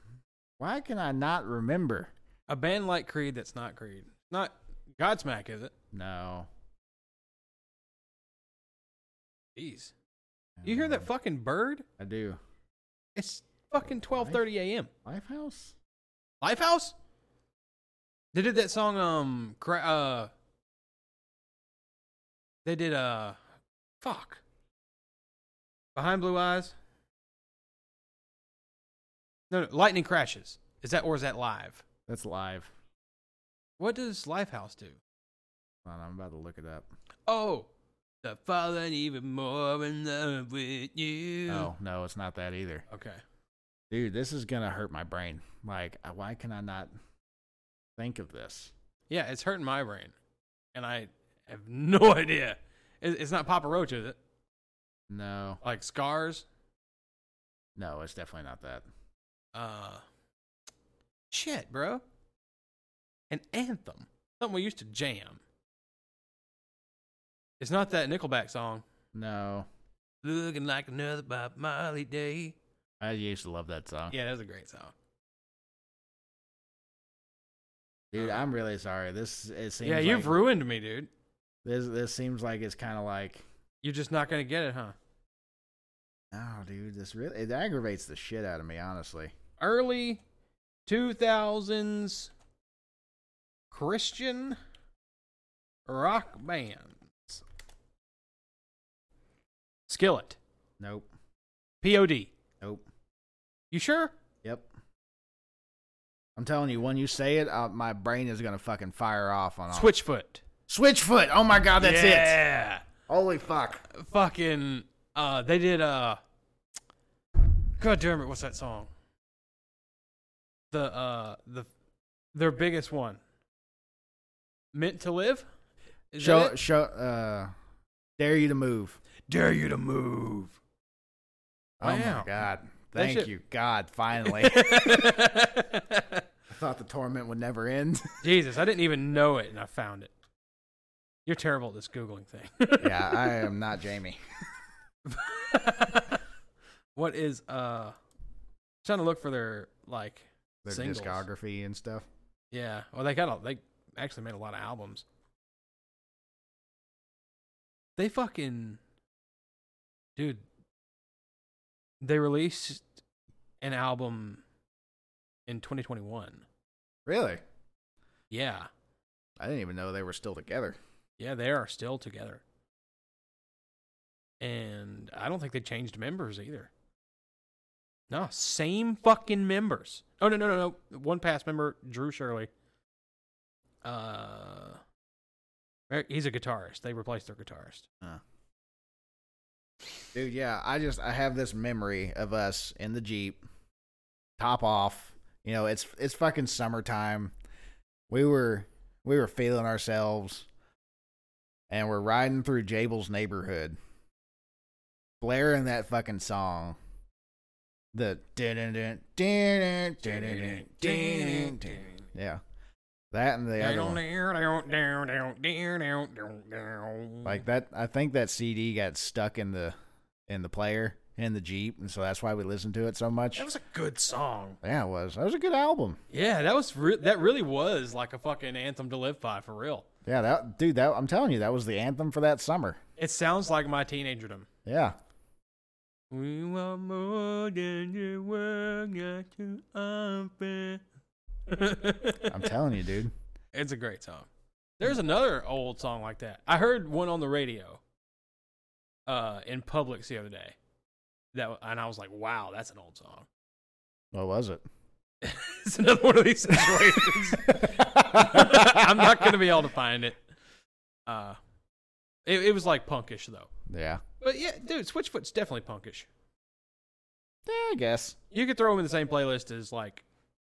Why can I not remember? a band like Creed that's not Creed. Not Godsmack, is it? No. Jeez. You hear that fucking bird? Mm, I do. It's fucking twelve thirty AM. Lifehouse? Lifehouse? They did that song, um, cra- uh, they did, uh, fuck. Behind Blue Eyes? No, no, Lightning Crashes. Is that, or is that live? That's live. What does Lifehouse do? Hold on, I'm about to look it up. Oh, the fallen even more in love with you. Oh, no, it's not that either. Okay. Dude, this is going to hurt my brain. Like, I- why can I not think of this? Yeah, it's hurting my brain. And I have no idea. It- It's not Papa Roach, is it? No. Like Scars? No, it's definitely not that. uh shit, bro. An anthem. Something we used to jam. It's not that Nickelback song. No, Looking like another Bob Marley day. I used to love that song. Yeah, that's a great song. Dude, I'm really sorry. This it seems. Uh-huh. yeah, you've like- ruined me, dude. this this seems like it's kind of like. You're just not gonna get it, huh? Oh, dude, this really it aggravates the shit out of me, honestly. Early 2000s Christian rock bands. Skillet, Nope. POD. Nope. You sure? Yep. I'm telling you, when you say it, uh, my brain is gonna fucking fire off on all. Switchfoot. Switchfoot. Oh my god, that's it. yeah. Holy fuck. Fucking. Uh, they did. Uh. God damn it! What's that song? The uh the, their biggest one. Meant to live. Is that Show it? show. Uh, dare you to move. Dare you to move. Oh Wow. my god. That Thank shit- you, God. Finally, I thought the torment would never end. Jesus, I didn't even know it, and I found it. You're terrible at this googling thing. yeah, I am not Jamie. what is uh? Trying to look for their like Their singles. discography and stuff. Yeah. Well, they got a, they actually made a lot of albums. They fucking dude. They released an album in 2021. Really, Yeah. I didn't even know they were still together. Yeah, they are still together. And I don't think they changed members either. No, same fucking members. Oh no, no, no, no. One past member, Drew Shirley. Uh er, he's a guitarist. They replaced their guitarist. Dude, yeah, I just I have this memory of us in the Jeep, top off. You know, it's it's fucking summertime. We were we were feeling ourselves and we're riding through Jable's neighborhood. Blaring that fucking song. The dun-dun-dun, dun-dun, dun-dun-dun, dun-dun-dun. Yeah. That and the other one. Like Like that, I think that CD got stuck in the in the player in the Jeep, and so that's why we listened to it so much. that was a good song. yeah, it was. That was a good album. Yeah, that was re- that really was like a fucking anthem to live by for real. Yeah, that dude. That I'm telling you, that was the anthem for that summer. It sounds like my teenagerdom. Yeah, We want more than the world got to offer. I'm telling you, dude. it's a great song. There's another old song like that. I heard one on the radio, uh, in Publix the other day. That and I was like, wow, that's an old song. What was it? it's another one of these situations. I'm not gonna be able to find it. Uh, it, it was like punkish though. Yeah, But yeah, dude, Switchfoot's definitely punkish. yeah, I guess. You could throw him in the same playlist as like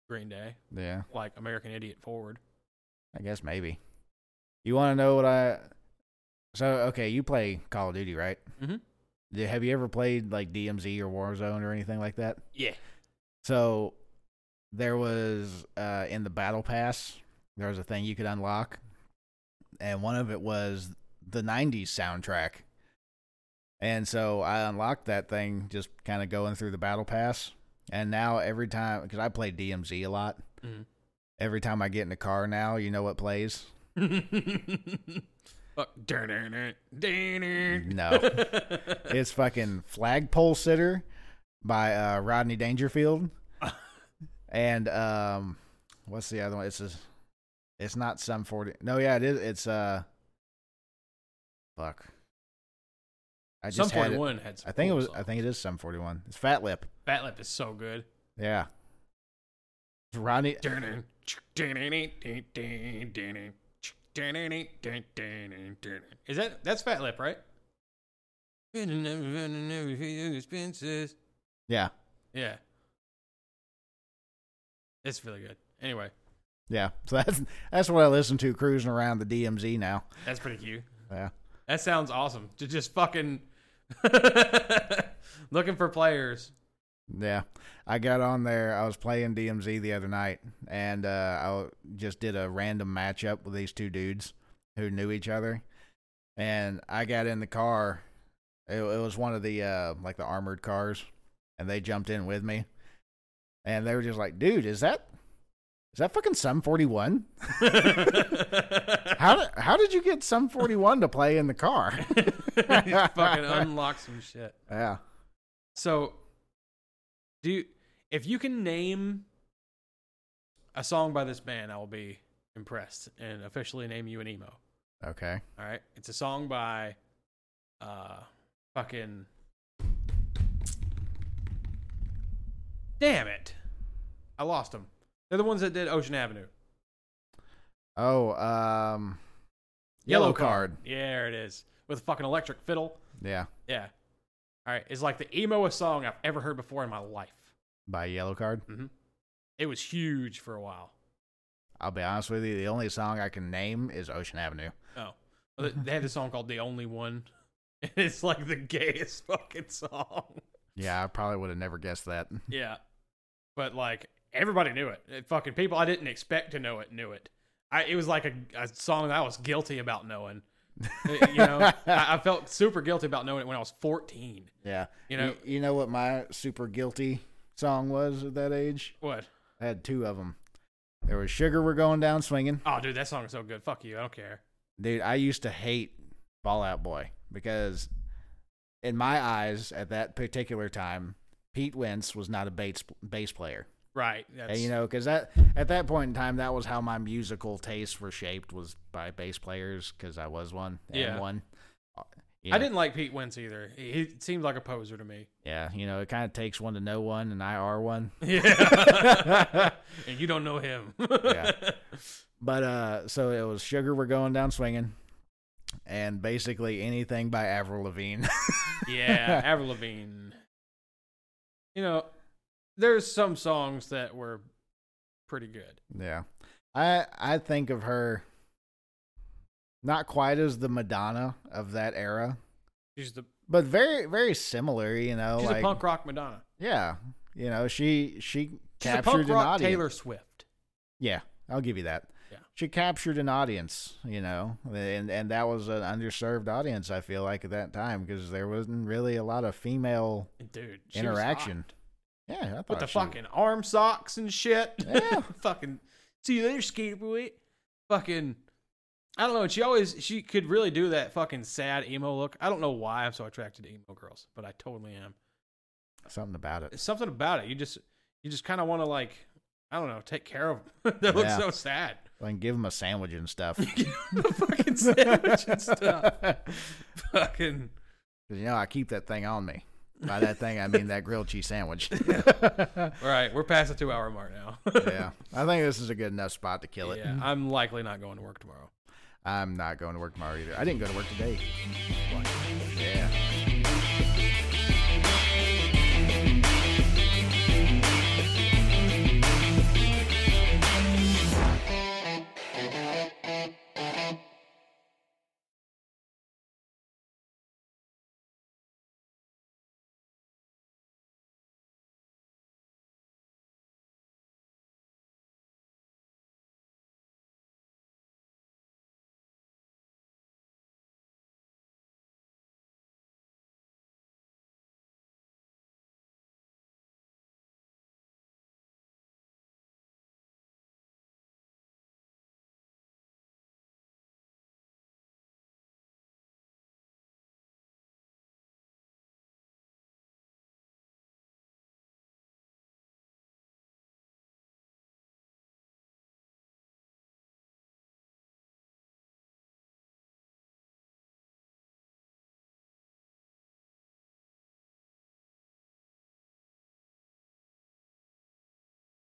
Green Day. Yeah, like American Idiot forward. I guess maybe. You want to know what I? So okay, you play Call of Duty, right? Mhm. Do- Have you ever played like DMZ or Warzone or anything like that? Yeah. So there was uh, in the battle pass, there was a thing you could unlock, and one of it was the '90s soundtrack. And so I unlocked that thing just kind of going through the battle pass, and now every time because I play DMZ a lot, Mhm. every time I get in the car now, you know what plays? Fuck. Dun-dun-dun, dun-dun. No. it's fucking Flagpole Sitter by uh, Rodney Dangerfield. and um what's the other one? It's a, it's not some 40. No, yeah, it is. It's uh fuck. I Some had it. 41 had some I think it cool was I songs. think it is some 41. It's Fat Lip. Fat Lip is so good. Yeah. It's Rodney Dun-dun, chick, dun-dun-dun, dun-dun, dun-dun, chick, dun-dun-dun, dun-dun, dun-dun. Is that that's Fat Lip, right? Expenses. Yeah. Yeah. It's really good. Anyway, Yeah. So that's that's what I listen to cruising around the DMZ now. that's pretty cute. Yeah. That sounds awesome. To just fucking looking for players. Yeah, I got on there. I was playing DMZ the other night, and uh, I w- just did a random matchup with these two dudes who knew each other. and I got in the car. It, it was one of the uh, like the armored cars, and they jumped in with me, and they were just like, "Dude, is that is that fucking Sum Forty One? How di- how did you get Sum Forty One to play in the car?" fucking unlock some shit. yeah, So, do you, if you can name a song by this band, I will be impressed and officially name you an emo. okay, All right, it's a song by, uh, fucking. Damn it, I lost them. They're the ones that did Ocean Avenue. oh um, Yeah, there it is with a fucking electric fiddle. yeah, Yeah. All right, it's like the emoest song I've ever heard before in my life. by yellow card. It was huge for a while. I'll be honest with you, the only song I can name is Ocean Avenue. Oh, Well, they- they had this song called "The Only One." It's like the gayest fucking song. Yeah, I probably would have never guessed that. Yeah, but like everybody knew it. It fucking people I didn't expect to know it knew it. I it was like a, a song that I was guilty about knowing. Uh, you know, I, I felt super guilty about knowing it when I was fourteen. Yeah. You know- you, know what my super guilty song was at that age? What? I had two of them. There was Sugar We're Going Down Swinging. Oh, dude, that song is so good. Fuck you. I don't care. Dude, I used to hate Fallout Boy because in my eyes at that particular time, Pete Wentz was not a bass, bass player. Right. That's, And you know, because that at that point in time, that was how my musical tastes were shaped was by bass players because I was one and Yeah. one. Uh, I didn't like Pete Wentz either. He, he seemed like a poser to me. Yeah, you know, it kind of takes one to know one, and I are one. Yeah. and you don't know him. Yeah. But uh, so it was Sugar, we're going down swinging, and basically anything by Avril Lavigne. Yeah, Avril Lavigne. You know, there's some songs that were pretty good. yeah, I I think of her not quite as the Madonna of that era, She's the but very very similar. You know, she's like a punk rock Madonna. yeah, you know, she she She's a captured punk an rock audience. Taylor Swift. Yeah, I'll give you that. Yeah. She captured an audience, you know, and and that was an underserved audience. I feel like at that time because there wasn't really a lot of female Dude, she was interaction. hot. Yeah, I thought with the she- fucking arm socks and shit. Yeah. fucking see you later, skateboy. Fucking I don't know. She always she could really do that fucking sad emo look. I don't know why I'm so attracted to emo girls, but I totally am. something about it. It's something about it. You just you just kind of want to like I don't know, take care of them. they look Yeah. so sad. Like give them a sandwich and stuff. the fucking sandwich and stuff. fucking 'Cause, you know, I keep that thing on me. By that thing, I mean that grilled cheese sandwich. all right. We're past the two hour mark now. yeah, I think this is a good enough spot to kill it. yeah. I'm likely not going to work tomorrow. I'm not going to work tomorrow either. I didn't go to work today.